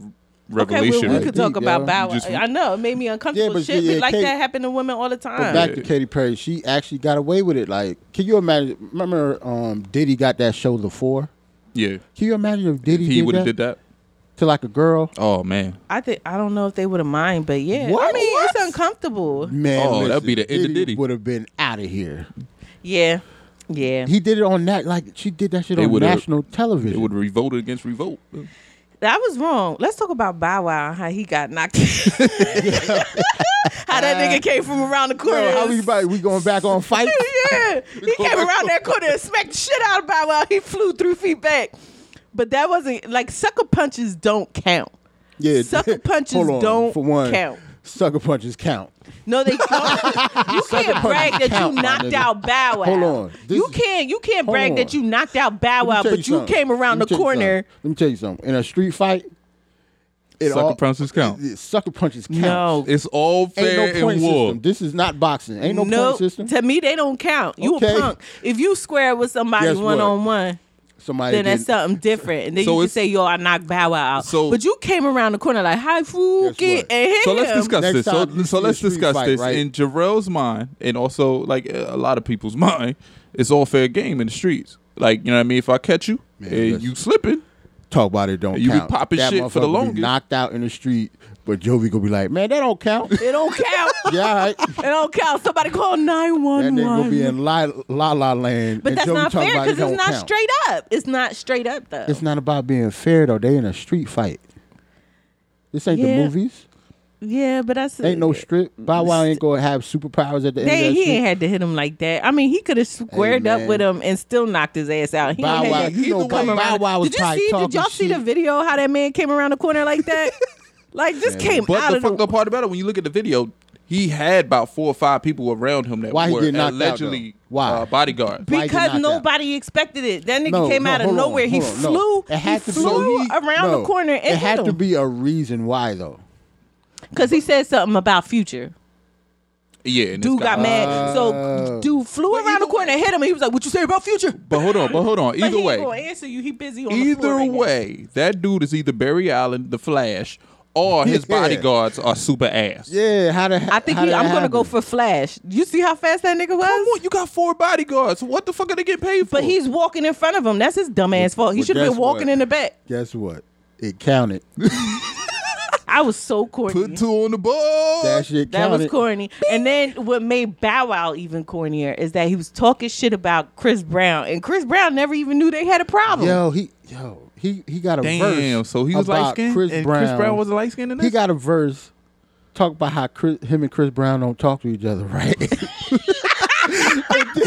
Speaker 6: well,
Speaker 5: revelation.
Speaker 6: we
Speaker 7: right
Speaker 6: could
Speaker 7: there.
Speaker 6: talk about
Speaker 7: You
Speaker 6: Bow Wow.
Speaker 5: just-
Speaker 6: I know it made me uncomfortable.
Speaker 7: Yeah, but
Speaker 6: Shit
Speaker 7: yeah,
Speaker 6: like
Speaker 7: Kate-
Speaker 6: that happened to women all the time.
Speaker 7: Back to Katy Perry, she actually got away with it. Like, can you imagine? Remember, um, Diddy got that show The Four.
Speaker 5: yeah,
Speaker 7: Can you imagine if Diddy
Speaker 5: he would
Speaker 7: did, that
Speaker 5: have did that.
Speaker 7: to like a girl?
Speaker 5: Oh man,
Speaker 6: I think I don't know if they would have mind, but yeah, I
Speaker 7: What?
Speaker 6: mean
Speaker 7: What?
Speaker 6: it's uncomfortable.
Speaker 7: Man,
Speaker 5: Oh, that'd be the end of Diddy.
Speaker 7: Would have been out of here.
Speaker 6: Yeah, yeah.
Speaker 7: He did it on that. Like she did that shit
Speaker 5: They
Speaker 7: on
Speaker 5: would've-
Speaker 7: national
Speaker 5: it
Speaker 7: television.
Speaker 5: would revolt against revolt.
Speaker 6: I was wrong. Let's talk about Bow Wow and how he got knocked.
Speaker 7: [LAUGHS]
Speaker 6: how that nigga came from around the corner.
Speaker 7: Yo, Uh, how we about- we going back on fight?
Speaker 6: [LAUGHS]
Speaker 7: [LAUGHS]
Speaker 6: yeah, he came around that corner and smacked the shit out of Bow Wow. He flew three feet back, but that wasn't like sucker punches don't count.
Speaker 7: Yeah,
Speaker 6: Sucker
Speaker 7: [LAUGHS]
Speaker 6: punches
Speaker 7: Hold on,
Speaker 6: don't
Speaker 7: for one,
Speaker 6: count.
Speaker 7: Sucker punches count. [LAUGHS]
Speaker 6: No, they don't. you can't brag that
Speaker 7: count, my
Speaker 6: you knocked
Speaker 7: nigga.
Speaker 6: out Bow Wow.
Speaker 7: Hold on. This
Speaker 6: you
Speaker 7: is-
Speaker 6: can't. You can't
Speaker 7: hold
Speaker 6: brag
Speaker 7: on.
Speaker 6: that you knocked out Bow Wow,
Speaker 7: Let me
Speaker 6: but
Speaker 7: tell
Speaker 6: you
Speaker 7: something.
Speaker 6: came around
Speaker 7: Let
Speaker 6: the
Speaker 7: me tell you
Speaker 6: corner.
Speaker 7: something. Let me tell you something. In a street fight, it
Speaker 5: Sucker
Speaker 7: all-
Speaker 5: punches count.
Speaker 7: it- it- Sucker punches count.
Speaker 6: No,
Speaker 5: It's all fair
Speaker 7: Ain't no point
Speaker 5: and war.
Speaker 7: system. This is not boxing. Ain't no, point system.
Speaker 6: to me they don't count. You
Speaker 7: Okay.
Speaker 6: a punk if you square with somebody
Speaker 7: Guess what?
Speaker 6: one on one.
Speaker 7: Somebody
Speaker 6: Then that's
Speaker 7: getting-
Speaker 6: something different, and then
Speaker 5: So
Speaker 6: you can
Speaker 5: it's-
Speaker 6: say, "Yo, I knocked Bow Wow out."
Speaker 5: So-
Speaker 6: but you came around the corner like, "Hi, Fuki,"
Speaker 7: what?
Speaker 6: and hit
Speaker 5: So let's
Speaker 6: him.
Speaker 5: discuss
Speaker 7: Next
Speaker 5: this. So,
Speaker 7: time you see
Speaker 5: so
Speaker 7: a
Speaker 5: let's
Speaker 7: street
Speaker 5: discuss
Speaker 7: fight,
Speaker 5: this
Speaker 7: right?
Speaker 5: in Jarrell's mind, and also like a lot of people's [LAUGHS] mind. It's all fair game in the streets. Like you know what I mean. If I catch you
Speaker 7: Man,
Speaker 5: and
Speaker 7: listen.
Speaker 5: you slipping,
Speaker 7: talk about it. Don't
Speaker 5: You be
Speaker 7: count.
Speaker 5: popping
Speaker 7: That
Speaker 5: shit for the
Speaker 7: motherfucker be
Speaker 5: longest.
Speaker 7: Knocked out in the street, but Jovi gonna be like, man, that don't count.
Speaker 6: It don't count.
Speaker 7: [LAUGHS]
Speaker 6: it
Speaker 7: yeah, all right.
Speaker 6: don't count. Somebody call nine
Speaker 7: That
Speaker 6: one
Speaker 7: nigga gonna be
Speaker 6: one.
Speaker 7: in la la, la land.
Speaker 6: But
Speaker 7: and
Speaker 6: that's
Speaker 7: Jovi
Speaker 6: not
Speaker 7: talking
Speaker 6: fair
Speaker 7: about it
Speaker 6: because
Speaker 7: don't
Speaker 6: it's not
Speaker 7: count.
Speaker 6: straight up. It's not straight up though.
Speaker 7: It's not about being fair though. They in a street fight. This ain't
Speaker 6: Yeah.
Speaker 7: the movies.
Speaker 6: yeah, but that's
Speaker 7: Ain't no strip. Bow Wow ain't gonna have superpowers at the end.
Speaker 6: They,
Speaker 7: of that
Speaker 6: he
Speaker 7: shit.
Speaker 6: ain't had to hit him like that. I mean, he could have squared up
Speaker 7: man.
Speaker 6: with him and still knocked his ass out. He
Speaker 7: Bow
Speaker 6: ain't
Speaker 7: Wow,
Speaker 6: had to
Speaker 7: you know
Speaker 6: either come
Speaker 7: Bow
Speaker 6: around.
Speaker 7: Wow was
Speaker 6: Did you
Speaker 7: probably
Speaker 6: see? Did
Speaker 7: talking
Speaker 6: y'all see the
Speaker 7: shit.
Speaker 6: video how that man came around the corner
Speaker 7: [LAUGHS]
Speaker 6: like that? like just came
Speaker 5: but
Speaker 6: out
Speaker 5: the
Speaker 6: of the.
Speaker 5: fucked up part about it, when you look at the video, he had about four or five people around him that
Speaker 7: Why he
Speaker 5: were
Speaker 7: get knocked out,
Speaker 5: allegedly
Speaker 7: though? Why?
Speaker 5: Uh, bodyguards.
Speaker 7: Why he get knocked
Speaker 6: because
Speaker 7: out?
Speaker 6: nobody expected it. That nigga
Speaker 7: No,
Speaker 6: came
Speaker 7: no,
Speaker 6: out of
Speaker 7: hold on,
Speaker 6: nowhere. he
Speaker 7: hold on, no.
Speaker 6: flew.
Speaker 7: It had
Speaker 6: he
Speaker 7: to be-
Speaker 6: flew
Speaker 7: So he-
Speaker 6: around
Speaker 7: no.
Speaker 6: the corner and
Speaker 7: it had
Speaker 6: hit
Speaker 7: to
Speaker 6: him
Speaker 7: be a reason why though.
Speaker 6: because he said something about future.
Speaker 5: yeah, and this
Speaker 6: Dude
Speaker 5: guy-
Speaker 6: got
Speaker 7: Uh,
Speaker 6: mad. So dude flew around the corner and hit him. And he was like, "What you say about future?"
Speaker 5: But hold on, but hold on.
Speaker 6: But
Speaker 5: Either
Speaker 6: he ain't
Speaker 5: way,
Speaker 6: gonna answer you. He busy on the floor
Speaker 5: Either
Speaker 6: right now.
Speaker 5: way, that dude is either Barry Allen, The Flash, or his
Speaker 7: [LAUGHS] Yeah.
Speaker 5: bodyguards are super ass.
Speaker 7: Yeah, how the
Speaker 6: I think
Speaker 7: how
Speaker 6: he,
Speaker 7: that
Speaker 6: I'm gonna go
Speaker 7: happen?
Speaker 6: for Flash. You see how fast that nigga was?
Speaker 5: Come on, you got four bodyguards. What the fuck are they getting paid for?
Speaker 6: but he's walking in front of him. That's his dumb ass fault. He
Speaker 7: But
Speaker 6: should have
Speaker 7: guess
Speaker 6: been walking
Speaker 7: what?
Speaker 6: in the back.
Speaker 7: Guess what? It counted.
Speaker 6: I was so corny.
Speaker 5: put two on the board.
Speaker 7: That shit counted.
Speaker 6: that was corny. And then what made Bow Wow even cornier is that he was talking shit about Chris Brown, and Chris Brown never even knew they had a problem.
Speaker 7: Yo, he yo he he got a
Speaker 5: Damn.
Speaker 7: verse.
Speaker 5: So he was
Speaker 7: about
Speaker 5: light skinned.
Speaker 7: Chris
Speaker 5: and
Speaker 7: Brown.
Speaker 5: Chris Brown wasn't light skinned in this?
Speaker 7: He got a verse. Talk about how Chris, him and Chris Brown don't talk to each other, right?
Speaker 6: he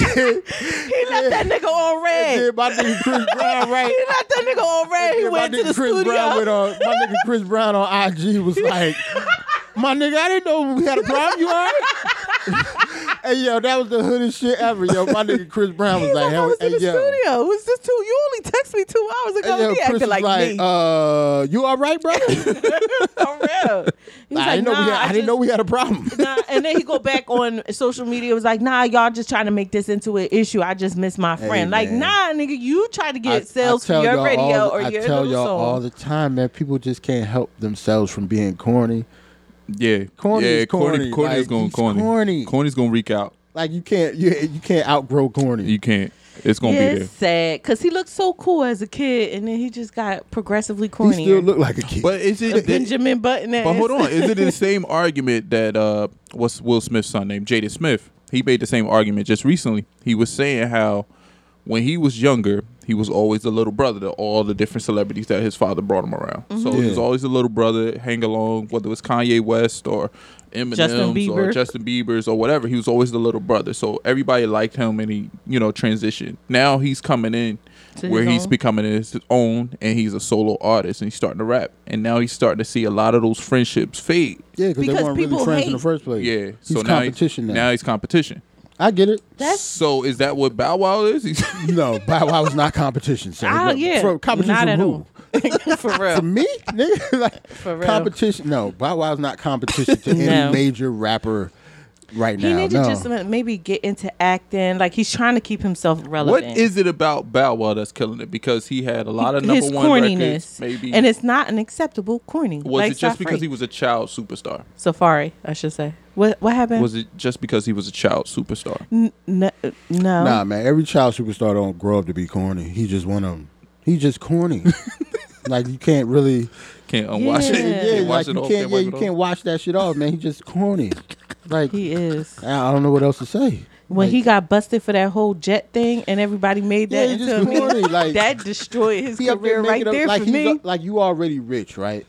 Speaker 6: left that nigga on red.
Speaker 7: yeah, my nigga
Speaker 6: [LAUGHS]
Speaker 7: Chris Brown, right?
Speaker 6: He left that nigga on red. He
Speaker 7: Yeah,
Speaker 6: went
Speaker 7: my
Speaker 6: to
Speaker 7: nigga
Speaker 6: the
Speaker 7: Chris
Speaker 6: studio.
Speaker 7: Brown with uh, my nigga Chris Brown on IG was like, "My nigga, I didn't know we had a problem. You alright?" [LAUGHS] hey yo, that was the hoodest shit ever. Yo, my nigga Chris Brown was
Speaker 6: He's
Speaker 7: like,
Speaker 6: like, I
Speaker 7: "Hell,
Speaker 6: was in
Speaker 7: hey
Speaker 6: the
Speaker 7: yo."
Speaker 6: studio. It was just two. You only texted me two hours ago.
Speaker 7: Hey, yo,
Speaker 6: and he
Speaker 7: Chris
Speaker 6: acted
Speaker 7: was
Speaker 6: like,
Speaker 7: like,
Speaker 6: me.
Speaker 7: uh, you all right, [LAUGHS] brother?
Speaker 6: For real. He was
Speaker 7: I,
Speaker 6: like,
Speaker 7: didn't know we
Speaker 6: "Nah,
Speaker 7: had, I, didn't
Speaker 6: just-
Speaker 7: know we had a problem.
Speaker 6: [LAUGHS] nah. And then he go back on social media. Was like, nah, y'all just trying to make this into an issue. I just miss my friend. like,
Speaker 7: man.
Speaker 6: nah, nigga, you try to
Speaker 7: I-
Speaker 6: get sales
Speaker 7: I
Speaker 6: for
Speaker 7: tell
Speaker 6: your
Speaker 7: y'all
Speaker 6: radio
Speaker 7: all the-
Speaker 6: or
Speaker 7: I
Speaker 6: your
Speaker 7: tell
Speaker 6: little
Speaker 7: y'all
Speaker 6: song.
Speaker 7: all the time, man. People just can't help themselves from being corny.
Speaker 5: yeah.
Speaker 7: Corny
Speaker 5: yeah,
Speaker 7: is corny.
Speaker 5: corny. Corny is
Speaker 7: Like,
Speaker 5: going
Speaker 7: he's
Speaker 5: corny.
Speaker 7: corny.
Speaker 5: Corny's going to wreak out.
Speaker 7: Like you can't, you, you can't outgrow corny.
Speaker 5: You can't. It's going to
Speaker 6: yeah,
Speaker 5: be there.
Speaker 6: it's sad because he looked so cool as a kid, and then he just got progressively
Speaker 7: he
Speaker 6: corny.
Speaker 7: still look like a kid.
Speaker 5: But is it.
Speaker 6: Benjamin Button.
Speaker 5: But hold on, is it the same argument that uh, what's Will Smith's son named Jaden Smith? He made the same argument just recently. He was saying how when he was younger, he was always the little brother to all the different celebrities that his father brought him around. So he was
Speaker 7: Yeah.
Speaker 5: always the little brother, hang along, whether it was Kanye West or Eminem's or
Speaker 6: Bieber.
Speaker 5: Justin Bieber's or whatever. He was always the little brother. So everybody liked him, and he you know transitioned. Now he's coming in
Speaker 6: To
Speaker 5: where
Speaker 6: his
Speaker 5: he's
Speaker 6: own.
Speaker 5: becoming his own and he's a solo artist and he's starting to rap and now he's starting to see a lot of those friendships fade
Speaker 7: yeah, because they
Speaker 6: because
Speaker 7: weren't really
Speaker 6: people
Speaker 7: friends in the
Speaker 6: hate-
Speaker 7: first place.
Speaker 5: yeah
Speaker 7: he's
Speaker 5: so now
Speaker 7: competition
Speaker 5: he's,
Speaker 7: now.
Speaker 5: now he's competition
Speaker 7: I get it.
Speaker 5: so is that what bow wow is [LAUGHS] He's-
Speaker 7: no, Bow Wow was not competition. So
Speaker 6: Ah, yeah,
Speaker 7: for competition
Speaker 6: not
Speaker 7: for
Speaker 6: at
Speaker 7: who?
Speaker 6: all. [LAUGHS] for real.
Speaker 7: For me, nigga, [LAUGHS] like
Speaker 6: real.
Speaker 7: competition. No, Bow Wow's not competition
Speaker 6: [LAUGHS]
Speaker 7: to any
Speaker 6: No.
Speaker 7: major rapper right
Speaker 6: He
Speaker 7: now.
Speaker 6: needs
Speaker 7: no.
Speaker 6: to just maybe get into acting. Like he's trying to keep himself
Speaker 5: what
Speaker 6: relevant.
Speaker 5: is it about bow wow that's killing it because he had a lot of number
Speaker 6: his
Speaker 5: one
Speaker 6: corniness?
Speaker 5: records maybe
Speaker 6: and it's not an acceptable corny.
Speaker 5: was
Speaker 6: like
Speaker 5: it just
Speaker 6: Safari.
Speaker 5: because he was a child superstar
Speaker 6: Safari? I should say. What what happened?
Speaker 5: was it just because he was a child superstar
Speaker 6: N- no, no.
Speaker 7: Nah, man. Every child superstar don't grow up to be corny. He just one of them. He just corny. [LAUGHS] like you can't really.
Speaker 5: can't unwatch it
Speaker 6: Yeah.
Speaker 5: can't
Speaker 7: Yeah,
Speaker 5: watch
Speaker 7: like
Speaker 5: it
Speaker 7: you
Speaker 5: off,
Speaker 7: can't. Yeah,
Speaker 5: wipe
Speaker 7: you
Speaker 5: it off.
Speaker 7: can't wash that shit off, man. He just corny. Like
Speaker 6: he is.
Speaker 7: I I don't know what else to say.
Speaker 6: When he got busted for that whole jet thing, and everybody made that
Speaker 7: Yeah, you
Speaker 6: into
Speaker 7: just
Speaker 6: a meme,
Speaker 7: corny, like-
Speaker 6: that destroyed his
Speaker 7: He up there
Speaker 6: career
Speaker 7: making
Speaker 6: right
Speaker 7: up-
Speaker 6: there
Speaker 7: like
Speaker 6: for
Speaker 7: he's
Speaker 6: me.
Speaker 7: a- like you already rich, right?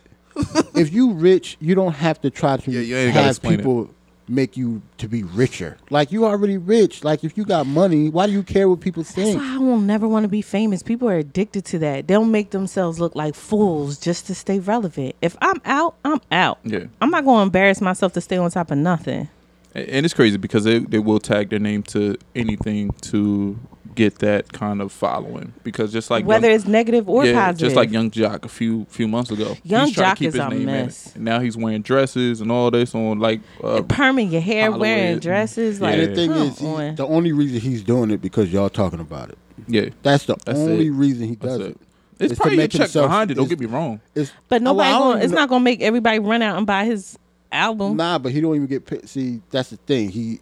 Speaker 7: if you rich, you don't have to try to
Speaker 5: Yeah, you ain't gotta
Speaker 7: have
Speaker 5: explain it.
Speaker 7: people make you to be richer. Like you already rich. Like if you got money, why do you care what people
Speaker 6: That's
Speaker 7: think?
Speaker 5: Mm.
Speaker 6: why I will never want to be famous. People are addicted to that. They'll make themselves look like fools just to stay relevant. If I'm out, I'm out.
Speaker 5: Yeah.
Speaker 6: I'm not going to embarrass myself to stay on top of nothing.
Speaker 5: A- And it's crazy because they, they will tag their name to anything to get that kind of following. Because just like
Speaker 6: Whether
Speaker 5: young,
Speaker 6: it's negative or
Speaker 5: yeah,
Speaker 6: positive.
Speaker 5: just like Young Jock a few few months ago,
Speaker 6: Young
Speaker 5: he's trying
Speaker 6: Jock
Speaker 5: to keep
Speaker 6: is
Speaker 5: his
Speaker 6: a
Speaker 5: name in
Speaker 6: mess.
Speaker 5: it. And now he's wearing dresses and all this on like uh,
Speaker 6: perming your hair,
Speaker 5: Holloway.
Speaker 6: wearing dresses. Like,
Speaker 7: And
Speaker 5: Yeah.
Speaker 7: the thing
Speaker 6: come
Speaker 7: is, he-
Speaker 6: on.
Speaker 7: the only reason he's doing it because y'all talking about it.
Speaker 5: yeah.
Speaker 7: That's the
Speaker 5: That's
Speaker 7: only
Speaker 5: it.
Speaker 7: reason he
Speaker 5: That's
Speaker 7: does it.
Speaker 5: it. It's,
Speaker 7: It's to
Speaker 5: probably a
Speaker 7: make
Speaker 5: check
Speaker 7: himself-
Speaker 5: behind it. Don't
Speaker 7: it's-
Speaker 5: get me wrong.
Speaker 7: It's,
Speaker 6: but
Speaker 7: well,
Speaker 6: nobody
Speaker 7: I don't
Speaker 6: going it's
Speaker 7: know-
Speaker 6: not going to make everybody run out and buy his album.
Speaker 7: Nah, but he don't even get paid. See, that's the thing. He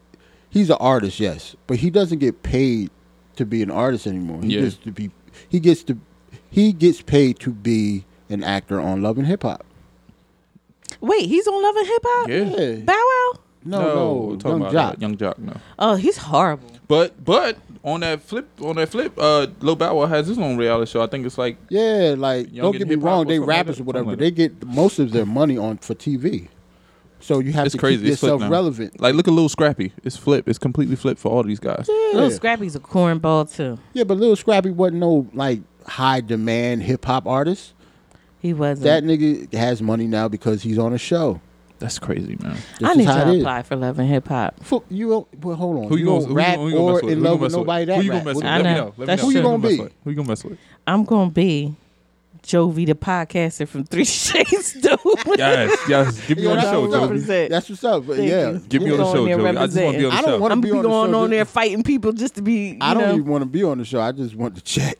Speaker 7: he's an artist, yes, but he doesn't get paid to be an artist anymore. He
Speaker 5: Yeah.
Speaker 7: gets to be. He gets to. He gets paid to be an actor on Love and Hip Hop.
Speaker 6: Wait, he's on Love and Hip Hop?
Speaker 5: Yeah.
Speaker 7: Yeah.
Speaker 6: Bow Wow?
Speaker 7: No,
Speaker 5: we're
Speaker 7: no,
Speaker 5: talking
Speaker 7: Young
Speaker 5: about
Speaker 7: Jock.
Speaker 5: uh, Young Jock. No,
Speaker 6: Oh, he's horrible.
Speaker 5: but but on that flip, on that flip, uh, Lil Bow Wow has his own reality show. I think it's like
Speaker 7: Yeah, like
Speaker 5: Young
Speaker 7: don't
Speaker 5: and
Speaker 7: get me
Speaker 5: Hip Hop
Speaker 7: wrong,
Speaker 5: or
Speaker 7: they
Speaker 5: something like
Speaker 7: rappers
Speaker 5: that,
Speaker 7: or whatever.
Speaker 5: something
Speaker 7: They
Speaker 5: like
Speaker 7: get most of their money on for TV, so you have
Speaker 5: it's
Speaker 7: to
Speaker 5: crazy.
Speaker 7: keep
Speaker 5: It's flip
Speaker 7: yourself
Speaker 5: now.
Speaker 7: relevant.
Speaker 5: Like look at Lil Scrappy. It's flip. It's completely flip for all these guys.
Speaker 6: Little Scrappy's a cornball, too.
Speaker 7: yeah, but Lil Scrappy wasn't no like high demand hip hop artist.
Speaker 6: He wasn't.
Speaker 7: That nigga has money now because he's on a show.
Speaker 5: That's crazy, man.
Speaker 7: This
Speaker 6: I
Speaker 7: is
Speaker 6: need
Speaker 7: how
Speaker 6: to
Speaker 7: it is.
Speaker 6: apply for Love and Hip Hop.
Speaker 7: Fo- you don't- well, hold on.
Speaker 5: Who you gonna
Speaker 7: don't rap
Speaker 5: who you gonna
Speaker 7: or
Speaker 5: mess with?
Speaker 7: in
Speaker 5: Who you
Speaker 7: love
Speaker 5: gonna
Speaker 7: with
Speaker 5: mess
Speaker 7: nobody
Speaker 5: Who
Speaker 7: that
Speaker 5: you gonna
Speaker 7: rap?
Speaker 5: mess
Speaker 7: What-
Speaker 5: with?
Speaker 6: I
Speaker 5: Let me
Speaker 6: know.
Speaker 5: know. Let me
Speaker 6: That's
Speaker 5: know.
Speaker 6: Who you
Speaker 5: Who
Speaker 7: gonna
Speaker 5: mess
Speaker 7: be?
Speaker 5: with? Who you gonna mess with?
Speaker 6: I'm gonna be Jovi the podcaster from Three [LAUGHS] Shades Dope.
Speaker 5: Yes, yes. Give me
Speaker 7: Yeah,
Speaker 5: on the
Speaker 7: that's
Speaker 5: show,
Speaker 7: what's up.
Speaker 5: Joey.
Speaker 6: Jovi.
Speaker 7: That's what's up. But
Speaker 6: Thank
Speaker 7: yeah,
Speaker 6: you.
Speaker 5: Give me
Speaker 6: We're
Speaker 5: on the
Speaker 6: going
Speaker 5: show,
Speaker 6: there
Speaker 5: Joey. I just want to be on the
Speaker 7: I don't
Speaker 5: show.
Speaker 7: wanna
Speaker 6: I'm
Speaker 7: be
Speaker 6: gonna be
Speaker 7: on the
Speaker 6: going
Speaker 7: show
Speaker 6: on
Speaker 7: just-
Speaker 6: there fighting people just to be. You
Speaker 7: I don't
Speaker 6: know,
Speaker 7: even want to be on the show. I just want to check.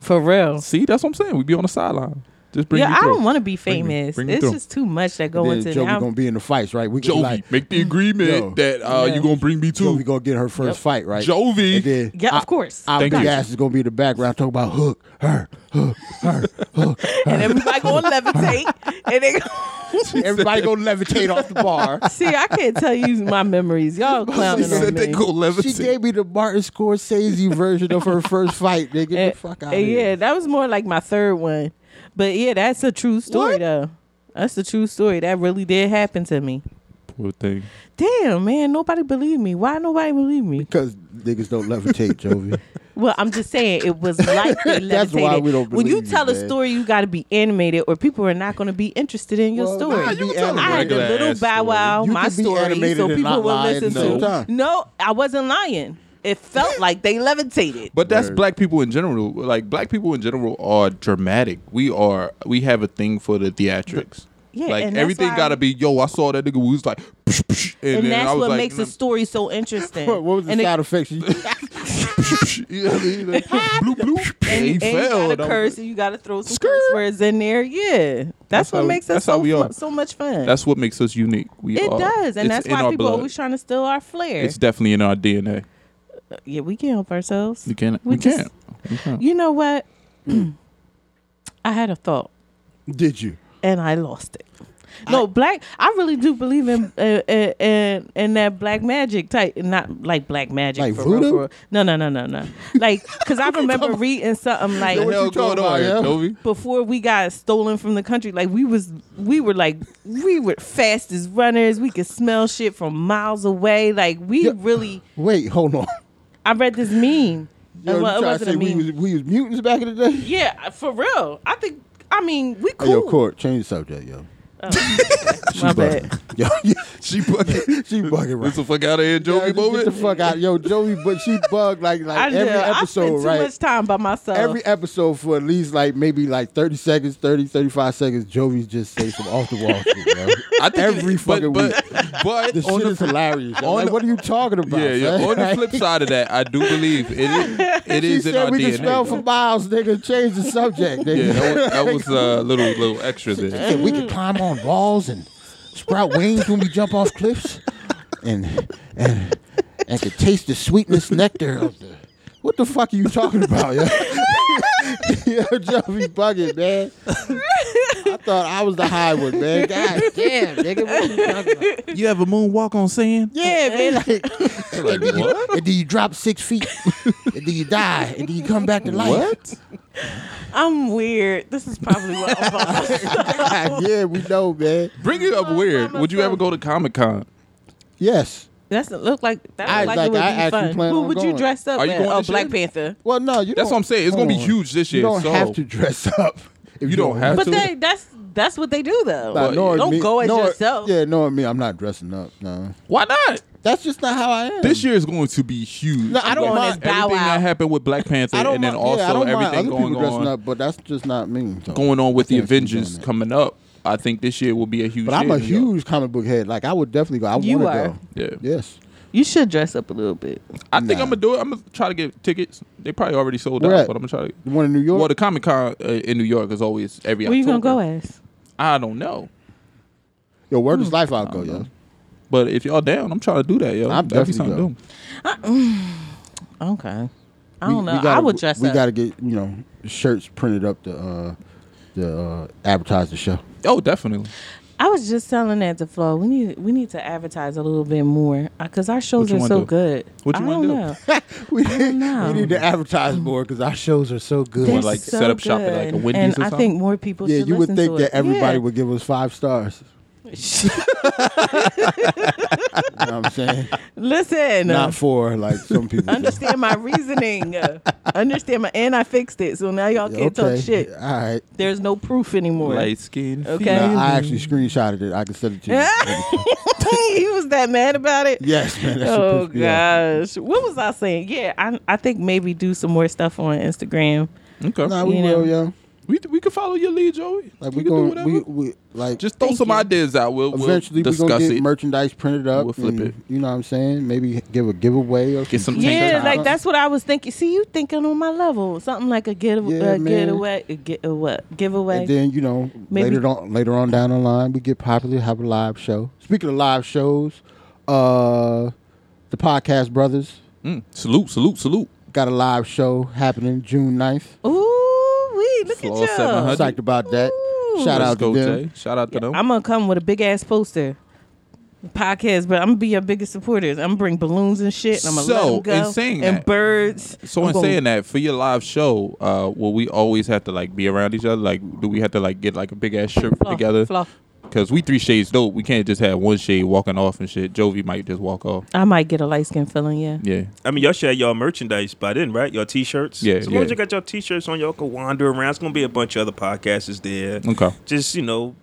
Speaker 6: for real.
Speaker 5: See, that's what I'm saying. We be on the sideline. Just bring.
Speaker 6: Yeah,
Speaker 5: me
Speaker 6: I
Speaker 5: through.
Speaker 6: don't want to be
Speaker 5: Bring me-
Speaker 6: famous.
Speaker 5: bring me
Speaker 6: it's
Speaker 5: through.
Speaker 6: just too much that go
Speaker 7: Then
Speaker 6: into
Speaker 7: Joey
Speaker 6: now.
Speaker 7: gonna be in the fights, right? We
Speaker 5: Joey,
Speaker 7: like
Speaker 5: make
Speaker 6: [LAUGHS]
Speaker 5: the agreement
Speaker 7: Yo.
Speaker 5: that uh,
Speaker 6: Yeah.
Speaker 5: you gonna bring me
Speaker 7: Joey
Speaker 5: to.
Speaker 7: gonna get her first fight, right?
Speaker 5: Jovi.
Speaker 7: And then
Speaker 6: yeah, of course.
Speaker 7: our
Speaker 5: Thank
Speaker 7: big
Speaker 5: you.
Speaker 7: ass is gonna be in the background talking about hook her, hook her, hook.
Speaker 6: [LAUGHS] and everybody gonna levitate. And
Speaker 7: [LAUGHS]
Speaker 6: they gonna
Speaker 7: Everybody
Speaker 5: [LAUGHS]
Speaker 7: gonna levitate off the bar.
Speaker 6: see. I can't tell you my memories. Y'all
Speaker 5: She
Speaker 6: [LAUGHS] clowning on
Speaker 5: said
Speaker 6: me.
Speaker 5: they go levitate.
Speaker 7: She gave me the Martin Scorsese version of her first fight. They
Speaker 6: [LAUGHS]
Speaker 7: get
Speaker 6: And-
Speaker 7: the fuck out
Speaker 6: and
Speaker 7: of here.
Speaker 6: Yeah, that was more like my third one. But yeah, that's a true story
Speaker 7: What?
Speaker 6: though. That's the true story. That really did happen to me.
Speaker 5: Poor thing.
Speaker 6: Damn, man, nobody believed me. Why nobody believed me?
Speaker 7: Because niggas don't levitate, Jovi.
Speaker 6: [LAUGHS] Well, I'm just saying it
Speaker 7: [LAUGHS]
Speaker 6: was like they levitated.
Speaker 7: That's why we don't
Speaker 6: when you
Speaker 7: believe you,
Speaker 6: tell a
Speaker 7: man.
Speaker 6: story, you got to be animated, or people are not going to be interested in your
Speaker 7: Well,
Speaker 6: story.
Speaker 7: nah, you can tell
Speaker 6: I
Speaker 7: a
Speaker 6: had the
Speaker 5: regular
Speaker 6: little
Speaker 5: ass
Speaker 6: bow
Speaker 5: story.
Speaker 6: wow,
Speaker 7: You
Speaker 6: my
Speaker 7: can be
Speaker 6: story,
Speaker 7: animated
Speaker 6: so
Speaker 7: and
Speaker 6: people
Speaker 7: not
Speaker 6: will
Speaker 7: lie at
Speaker 6: listen
Speaker 7: the same
Speaker 6: to.
Speaker 7: time.
Speaker 6: No, I wasn't lying.
Speaker 7: [LAUGHS]
Speaker 6: It felt like they levitated.
Speaker 5: But that's
Speaker 7: Word.
Speaker 5: black people in general. Like black people in general are dramatic. We are. We have a thing for the theatrics.
Speaker 6: Yeah,
Speaker 5: like
Speaker 6: and that's
Speaker 5: everything
Speaker 6: why-
Speaker 5: gotta be. Yo, I saw that nigga who was like, psh, psh," and,
Speaker 6: and,
Speaker 5: then I
Speaker 6: that's
Speaker 5: was
Speaker 6: what
Speaker 5: like,
Speaker 6: makes a story so
Speaker 7: [LAUGHS]
Speaker 6: interesting.
Speaker 7: what was the
Speaker 6: and it-
Speaker 7: sound
Speaker 5: [LAUGHS]
Speaker 7: effects? You- [LAUGHS]
Speaker 5: You know what I mean?
Speaker 6: [LAUGHS]
Speaker 5: Like, bloop, bloop. And he
Speaker 6: and
Speaker 5: fell.
Speaker 6: you
Speaker 5: And I
Speaker 6: gotta
Speaker 5: was
Speaker 6: curse
Speaker 5: like,
Speaker 6: and you gotta throw some
Speaker 5: Skirt.
Speaker 6: curse words in there. Yeah, that's,
Speaker 5: That's
Speaker 6: what
Speaker 5: how we-
Speaker 6: makes us
Speaker 5: that's how
Speaker 6: so,
Speaker 5: we
Speaker 6: fu-
Speaker 5: are.
Speaker 6: so much fun.
Speaker 5: That's what makes us unique. We
Speaker 6: it
Speaker 5: are.
Speaker 6: does, and
Speaker 5: It's
Speaker 6: that's
Speaker 5: in
Speaker 6: why
Speaker 5: our
Speaker 6: people
Speaker 5: blood.
Speaker 6: always trying to steal our flair.
Speaker 5: It's definitely in our DNA.
Speaker 6: yeah, we can't help ourselves.
Speaker 5: We can't.
Speaker 6: We
Speaker 5: We,
Speaker 6: just-
Speaker 5: can't.
Speaker 6: You know what? [CLEARS THROAT] I had a thought
Speaker 7: Did you?
Speaker 6: and I lost it. No, black. I really do believe in uh, uh, in in that black magic type, not like black magic.
Speaker 7: Like
Speaker 6: for real,
Speaker 7: voodoo?
Speaker 6: for real. No, no, no, no, no. Like,
Speaker 7: [LAUGHS]
Speaker 6: cause I remember reading something like
Speaker 7: What you
Speaker 5: Hell,
Speaker 7: talking
Speaker 5: going on,
Speaker 7: about, yeah?
Speaker 5: Jovi?
Speaker 6: before we got stolen from the country, like we was we were like we were fastest runners. We could smell shit from miles away. Like we
Speaker 7: Yeah.
Speaker 6: really.
Speaker 7: [SIGHS] Wait, hold on.
Speaker 6: I read this meme.
Speaker 7: Yo,
Speaker 6: Uh,
Speaker 7: you
Speaker 6: well, it
Speaker 7: tryna
Speaker 6: wasn't
Speaker 7: say
Speaker 6: a
Speaker 7: we
Speaker 6: meme.
Speaker 7: was, we was mutants back in the day?
Speaker 6: [LAUGHS] yeah, for real. I think. I mean, we
Speaker 7: Hey, yo,
Speaker 6: cool. Oh,
Speaker 7: court, change the subject, yo. [LAUGHS]
Speaker 6: My bad.
Speaker 7: [LAUGHS] Yo,
Speaker 5: She bugging.
Speaker 7: she bugging
Speaker 5: Get
Speaker 7: right.
Speaker 5: the fuck out of here,
Speaker 7: Yo,
Speaker 5: Jovi.
Speaker 7: just get the
Speaker 5: moment.
Speaker 7: fuck out, yo, Joey. But she bugged like like
Speaker 6: I,
Speaker 7: every
Speaker 6: do. I spend
Speaker 7: episode,
Speaker 6: too
Speaker 7: right?
Speaker 6: much time by myself.
Speaker 7: Every episode for at least like maybe like 30 seconds, 30, 35 seconds, Jovi just say some off the wall shit, yo.
Speaker 5: I think
Speaker 7: Every
Speaker 5: it- but-
Speaker 7: fucking
Speaker 5: but, But
Speaker 7: This
Speaker 5: on
Speaker 7: shit
Speaker 5: the
Speaker 7: is hilarious. yo. Like, what are you talking about?
Speaker 5: [LAUGHS] Yeah, yeah.
Speaker 7: son? [LAUGHS]
Speaker 5: On the
Speaker 7: Like,
Speaker 5: flip side of that, I do believe
Speaker 7: [LAUGHS]
Speaker 5: it is, it
Speaker 7: she
Speaker 5: is in our
Speaker 7: said we
Speaker 5: DNA.
Speaker 7: can smell
Speaker 5: though.
Speaker 7: for miles, nigga. Change the subject,
Speaker 6: [LAUGHS]
Speaker 7: nigga. [LAUGHS]
Speaker 5: yeah, that was, that was uh, little little extra
Speaker 7: She
Speaker 5: there.
Speaker 7: said we could climb on walls and sprout wings when we jump off cliffs, and and and could taste the sweetness nectar of the. What the fuck are you [LAUGHS] talking about, yo? yo, Joe be bugging, man. I thought I was the high one, man. God damn, nigga. What you talking about?
Speaker 5: You have a moonwalk on sand?
Speaker 7: [LAUGHS] Yeah, man. Like, [LAUGHS] and, then you, and then you drop six feet, and then you die, and then you come back to life.
Speaker 5: What?
Speaker 6: I'm weird. This is probably what I'm
Speaker 7: God, [LAUGHS] yeah, we know, man.
Speaker 5: Bring it
Speaker 7: Oh,
Speaker 5: up weird. Would you ever go to Comic Con?
Speaker 7: Yes.
Speaker 6: That's look like that
Speaker 7: I-
Speaker 6: look like,
Speaker 7: like,
Speaker 6: it would
Speaker 7: I
Speaker 6: be
Speaker 7: actually
Speaker 6: fun.
Speaker 7: plan
Speaker 6: Who
Speaker 7: on
Speaker 6: would you
Speaker 7: going.
Speaker 6: dress up
Speaker 5: Are you
Speaker 6: as?
Speaker 5: going
Speaker 6: Oh,
Speaker 5: this
Speaker 6: Black
Speaker 5: year?
Speaker 6: Panther.
Speaker 7: Well, no, you.
Speaker 5: That's
Speaker 7: don't-
Speaker 5: what I'm saying. It's gonna be
Speaker 7: hold on.
Speaker 5: huge this
Speaker 7: You
Speaker 5: year,
Speaker 7: don't
Speaker 5: so-
Speaker 7: have to dress up. If
Speaker 5: You don't have
Speaker 6: But
Speaker 5: to.
Speaker 6: they, that's that's what they do though.
Speaker 7: Nah, knowing
Speaker 6: Don't
Speaker 7: me-
Speaker 6: go as
Speaker 7: knowing-
Speaker 6: yourself.
Speaker 7: Yeah, knowing me, I'm not dressing up. No,
Speaker 5: Why not?
Speaker 7: that's just not how I am.
Speaker 5: This year is going to be huge.
Speaker 7: No, I don't
Speaker 5: Like,
Speaker 7: mind-
Speaker 5: everything
Speaker 6: Bow Wow.
Speaker 5: that happened with Black Panther,
Speaker 7: I don't
Speaker 5: and then
Speaker 7: mind, yeah, I
Speaker 5: also
Speaker 7: don't mind
Speaker 5: everything
Speaker 7: other
Speaker 5: going
Speaker 7: people dressing
Speaker 5: on,
Speaker 7: up, but that's just not me. so.
Speaker 5: going on with the
Speaker 7: I can't keep
Speaker 5: Avengers
Speaker 7: doing that.
Speaker 5: coming up. I think this year will be a huge.
Speaker 7: But I'm
Speaker 5: year
Speaker 7: a
Speaker 5: in New York.
Speaker 7: huge comic book head. Like I would definitely go. I
Speaker 6: You
Speaker 7: want to
Speaker 6: are.
Speaker 7: go.
Speaker 5: Yeah.
Speaker 7: Yes.
Speaker 6: You should dress up a little bit.
Speaker 5: I think
Speaker 7: Nah.
Speaker 5: I'm gonna do it. I'm gonna try to get tickets. They probably already sold
Speaker 7: Where
Speaker 5: out,
Speaker 7: at?
Speaker 5: but I'm gonna try to.
Speaker 7: The one in New York.
Speaker 5: Well, the Comic Con uh, in New York is always every.
Speaker 6: Where you gonna go
Speaker 5: October.
Speaker 6: as? Hmm.
Speaker 5: I don't know,
Speaker 7: Yo, word is life. I'll
Speaker 5: Oh,
Speaker 7: go. Yo.
Speaker 5: but if y'all down, I'm trying to do that, yo.
Speaker 7: I'm
Speaker 5: That'd
Speaker 7: definitely
Speaker 5: be something to
Speaker 7: go.
Speaker 5: do.
Speaker 6: Okay. I
Speaker 7: We-
Speaker 6: don't know.
Speaker 7: We gotta,
Speaker 6: I would dress
Speaker 7: We
Speaker 6: up.
Speaker 7: got to get you know shirts printed up to uh, the uh, advertise the show.
Speaker 5: Oh, definitely.
Speaker 6: I was just telling that to Flo. We need we need to advertise a little bit more because our shows
Speaker 5: What you
Speaker 6: are
Speaker 5: wanna
Speaker 6: so
Speaker 5: do?
Speaker 6: good.
Speaker 5: What you
Speaker 6: I
Speaker 5: wanna
Speaker 6: don't
Speaker 5: do?
Speaker 6: know.
Speaker 7: [LAUGHS] we,
Speaker 6: know.
Speaker 7: we need to advertise more because our shows are so good.
Speaker 6: They're
Speaker 5: like,
Speaker 6: so
Speaker 5: set up shop at, like, a
Speaker 6: good.
Speaker 5: Wendy's
Speaker 6: and
Speaker 5: or
Speaker 6: I
Speaker 5: something?
Speaker 6: think more people.
Speaker 7: yeah,
Speaker 6: should
Speaker 7: you would
Speaker 6: listen
Speaker 7: think
Speaker 6: to
Speaker 7: that
Speaker 6: it.
Speaker 7: everybody
Speaker 6: Yeah.
Speaker 7: would give us five
Speaker 6: [LAUGHS]
Speaker 7: stars. [LAUGHS] You know what I'm saying?
Speaker 6: listen.
Speaker 7: Not four, like some people. do.
Speaker 6: [LAUGHS] understand
Speaker 7: [LAUGHS]
Speaker 6: my reasoning. understand my and I fixed it. So now y'all can't
Speaker 7: Okay.
Speaker 6: talk shit.
Speaker 7: All right.
Speaker 6: There's no proof anymore.
Speaker 5: Light skin.
Speaker 6: Okay.
Speaker 7: Now,
Speaker 6: Baby.
Speaker 7: I actually screenshotted it. I can send it to you.
Speaker 6: Mm. [LAUGHS] he was that mad about it.
Speaker 7: yes, man. That shit
Speaker 6: Oh
Speaker 7: pissed me off.
Speaker 6: gosh. What was I saying? Yeah, I I think maybe do some more stuff on Instagram.
Speaker 5: Okay.
Speaker 7: Nah, we
Speaker 6: You know.
Speaker 7: will, yo.
Speaker 5: we we can follow your lead, Joey.
Speaker 7: Like we
Speaker 5: we can do
Speaker 7: going,
Speaker 5: whatever.
Speaker 7: we, we like
Speaker 5: Just throw some ideas out. We'll, we'll
Speaker 7: eventually we gonna
Speaker 5: discuss
Speaker 7: get
Speaker 5: it.
Speaker 7: merchandise printed up.
Speaker 5: We'll flip
Speaker 7: and,
Speaker 5: it.
Speaker 7: You know what I'm saying? Maybe give a giveaway or
Speaker 5: Get some tank
Speaker 6: Yeah,
Speaker 5: tops.
Speaker 6: like that's what I was thinking. See, you thinking on my level, something like a get
Speaker 7: Yeah,
Speaker 6: uh,
Speaker 7: man.
Speaker 6: getaway, a get a what giveaway.
Speaker 7: And then you know
Speaker 6: Maybe-
Speaker 7: later on later on down the line we get popular, have a live show. Speaking of live shows, uh, the podcast brothers
Speaker 5: Mm, salute, salute, salute.
Speaker 7: got a live show happening June 9th.
Speaker 6: Ooh, we look
Speaker 5: Floor
Speaker 6: at you.
Speaker 5: 700.
Speaker 7: Psyched about that.
Speaker 6: Ooh.
Speaker 7: Shout
Speaker 5: Let's
Speaker 7: out
Speaker 5: go,
Speaker 7: to them.
Speaker 5: Jay. Shout out to them.
Speaker 6: I'm gonna come with a big ass poster. Podcast, but I'm gonna be your biggest supporters. I'm gonna bring balloons and shit. And I'm gonna let
Speaker 5: So,
Speaker 6: 'em go
Speaker 5: in saying
Speaker 6: and
Speaker 5: that-
Speaker 6: birds.
Speaker 5: So in saying that, for your live show, uh, will we always have to like be around each other? Like, do we have to like get like a big ass shirt
Speaker 6: Fluff,
Speaker 5: together?
Speaker 6: fluff.
Speaker 5: Because we three shades dope. We can't just have one shade walking off and shit. Jovi might just walk off.
Speaker 6: I might get a light skin feeling. Yeah.
Speaker 5: Yeah.
Speaker 8: I mean, y'all should have y'all merchandise by then, right? Y'all t-shirts.
Speaker 5: Yeah,
Speaker 8: As long as
Speaker 5: yeah.
Speaker 8: you got your t-shirts on, y'all can wander around. It's gonna be a bunch of other podcasts there.
Speaker 5: Okay.
Speaker 8: Just you know,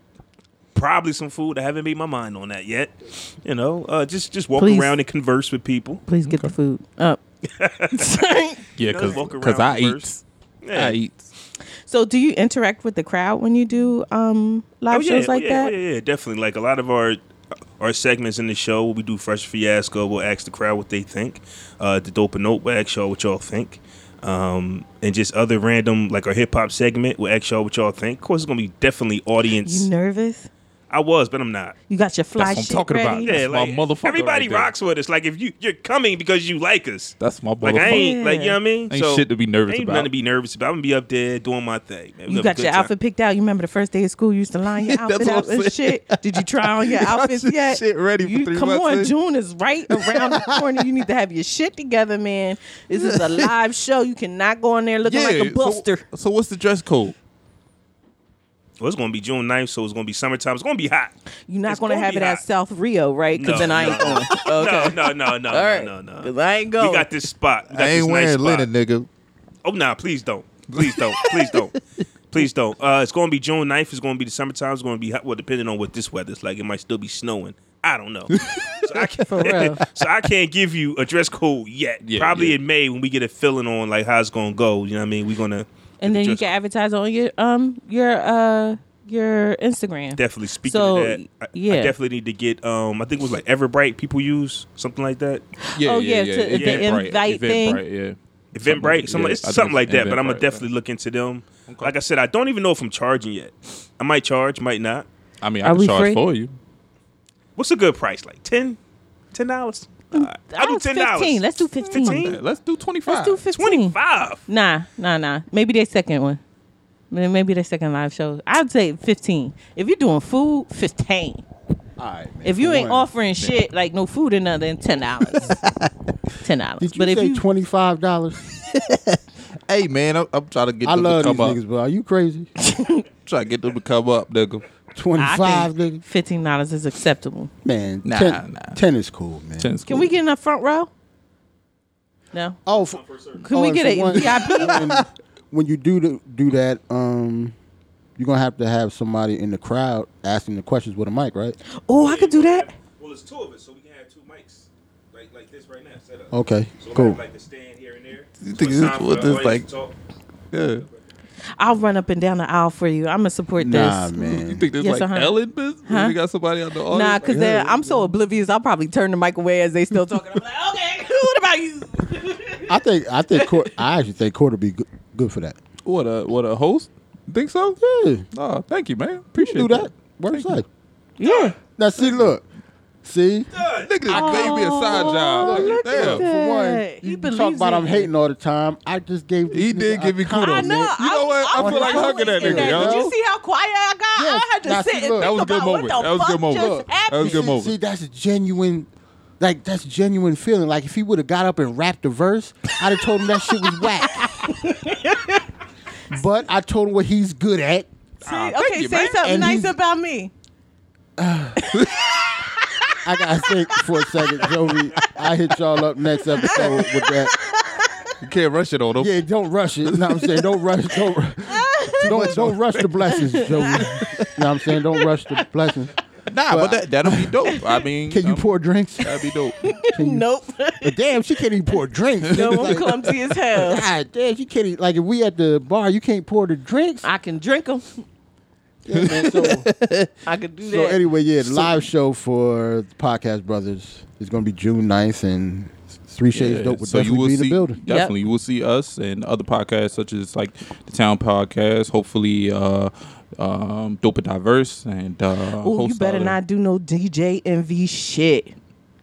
Speaker 8: probably some food. I haven't made my mind on that yet. You know, uh, just just walk
Speaker 6: Please.
Speaker 8: around and converse with people.
Speaker 6: Please get the food
Speaker 5: [LAUGHS]
Speaker 6: up. [LAUGHS]
Speaker 5: Yeah.
Speaker 8: know,
Speaker 5: Because
Speaker 8: walk around
Speaker 5: I eat.
Speaker 8: first. Yeah.
Speaker 5: I eat.
Speaker 6: so do you interact with the crowd when you do um live
Speaker 8: oh, yeah,
Speaker 6: shows
Speaker 8: oh,
Speaker 6: like
Speaker 8: yeah,
Speaker 6: that?
Speaker 8: Oh, yeah, yeah, definitely. Like a lot of our our segments in the show, we do Fresh Fiasco. We'll ask the crowd what they think. Uh, the Dope and Notewag show, what y'all think. Um, and just other random, like our hip hop segment, we'll ask y'all what y'all think. Of course, it's going to be definitely audience.
Speaker 6: You nervous?
Speaker 8: I was, but I'm not.
Speaker 6: You got your fly
Speaker 5: what I'm
Speaker 6: shit
Speaker 5: talking about.
Speaker 6: ready?
Speaker 5: That's
Speaker 8: Yeah,
Speaker 5: my
Speaker 8: like
Speaker 5: motherfucker
Speaker 8: everybody
Speaker 5: right there.
Speaker 8: rocks with us. Like if you you're coming because you like us.
Speaker 5: That's my
Speaker 8: Like I
Speaker 5: motherfucker.
Speaker 8: ain't like you know what I mean.
Speaker 5: Ain't shit to be nervous
Speaker 8: ain't
Speaker 5: about.
Speaker 8: Nothing to be nervous about. I'm gonna be up there doing my thing. man. We gonna
Speaker 6: You
Speaker 8: have a
Speaker 6: got
Speaker 8: good
Speaker 6: your
Speaker 8: time.
Speaker 6: outfit picked out. You remember the first day of school, you used to
Speaker 8: [LAUGHS]
Speaker 6: line your
Speaker 5: That's
Speaker 6: outfit
Speaker 5: what
Speaker 6: out
Speaker 5: I'm
Speaker 6: and shit. Did you try on your outfits
Speaker 5: your
Speaker 6: yet?
Speaker 5: shit ready for
Speaker 6: You-
Speaker 5: three
Speaker 6: come
Speaker 5: months
Speaker 6: on,
Speaker 5: in.
Speaker 6: June is
Speaker 8: [LAUGHS]
Speaker 6: right around the corner. You need to have your shit together, man. This is a live show. You cannot go in there looking like a buster.
Speaker 5: So, so what's the dress code?
Speaker 8: Well, it's gonna be June 9th, so it's gonna be summertime. It's gonna be hot.
Speaker 6: You're not
Speaker 8: it's
Speaker 6: going to
Speaker 8: gonna
Speaker 6: have
Speaker 8: be
Speaker 6: it at
Speaker 8: hot.
Speaker 6: South Rio, right? Because
Speaker 8: No,
Speaker 6: then I ain't
Speaker 8: no,
Speaker 6: going. Okay.
Speaker 8: No, Uh, no, no, no,
Speaker 6: All right.
Speaker 8: no, no, no.
Speaker 6: 'Cause I ain't going.
Speaker 8: We got this spot. We got this nice spot.
Speaker 5: nigga.
Speaker 8: Oh nah, please don't. Please don't. Please don't. Please don't. Uh, it's gonna be June 9th. It's gonna be the summertime. It's gonna be hot. well, depending on what this weather's like, it might still be snowing. I don't know. So I can't,
Speaker 6: For real.
Speaker 8: [LAUGHS] so I can't give you a dress code yet.
Speaker 5: Yeah,
Speaker 8: Probably
Speaker 5: yeah.
Speaker 8: in May when we get a feeling on like how it's gonna go. You know what I mean? We're gonna
Speaker 6: And then you
Speaker 8: dress
Speaker 6: can advertise on your um your uh your Instagram.
Speaker 8: Definitely speaking
Speaker 6: So,
Speaker 8: of that, I,
Speaker 6: yeah.
Speaker 8: I definitely need to get. Um, I think it was like Everbright people use something like that.
Speaker 5: Yeah,
Speaker 6: Oh, yeah,
Speaker 5: yeah, yeah.
Speaker 6: to- the
Speaker 5: Eventbrite,
Speaker 6: invite thing.
Speaker 5: Eventbrite, Yeah.
Speaker 8: Eventbrite, something,
Speaker 5: yeah,
Speaker 8: it's
Speaker 5: I think
Speaker 8: something
Speaker 5: it's
Speaker 8: like that. But I'm
Speaker 5: Eventbrite,
Speaker 8: gonna definitely look into them. Like I said, I don't even know if I'm charging yet. I might charge, might not.
Speaker 5: I mean,
Speaker 6: Are
Speaker 5: I
Speaker 6: we
Speaker 5: can charge
Speaker 6: free?
Speaker 5: for you.
Speaker 8: What's a good price? Like 10 dollars. I'll do
Speaker 6: was
Speaker 8: ten dollars.
Speaker 6: 15. Let's do 15.
Speaker 5: Let's do twenty
Speaker 6: Let's do 15.
Speaker 8: Five.
Speaker 6: Nah, nah, nah. Maybe their second one. Then Maybe their second live show. I'd say 15. If you're doing food, 15.
Speaker 7: All right, man.
Speaker 6: If you
Speaker 7: For
Speaker 6: ain't
Speaker 7: one.
Speaker 6: offering shit like no food or nothing,
Speaker 5: [LAUGHS]
Speaker 6: ten dollars. ten dollars.
Speaker 7: Did you
Speaker 6: But if
Speaker 7: say
Speaker 6: you
Speaker 7: twenty five dollars?
Speaker 5: Hey man, I'm, I'm trying to get
Speaker 7: I
Speaker 5: them to
Speaker 7: love these
Speaker 5: come up.
Speaker 7: niggas, but are you crazy?
Speaker 5: Trying to get them to come up, nigga.
Speaker 7: Twenty
Speaker 6: I
Speaker 7: five, nigga.
Speaker 6: think fifteen dollars is acceptable.
Speaker 7: Man,
Speaker 5: Nah,
Speaker 7: ten,
Speaker 5: nah.
Speaker 7: ten is cool, man.
Speaker 5: Tennis
Speaker 6: Can
Speaker 5: court.
Speaker 6: we get in the front row? No.
Speaker 7: Oh, f-
Speaker 6: Can
Speaker 7: oh,
Speaker 6: we
Speaker 7: and
Speaker 6: get
Speaker 7: for
Speaker 6: a
Speaker 7: one- [LAUGHS]
Speaker 6: VIP?
Speaker 7: when, when you do the, do that, um, you're gonna have to have somebody in the crowd asking the questions with a mic, right?
Speaker 6: oh, I could do that.
Speaker 8: Well, it's two of us, so we can have two mics, like like this right now, set up.
Speaker 7: Okay,
Speaker 8: So we'll
Speaker 7: cool.
Speaker 8: have, like the stand here and there.
Speaker 5: You
Speaker 8: So
Speaker 5: think
Speaker 8: it's
Speaker 5: this-
Speaker 8: time for
Speaker 5: what
Speaker 8: the
Speaker 5: this,
Speaker 8: audience
Speaker 5: like-
Speaker 8: to talk.
Speaker 5: Yeah.
Speaker 6: I'll run up and down the aisle for you. I'm gonna support
Speaker 7: Nah,
Speaker 6: this.
Speaker 7: man.
Speaker 5: You think there's
Speaker 6: Yes,
Speaker 5: like
Speaker 6: uh-huh.
Speaker 5: Ellen business?
Speaker 6: Huh?
Speaker 5: We got somebody out the audience.
Speaker 6: Nah, cause
Speaker 5: like,
Speaker 6: then
Speaker 5: hey.
Speaker 6: I'm so Oh, oblivious. I'll probably turn the mic away as they still talking. I'm like, okay, [LAUGHS] what about you?
Speaker 7: I think I think court, I actually think court would be good, good for that.
Speaker 5: what a what a host. Think so?
Speaker 7: Yeah,
Speaker 5: Oh, thank you, man.
Speaker 7: you can
Speaker 5: Appreciate
Speaker 7: do that.
Speaker 5: that.
Speaker 7: Word
Speaker 5: Thank you.
Speaker 7: life.
Speaker 6: Yeah.
Speaker 7: Now see, look, see.
Speaker 5: Nigga, I gave me a side job. Like,
Speaker 6: Oh, look at
Speaker 5: damn.
Speaker 6: that.
Speaker 7: For one,
Speaker 6: He
Speaker 7: you talk
Speaker 6: believes
Speaker 7: about
Speaker 6: in
Speaker 7: I'm
Speaker 6: you.
Speaker 7: hating all the time. I just gave.
Speaker 5: He
Speaker 7: this
Speaker 5: did
Speaker 7: nigga
Speaker 5: give
Speaker 7: a
Speaker 5: me kudos.
Speaker 6: I
Speaker 7: compliment.
Speaker 6: know.
Speaker 5: You know what? I
Speaker 6: was
Speaker 5: feel like hugging that
Speaker 6: always in
Speaker 5: nigga, yo.
Speaker 6: Did you see how quiet I got?
Speaker 7: Yes.
Speaker 6: I had to
Speaker 7: Now, see,
Speaker 6: sit. and
Speaker 7: look.
Speaker 5: That was a
Speaker 6: think
Speaker 5: good
Speaker 6: about what
Speaker 5: moment.
Speaker 6: the
Speaker 5: That was a good
Speaker 6: fuck
Speaker 5: moment.
Speaker 6: just
Speaker 5: That was a good
Speaker 6: happened.
Speaker 7: See-
Speaker 5: moment.
Speaker 7: See, that's a genuine, like that's a genuine feeling. Like if he would have got up and rapped the verse, I'd have told him that shit was whack. but I told him what he's good at.
Speaker 6: See,
Speaker 5: Ah, thank
Speaker 6: okay,
Speaker 5: you,
Speaker 6: say
Speaker 5: man.
Speaker 6: something
Speaker 7: And
Speaker 6: nice
Speaker 7: he's-
Speaker 5: [LAUGHS]
Speaker 6: about me.
Speaker 7: I gotta think for a second, Joey.
Speaker 6: [LAUGHS]
Speaker 7: I hit y'all up next episode with that.
Speaker 5: You can't rush it on him.
Speaker 7: Yeah, don't rush it. You know what I'm saying? Don't rush. Don't, don't, don't rush the blessings, Joey. You know
Speaker 6: [LAUGHS]
Speaker 7: what I'm saying? Don't rush the blessings.
Speaker 5: Nah, but, that, that'll be dope.
Speaker 7: [LAUGHS]
Speaker 5: I mean,
Speaker 7: Can you
Speaker 5: um,
Speaker 7: pour drinks?
Speaker 5: That'd be
Speaker 7: [LAUGHS]
Speaker 5: dope.
Speaker 6: Nope.
Speaker 7: But damn, she can't even pour drinks. [LAUGHS]
Speaker 6: no, I'm clumsy as hell.
Speaker 7: God damn, you can't even, like if we at the bar, you can't pour the drinks.
Speaker 6: I can drink them.
Speaker 7: Yeah, man, so
Speaker 6: [LAUGHS] I can do that.
Speaker 7: So anyway, yeah, the live show for the Podcast Brothers is going to be June 9th, and Three Shades
Speaker 5: Yeah,
Speaker 7: Dope will
Speaker 5: so you
Speaker 7: definitely
Speaker 5: will
Speaker 7: be in
Speaker 5: see,
Speaker 7: the building.
Speaker 5: Definitely, you will see us and other podcasts such as like the Town Podcast. Hopefully, uh, um, Dope and Diverse and uh,
Speaker 6: Ooh,
Speaker 5: host
Speaker 6: you better
Speaker 5: other-
Speaker 6: not do no DJ envy shit.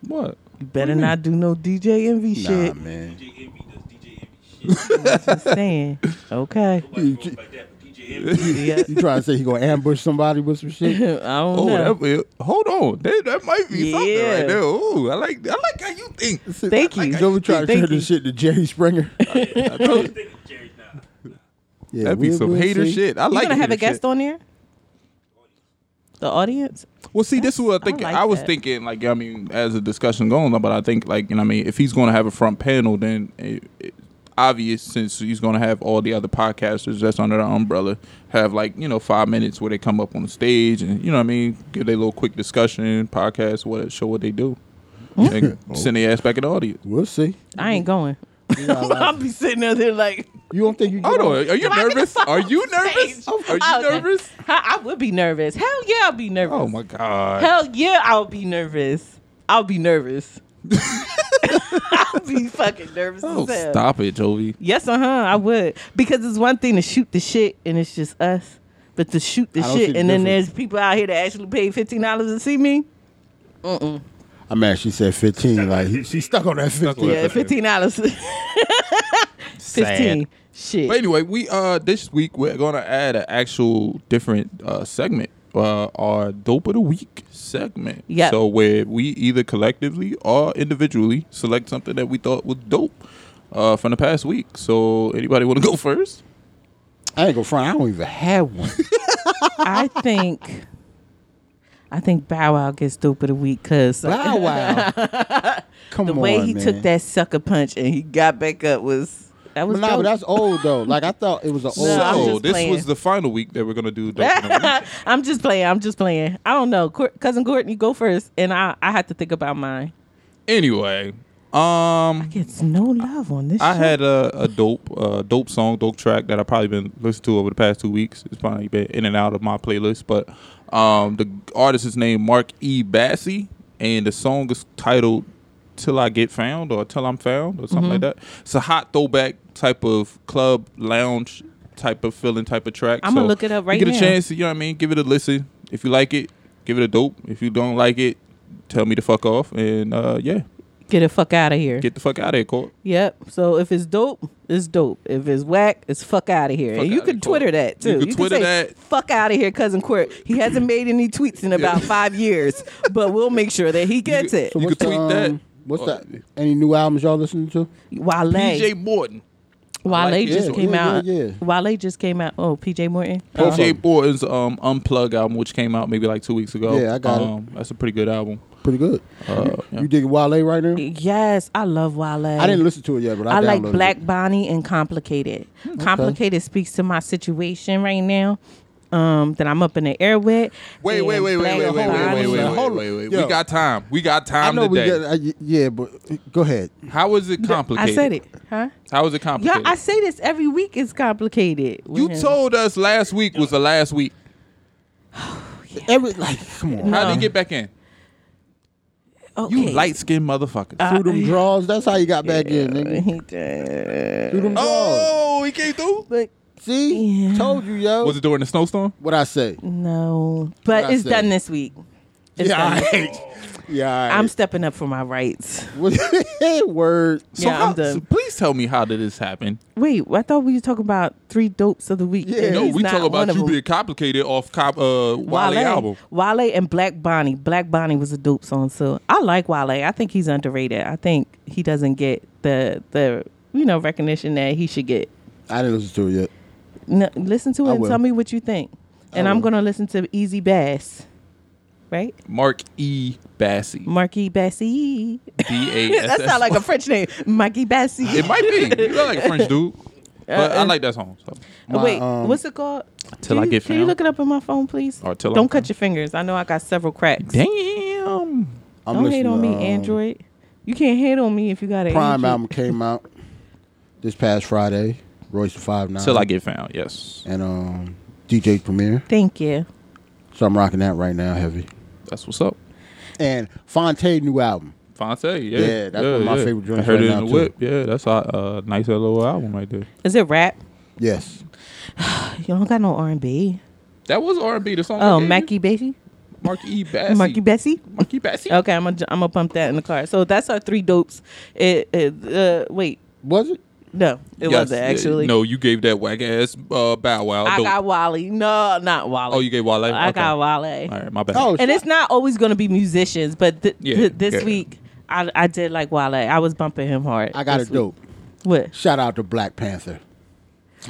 Speaker 5: What?
Speaker 6: You better not do no DJ envy shit.
Speaker 7: man.
Speaker 8: DJ Envy does DJ Envy shit.
Speaker 6: [LAUGHS] Just saying. Okay.
Speaker 8: Nobody goes like that, but DJ Envy.
Speaker 6: Yeah.
Speaker 7: [LAUGHS] You trying to say he going to ambush somebody with some
Speaker 6: [LAUGHS] I
Speaker 7: shit?
Speaker 6: don't
Speaker 5: Oh,
Speaker 6: know.
Speaker 5: that, will- hold on, that, that might be something
Speaker 6: Yeah.
Speaker 5: right there. Ooh, I like, I like how you think.
Speaker 6: Thank you.
Speaker 7: Joey trying to
Speaker 6: Thank
Speaker 7: turn
Speaker 6: you.
Speaker 7: this [LAUGHS] shit to Jerry Springer.
Speaker 5: [LAUGHS] I told you,
Speaker 8: Thinking Jerry now.
Speaker 7: Yeah,
Speaker 5: that'd be
Speaker 7: we'll-
Speaker 5: some
Speaker 7: we'll
Speaker 5: hater
Speaker 7: see.
Speaker 5: shit. I
Speaker 6: You
Speaker 5: like.
Speaker 6: gonna have
Speaker 5: hater
Speaker 6: a guest
Speaker 5: shit.
Speaker 6: on there? The audience?
Speaker 5: Well, see, this is what I
Speaker 6: I
Speaker 5: think. I,
Speaker 6: like
Speaker 5: was
Speaker 6: that.
Speaker 5: thinking, like, I mean, as the discussion going on, but I think, like, you know, what I mean, if he's going to have a front panel, then it, it, obvious since he's going to have all the other podcasters that's under the umbrella have like you know five minutes where they come up on the stage and you know what I mean, give their little quick discussion, podcast, what show what they do, and send their ass back in the audience.
Speaker 7: We'll see.
Speaker 6: I ain't going. [LAUGHS] I'll be sitting out there like
Speaker 7: You don't think you
Speaker 5: Hold
Speaker 7: get
Speaker 5: on, are you
Speaker 6: Can I get the
Speaker 5: nervous?
Speaker 6: fuck
Speaker 5: Are
Speaker 6: off
Speaker 5: you
Speaker 6: the
Speaker 5: nervous?
Speaker 6: stage?
Speaker 5: Are
Speaker 6: Oh,
Speaker 5: you
Speaker 6: okay.
Speaker 5: nervous?
Speaker 6: I, I would be nervous. Hell yeah, I'll be nervous.
Speaker 5: Oh my god!
Speaker 6: Hell yeah, I'll be nervous. I'll be
Speaker 5: [LAUGHS]
Speaker 6: nervous. I'll be fucking nervous
Speaker 5: Oh,
Speaker 6: as hell.
Speaker 5: stop it, Jovi.
Speaker 6: Yes, uh huh. I would because it's one thing to shoot the shit and it's just us, but to shoot the
Speaker 7: I don't
Speaker 6: shit
Speaker 7: see the
Speaker 6: and then
Speaker 7: difference.
Speaker 6: there's people out here that actually paid fifteen dollars to see me.
Speaker 7: I mean, she said 15. Like, he, she stuck on that 15.
Speaker 6: Yeah, fifteen dollars. [LAUGHS] fifteen. Shit.
Speaker 5: But anyway, we uh this week we're gonna add an actual different uh segment, uh our dope of the week segment.
Speaker 6: Yep.
Speaker 5: So where we either collectively or individually select something that we thought was dope uh from the past week. So anybody wanna go first?
Speaker 7: I ain't going to front. I don't even have one.
Speaker 6: I think. I think Bow Wow gets dope of the week because [LAUGHS]
Speaker 7: Wow, wow. Come
Speaker 6: the
Speaker 7: on,
Speaker 6: way he took
Speaker 7: man.
Speaker 6: that sucker punch and he got back up was that was
Speaker 7: But nah, but
Speaker 6: dope.
Speaker 7: that's old, though. Like, I thought it
Speaker 6: [LAUGHS]
Speaker 7: was an old.
Speaker 6: No, I'm
Speaker 5: so
Speaker 6: just
Speaker 5: this
Speaker 6: playing.
Speaker 5: was the final week that we're gonna do dope of
Speaker 6: [LAUGHS]
Speaker 5: the week.
Speaker 6: I'm just playing. I'm just playing. I don't know. Cour- Cousin Gordon, you go first, and I I had to think about mine.
Speaker 5: Anyway, um
Speaker 6: Gets no love on this.
Speaker 5: I
Speaker 6: show.
Speaker 5: had a, a dope uh, dope song, dope track that I probably been listening to over the past two weeks. It's probably been in and out of my playlist, but um, the artist is named Mark E. Bassey, and the song is titled "Till I Get Found" or "Till I'm Found" or something like
Speaker 6: Mm-hmm.
Speaker 5: that. It's a hot throwback type of club lounge type of feeling type of track.
Speaker 6: I'ma look it up right
Speaker 5: you Get
Speaker 6: now.
Speaker 5: a chance, you know what I mean? Give it a listen. If you like it, give it a dope. If you don't like it, tell me to fuck off. And uh, yeah,
Speaker 6: Get the fuck out of here.
Speaker 5: Get the fuck out of here, Court.
Speaker 6: yep. So if it's dope, it's dope. If it's whack, it's fuck out of here.
Speaker 5: Fuck
Speaker 6: and you
Speaker 5: outta
Speaker 6: can
Speaker 5: Court.
Speaker 6: Twitter that too.
Speaker 5: You can Twitter that.
Speaker 6: Fuck out of here, cousin Court. He hasn't made any tweets in about
Speaker 5: [LAUGHS]
Speaker 6: five years, but we'll make sure that he gets it.
Speaker 5: So You
Speaker 7: What's
Speaker 5: could
Speaker 7: the,
Speaker 5: tweet that.
Speaker 7: um, What's
Speaker 5: Oh.
Speaker 7: that? Any new albums y'all listening to?
Speaker 6: Wale.
Speaker 5: PJ Morton.
Speaker 6: Wale
Speaker 5: like
Speaker 6: just
Speaker 5: it.
Speaker 6: came
Speaker 7: Yeah,
Speaker 6: out.
Speaker 7: yeah,
Speaker 6: Wale just came out. Oh, PJ Morton. Uh,
Speaker 5: PJ Morton's um, Unplug album, which came out maybe like two weeks ago.
Speaker 7: Yeah, I got it.
Speaker 5: um, That's a pretty good album.
Speaker 7: Pretty good.
Speaker 5: Uh, yeah.
Speaker 7: You dig Wale right now?
Speaker 6: yes, I love Wale.
Speaker 7: I didn't listen to it yet, but I,
Speaker 6: I like
Speaker 7: downloaded it. Hmm,
Speaker 6: Black Bonnie and Complicated. Complicated speaks to my situation right now. Um, that I'm up in the air with.
Speaker 5: Wait,
Speaker 6: And
Speaker 5: wait, wait, wait,
Speaker 6: Black
Speaker 5: wait, wait, wait,
Speaker 6: Bonnie-
Speaker 5: wait, wait,
Speaker 7: Now,
Speaker 5: wait,
Speaker 7: hold
Speaker 5: wait,
Speaker 7: on.
Speaker 5: wait.
Speaker 7: Yo.
Speaker 5: We got time. We got
Speaker 7: I
Speaker 5: time
Speaker 7: know we
Speaker 5: today.
Speaker 7: got, I, yeah, but go ahead.
Speaker 5: How is it
Speaker 6: I
Speaker 5: complicated?
Speaker 6: said it, huh?
Speaker 5: How is it
Speaker 6: Yeah,
Speaker 5: complicated?
Speaker 6: I say this every week. It's complicated.
Speaker 5: you
Speaker 6: [LAUGHS]
Speaker 5: told us last week was the last week.
Speaker 7: Every like, come on,
Speaker 5: How did you get back in?
Speaker 6: okay. Uh,
Speaker 5: You
Speaker 6: [LAUGHS]
Speaker 5: light skinned motherfuckers.
Speaker 7: through them draws. That's how you got back in, nigga.
Speaker 6: He did.
Speaker 7: Through them draws.
Speaker 5: oh, he came through.
Speaker 6: But
Speaker 7: See,
Speaker 6: Yeah.
Speaker 7: told you, yo.
Speaker 5: Was it during the snowstorm?
Speaker 7: what I say?
Speaker 6: no, but
Speaker 7: What I
Speaker 6: it's
Speaker 7: say?
Speaker 6: done this week. It's
Speaker 7: Yeah,
Speaker 6: done.
Speaker 7: all right. Yeah, all
Speaker 6: I'm
Speaker 7: right.
Speaker 6: stepping up for my rights.
Speaker 7: [LAUGHS] word.
Speaker 5: So
Speaker 6: yeah,
Speaker 5: how,
Speaker 6: I'm done.
Speaker 5: so please tell me how did this happen?
Speaker 6: Wait, I thought we were talking about three dopes of the week.
Speaker 7: Yeah.
Speaker 6: and
Speaker 5: No,
Speaker 6: he's
Speaker 5: we
Speaker 6: not
Speaker 5: talk
Speaker 6: one
Speaker 5: about
Speaker 6: of
Speaker 5: you
Speaker 6: them.
Speaker 5: being complicated off cop, uh, Wale, album.
Speaker 6: Wale and Black Bonnie. Black Bonnie was a dope song, so I like Wale. I think he's underrated. I think he doesn't get the the you know recognition that he should get.
Speaker 7: I didn't listen to it yet.
Speaker 6: N listen to it
Speaker 7: I
Speaker 6: and
Speaker 7: will.
Speaker 6: tell me what you think. And I'm
Speaker 7: will.
Speaker 6: gonna listen to Easy Bass, right?
Speaker 5: Mark E. Bassey.
Speaker 6: Marky Bassy. [LAUGHS]
Speaker 5: B A S S.
Speaker 6: E. that sounds like a French name, Marky Bassy.
Speaker 5: It might be. You look like a French
Speaker 6: [LAUGHS]
Speaker 5: dude. But I
Speaker 6: uh,
Speaker 5: like that song. So.
Speaker 7: My,
Speaker 6: Wait,
Speaker 7: um,
Speaker 6: what's it called?
Speaker 5: Till
Speaker 6: Can
Speaker 5: I
Speaker 6: you-
Speaker 5: Get
Speaker 6: Can you
Speaker 5: Found?
Speaker 6: look it up on my phone, please?
Speaker 5: Or Till I'm
Speaker 6: Don't cut
Speaker 5: Found?
Speaker 6: your fingers. I know I got several cracks.
Speaker 5: Damn.
Speaker 7: I'm
Speaker 6: Don't hate
Speaker 7: listening
Speaker 6: on
Speaker 7: to,
Speaker 6: me,
Speaker 7: um,
Speaker 6: Android. You can't hate on me if you got an
Speaker 7: Prime
Speaker 6: Android.
Speaker 7: album came out this past Friday. Royce Five Nine.
Speaker 5: Till I Get Found, yes.
Speaker 7: and um DJ Premier.
Speaker 6: Thank you.
Speaker 7: So I'm rocking that right now, heavy.
Speaker 5: That's what's up.
Speaker 7: And Fontaine new album.
Speaker 5: Fonte, yeah.
Speaker 7: Yeah, that's one of my favorite joints
Speaker 5: I heard
Speaker 7: right
Speaker 5: it
Speaker 7: now,
Speaker 5: in the
Speaker 7: too.
Speaker 5: whip. Yeah, that's a uh, nice little album right there.
Speaker 6: Is it rap? [SIGHS]
Speaker 7: Yes.
Speaker 6: You don't got no R and B.
Speaker 5: That was R&B, the song. I
Speaker 6: Oh,
Speaker 5: gave
Speaker 6: Mackie
Speaker 5: you.
Speaker 6: Bassy,
Speaker 5: Mark
Speaker 6: [LAUGHS]
Speaker 5: E. Bassy.
Speaker 6: Marky Bessie.
Speaker 5: Mark E. Bassey.
Speaker 6: Okay, I'm gonna I'm gonna pump that in the car. So that's our three dopes. It, it uh, wait,
Speaker 7: Was it?
Speaker 6: no, it
Speaker 5: Yes,
Speaker 6: wasn't
Speaker 5: yeah,
Speaker 6: actually.
Speaker 5: No, you gave that whack ass uh, Bow Wow.
Speaker 6: I
Speaker 5: dope.
Speaker 6: got Wally. No, not Wally.
Speaker 5: Oh, you gave Wale?
Speaker 6: I
Speaker 5: Okay.
Speaker 6: got Wale.
Speaker 5: All right, my bad.
Speaker 7: Oh,
Speaker 6: and it's not always going to be musicians, but th-
Speaker 5: Yeah,
Speaker 6: th- this
Speaker 5: yeah.
Speaker 6: week I, I did like Wale. I was bumping him hard.
Speaker 7: I got
Speaker 6: this
Speaker 7: it
Speaker 6: week.
Speaker 7: dope.
Speaker 6: What?
Speaker 7: Shout out to Black Panther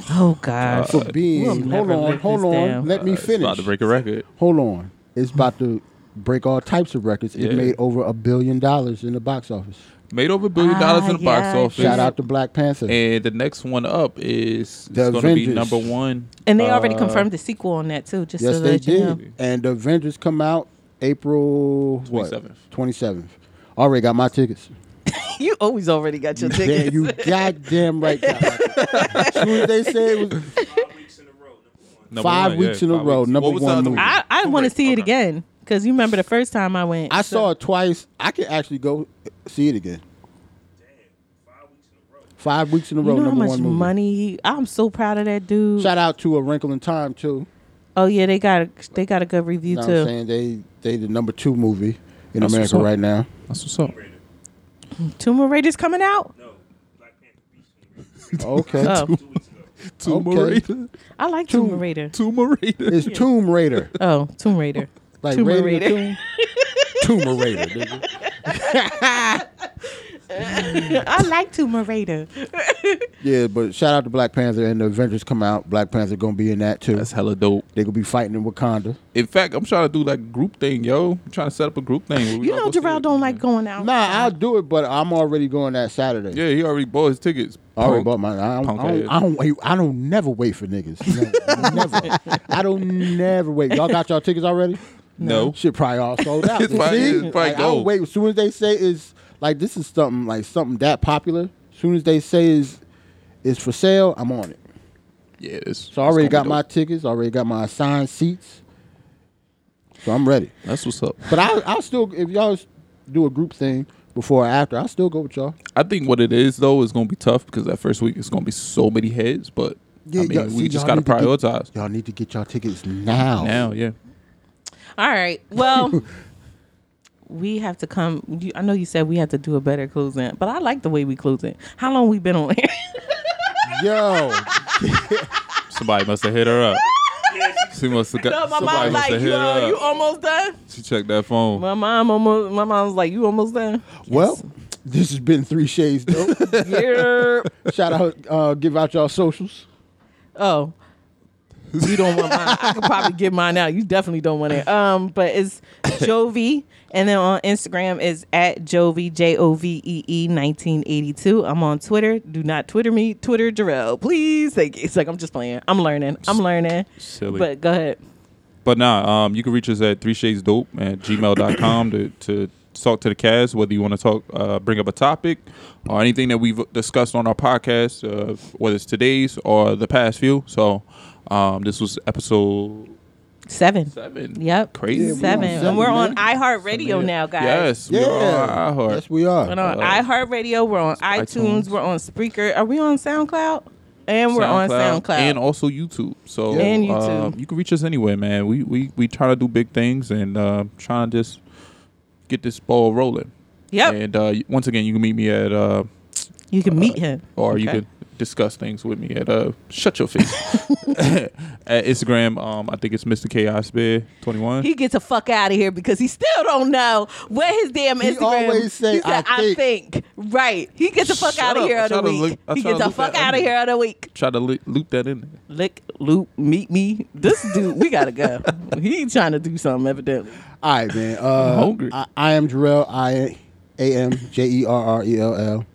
Speaker 6: Oh gosh.
Speaker 7: for being.
Speaker 6: we'll
Speaker 7: hold
Speaker 6: never
Speaker 7: on,
Speaker 6: live
Speaker 7: hold
Speaker 6: this
Speaker 7: on.
Speaker 6: down.
Speaker 7: Let me
Speaker 5: It's about
Speaker 7: finish.
Speaker 5: to break a record.
Speaker 7: hold on. It's about to break all types of records. It
Speaker 5: Yeah.
Speaker 7: made over a billion dollars in the box office.
Speaker 5: Made over a billion
Speaker 6: Ah,
Speaker 5: dollars in the
Speaker 6: yeah.
Speaker 5: box office.
Speaker 7: Shout out to Black Panther.
Speaker 5: And the next one up is
Speaker 7: The
Speaker 5: going to be
Speaker 7: Avengers.
Speaker 5: number one.
Speaker 6: and they already
Speaker 5: uh,
Speaker 6: confirmed the sequel on that too. Just
Speaker 7: yes,
Speaker 6: to
Speaker 7: they
Speaker 6: let you know.
Speaker 7: did. And the Avengers come out April what?
Speaker 5: 27th.
Speaker 7: 27th. Already got my tickets.
Speaker 6: You always already got your
Speaker 7: Yeah,
Speaker 6: tickets.
Speaker 7: you goddamn right.
Speaker 6: [LAUGHS]
Speaker 7: got my tickets. As soon as they say it was
Speaker 8: Five weeks in a row, number one.
Speaker 5: number
Speaker 7: five
Speaker 5: one,
Speaker 7: weeks
Speaker 5: yeah,
Speaker 7: in a
Speaker 5: five
Speaker 7: row,
Speaker 5: weeks.
Speaker 7: number
Speaker 5: What was the
Speaker 7: one
Speaker 5: other
Speaker 7: movie.
Speaker 6: I I want to
Speaker 5: Correct,
Speaker 6: see it
Speaker 5: okay.
Speaker 6: again because you remember the first time I went.
Speaker 7: I
Speaker 6: so-
Speaker 7: saw it twice. I can actually go see it again. Five weeks in a
Speaker 6: You
Speaker 7: row,
Speaker 6: know how
Speaker 7: number
Speaker 6: much
Speaker 7: one movie.
Speaker 6: money? he- I'm so proud of that dude.
Speaker 7: Shout out to A Wrinkle in Time too.
Speaker 6: oh yeah, they got a, they got a good review
Speaker 7: You know what I'm
Speaker 6: too.
Speaker 7: saying? They they the number two movie in
Speaker 5: That's what's
Speaker 7: America
Speaker 5: up.
Speaker 7: right now.
Speaker 5: That's what's up.
Speaker 6: Tomb Raider's coming out.
Speaker 8: No, Black Panther Beast
Speaker 7: Okay.
Speaker 6: Oh,
Speaker 8: two weeks ago.
Speaker 5: Tomb
Speaker 7: Okay.
Speaker 5: Raider.
Speaker 6: I like Tomb Raider.
Speaker 5: Tomb Raider.
Speaker 7: It's Tomb Raider.
Speaker 6: [LAUGHS] Oh, Tomb Raider.
Speaker 7: Like
Speaker 6: Tomb
Speaker 7: Raider. [LAUGHS]
Speaker 6: Raider.
Speaker 7: the Tomb. Tomb Raider. nigga.
Speaker 6: I like Tomb Raider.
Speaker 7: Yeah, but shout out to Black Panther and the Avengers come out. Black Panther gonna be in that too.
Speaker 5: That's hella dope.
Speaker 7: they gonna be fighting in Wakanda.
Speaker 5: In fact, I'm trying to do like a group thing, yo. I'm trying to set up a group thing. where we
Speaker 6: You
Speaker 5: all
Speaker 6: know,
Speaker 5: go see
Speaker 6: Jarrell
Speaker 5: it.
Speaker 6: don't like going out.
Speaker 7: Nah, I'll do it, but I'm already going that Saturday.
Speaker 5: Yeah, he already bought his tickets.
Speaker 7: I already
Speaker 5: Punk.
Speaker 7: bought mine. I don't,
Speaker 5: Punk
Speaker 7: I don't,
Speaker 5: ass.
Speaker 7: I don't wait. I don't never wait for niggas. No, never. I don't never wait. Y'all got y'all tickets already?
Speaker 5: No.
Speaker 7: Shit, probably all
Speaker 5: [LAUGHS]
Speaker 7: sold out.
Speaker 5: It's probably-
Speaker 7: See?
Speaker 5: it's probably
Speaker 7: Like, I don't
Speaker 5: gold.
Speaker 7: wait. As soon as they say is like this is something like something that popular. As soon as they say is is for sale, I'm on it.
Speaker 5: Yeah, it's,
Speaker 7: So I already
Speaker 5: it's gonna
Speaker 7: got
Speaker 5: be
Speaker 7: my
Speaker 5: dope.
Speaker 7: tickets. Already got my assigned seats. So I'm ready.
Speaker 5: That's what's up.
Speaker 7: But I I still if y'all do a group thing before or after, I still go with y'all.
Speaker 5: I think what it is though is gonna be tough because that first week it's gonna be so many heads, but I mean
Speaker 7: y'all-
Speaker 5: we
Speaker 7: see,
Speaker 5: just
Speaker 7: y'all
Speaker 5: gotta
Speaker 7: need to
Speaker 5: prioritize
Speaker 7: get- y'all need to get y'all tickets now.
Speaker 5: now. Yeah,
Speaker 7: [LAUGHS]
Speaker 6: All right. Well, we have to come. You, I know you said we had to do a better closing, but I like the way we close it. How long we been on air?
Speaker 7: Yo,
Speaker 5: Somebody must have hit her up. She must have got.
Speaker 6: No, [LAUGHS] my
Speaker 5: somebody must
Speaker 6: mom like
Speaker 5: have hit
Speaker 6: you,
Speaker 5: her
Speaker 6: uh,
Speaker 5: up.
Speaker 6: you almost done.
Speaker 5: she checked that phone.
Speaker 6: My mom almost. My mom's like you almost done.
Speaker 7: well, this has been Three Shades Dope.
Speaker 6: [LAUGHS] Yeah.
Speaker 7: Shout out, uh, give out y'all socials.
Speaker 6: Oh. You don't want mine. I could probably get mine out. You definitely don't want it. Um, but it's Jovi, and then on Instagram is at Jovi J O V E E nineteen eighty two. I'm on Twitter. Do not Twitter me, Twitter Jarrell, please. Like it's like I'm just playing. I'm learning. I'm learning.
Speaker 5: Silly.
Speaker 6: But go ahead.
Speaker 5: But nah, um, you can reach us at three shades dope at gmail.com to, to talk to the cast, whether you want to talk, uh, bring up a topic or anything that we've discussed on our podcast, uh, whether it's today's or the past few. So um, this was episode
Speaker 6: Seven.
Speaker 5: seven.
Speaker 6: Yep.
Speaker 5: Crazy.
Speaker 7: Yeah, we
Speaker 6: Seven.
Speaker 7: on seven,
Speaker 6: and we're on
Speaker 7: man.
Speaker 6: iHeartRadio now, guys.
Speaker 5: Yes. We are on iHeart.
Speaker 7: yes we are.
Speaker 6: We're on iHeartRadio. We're on Uh, iTunes.
Speaker 5: iTunes.
Speaker 6: We're on Spreaker. Are we on SoundCloud? And we're on SoundCloud.
Speaker 5: and also YouTube. So
Speaker 6: And YouTube.
Speaker 5: um, you can reach us anywhere, man. We we we trying to do big things and uh, trying to just get this ball rolling.
Speaker 6: yep.
Speaker 5: And uh, y- once again, you can meet me at uh,
Speaker 6: you can meet him.
Speaker 5: or you
Speaker 6: Okay.
Speaker 5: could discuss things with me at uh shut your
Speaker 6: [LAUGHS]
Speaker 5: face [LAUGHS] at Instagram. Um, I think it's Mr. Chaos Bear twenty one.
Speaker 6: He gets the fuck out of here because he still don't know what his damn
Speaker 7: He
Speaker 6: Instagram.
Speaker 7: always say,
Speaker 6: he said,
Speaker 7: "I
Speaker 6: I think. Right. He gets the fuck
Speaker 5: Shut
Speaker 6: out of
Speaker 5: up.
Speaker 6: here
Speaker 5: I
Speaker 6: other
Speaker 5: try to
Speaker 6: week.
Speaker 5: look- I
Speaker 6: he
Speaker 5: try to
Speaker 6: gets the
Speaker 5: look
Speaker 6: fuck
Speaker 5: that
Speaker 6: out of
Speaker 5: up.
Speaker 6: here other week.
Speaker 5: Try to li- loop that in there.
Speaker 6: Lick, loop, meet me. This dude, we gotta [LAUGHS] go. he trying to do something evidently.
Speaker 7: All right, man. Uh,
Speaker 5: hungry.
Speaker 7: I, I am Jarrell. I A M J E R R E L L.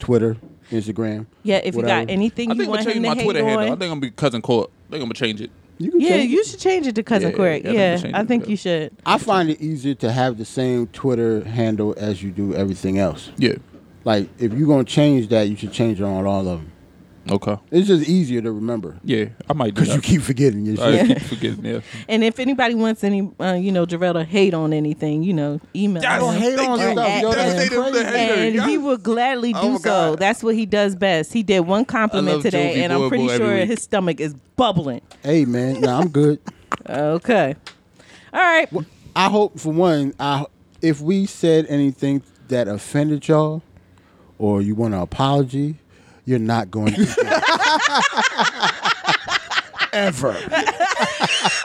Speaker 7: Twitter, Instagram.
Speaker 6: Yeah, if you
Speaker 7: Whatever.
Speaker 6: got anything
Speaker 5: I
Speaker 6: you
Speaker 5: think I'm
Speaker 6: want
Speaker 5: gonna
Speaker 6: him
Speaker 5: change
Speaker 6: to
Speaker 5: my
Speaker 6: hate
Speaker 5: Twitter
Speaker 6: on,
Speaker 5: handle. I think I'm gonna be cousin court. I think I'm gonna change it.
Speaker 7: You can
Speaker 6: yeah,
Speaker 7: change
Speaker 6: you
Speaker 7: it.
Speaker 6: should change it to cousin
Speaker 5: Yeah,
Speaker 6: Quirk.
Speaker 5: yeah, I think
Speaker 6: Yeah,
Speaker 5: we change
Speaker 6: I
Speaker 5: it
Speaker 6: think
Speaker 5: to-
Speaker 6: you should.
Speaker 7: I find it easier to have the same Twitter handle as you do everything else.
Speaker 5: Yeah.
Speaker 7: Like, if you're gonna change that, you should change it on all of them.
Speaker 5: Okay.
Speaker 7: It's just easier to remember
Speaker 5: Yeah, I might do
Speaker 7: because
Speaker 5: that.
Speaker 7: you keep forgetting your
Speaker 5: I
Speaker 7: shit.
Speaker 5: keep forgetting. Yeah.
Speaker 6: [LAUGHS] And if anybody wants any, uh, you know, Jarrell to hate on anything, you know, email.
Speaker 5: Yes.
Speaker 6: him.
Speaker 7: Don't hate on
Speaker 6: Thank
Speaker 7: stuff.
Speaker 6: you.
Speaker 7: Yo, that's
Speaker 6: Thank
Speaker 5: you.
Speaker 7: crazy.
Speaker 5: Hey, there
Speaker 6: and
Speaker 5: you
Speaker 6: he
Speaker 5: go.
Speaker 6: would gladly do
Speaker 5: Oh, my
Speaker 6: so.
Speaker 5: God.
Speaker 6: That's what he does best. He did one
Speaker 5: I
Speaker 6: compliment
Speaker 5: love
Speaker 6: today,
Speaker 5: Jovi
Speaker 6: and
Speaker 5: Boy
Speaker 6: I'm pretty
Speaker 5: Boy every
Speaker 6: sure
Speaker 5: week.
Speaker 6: his stomach is bubbling.
Speaker 7: Hey, man. Nah, I'm good.
Speaker 6: [LAUGHS] Okay. All right.
Speaker 7: I hope for one, I if we said anything that offended y'all, or you want an apology, you're not going to
Speaker 5: [LAUGHS]
Speaker 7: get it.
Speaker 6: [LAUGHS]
Speaker 7: ever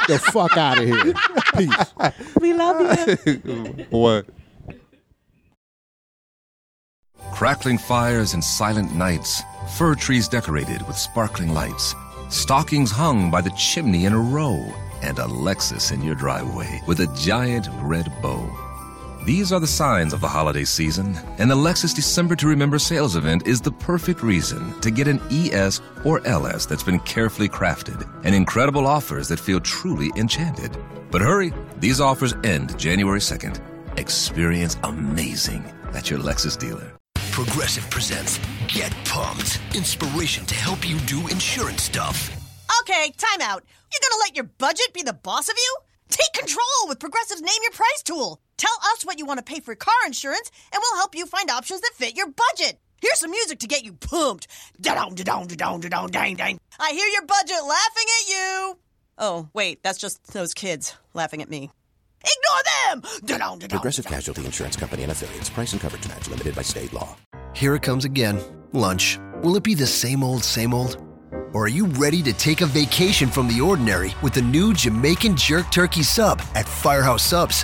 Speaker 7: the fuck out of here. Peace.
Speaker 6: We love you.
Speaker 5: What?
Speaker 8: Crackling fires and silent nights, fir trees decorated with sparkling lights, stockings hung by the chimney in a row, and a Lexus in your driveway with a giant red bow. These are the signs of the holiday season, and the Lexus December to Remember sales event is the perfect reason to get an ES or LS that's been carefully crafted and incredible offers that feel truly enchanted. But hurry, these offers end January 2nd. Experience amazing at your Lexus dealer.
Speaker 9: Progressive presents Get Pumped. Inspiration to help you do insurance stuff.
Speaker 10: Okay, time out. You're gonna let your budget be the boss of you? Take control with Progressive's Name Your Price tool. Tell us what you want to pay for car insurance, and we'll help you find options that fit your budget. Here's some music to get you pumped. Da-dong, da-dong, da-dong, da-dong, dang, dang. I hear your budget laughing at you. Oh, wait, that's just those kids laughing at me. Ignore them! Da-dong, da-dong.
Speaker 8: Progressive Casualty Insurance Company and affiliates. Price and coverage match limited by state law. Here it comes again. Lunch. Will it be the same old, same old? Or are you ready to take a vacation from the ordinary with the new Jamaican Jerk Turkey Sub at Firehouse Subs?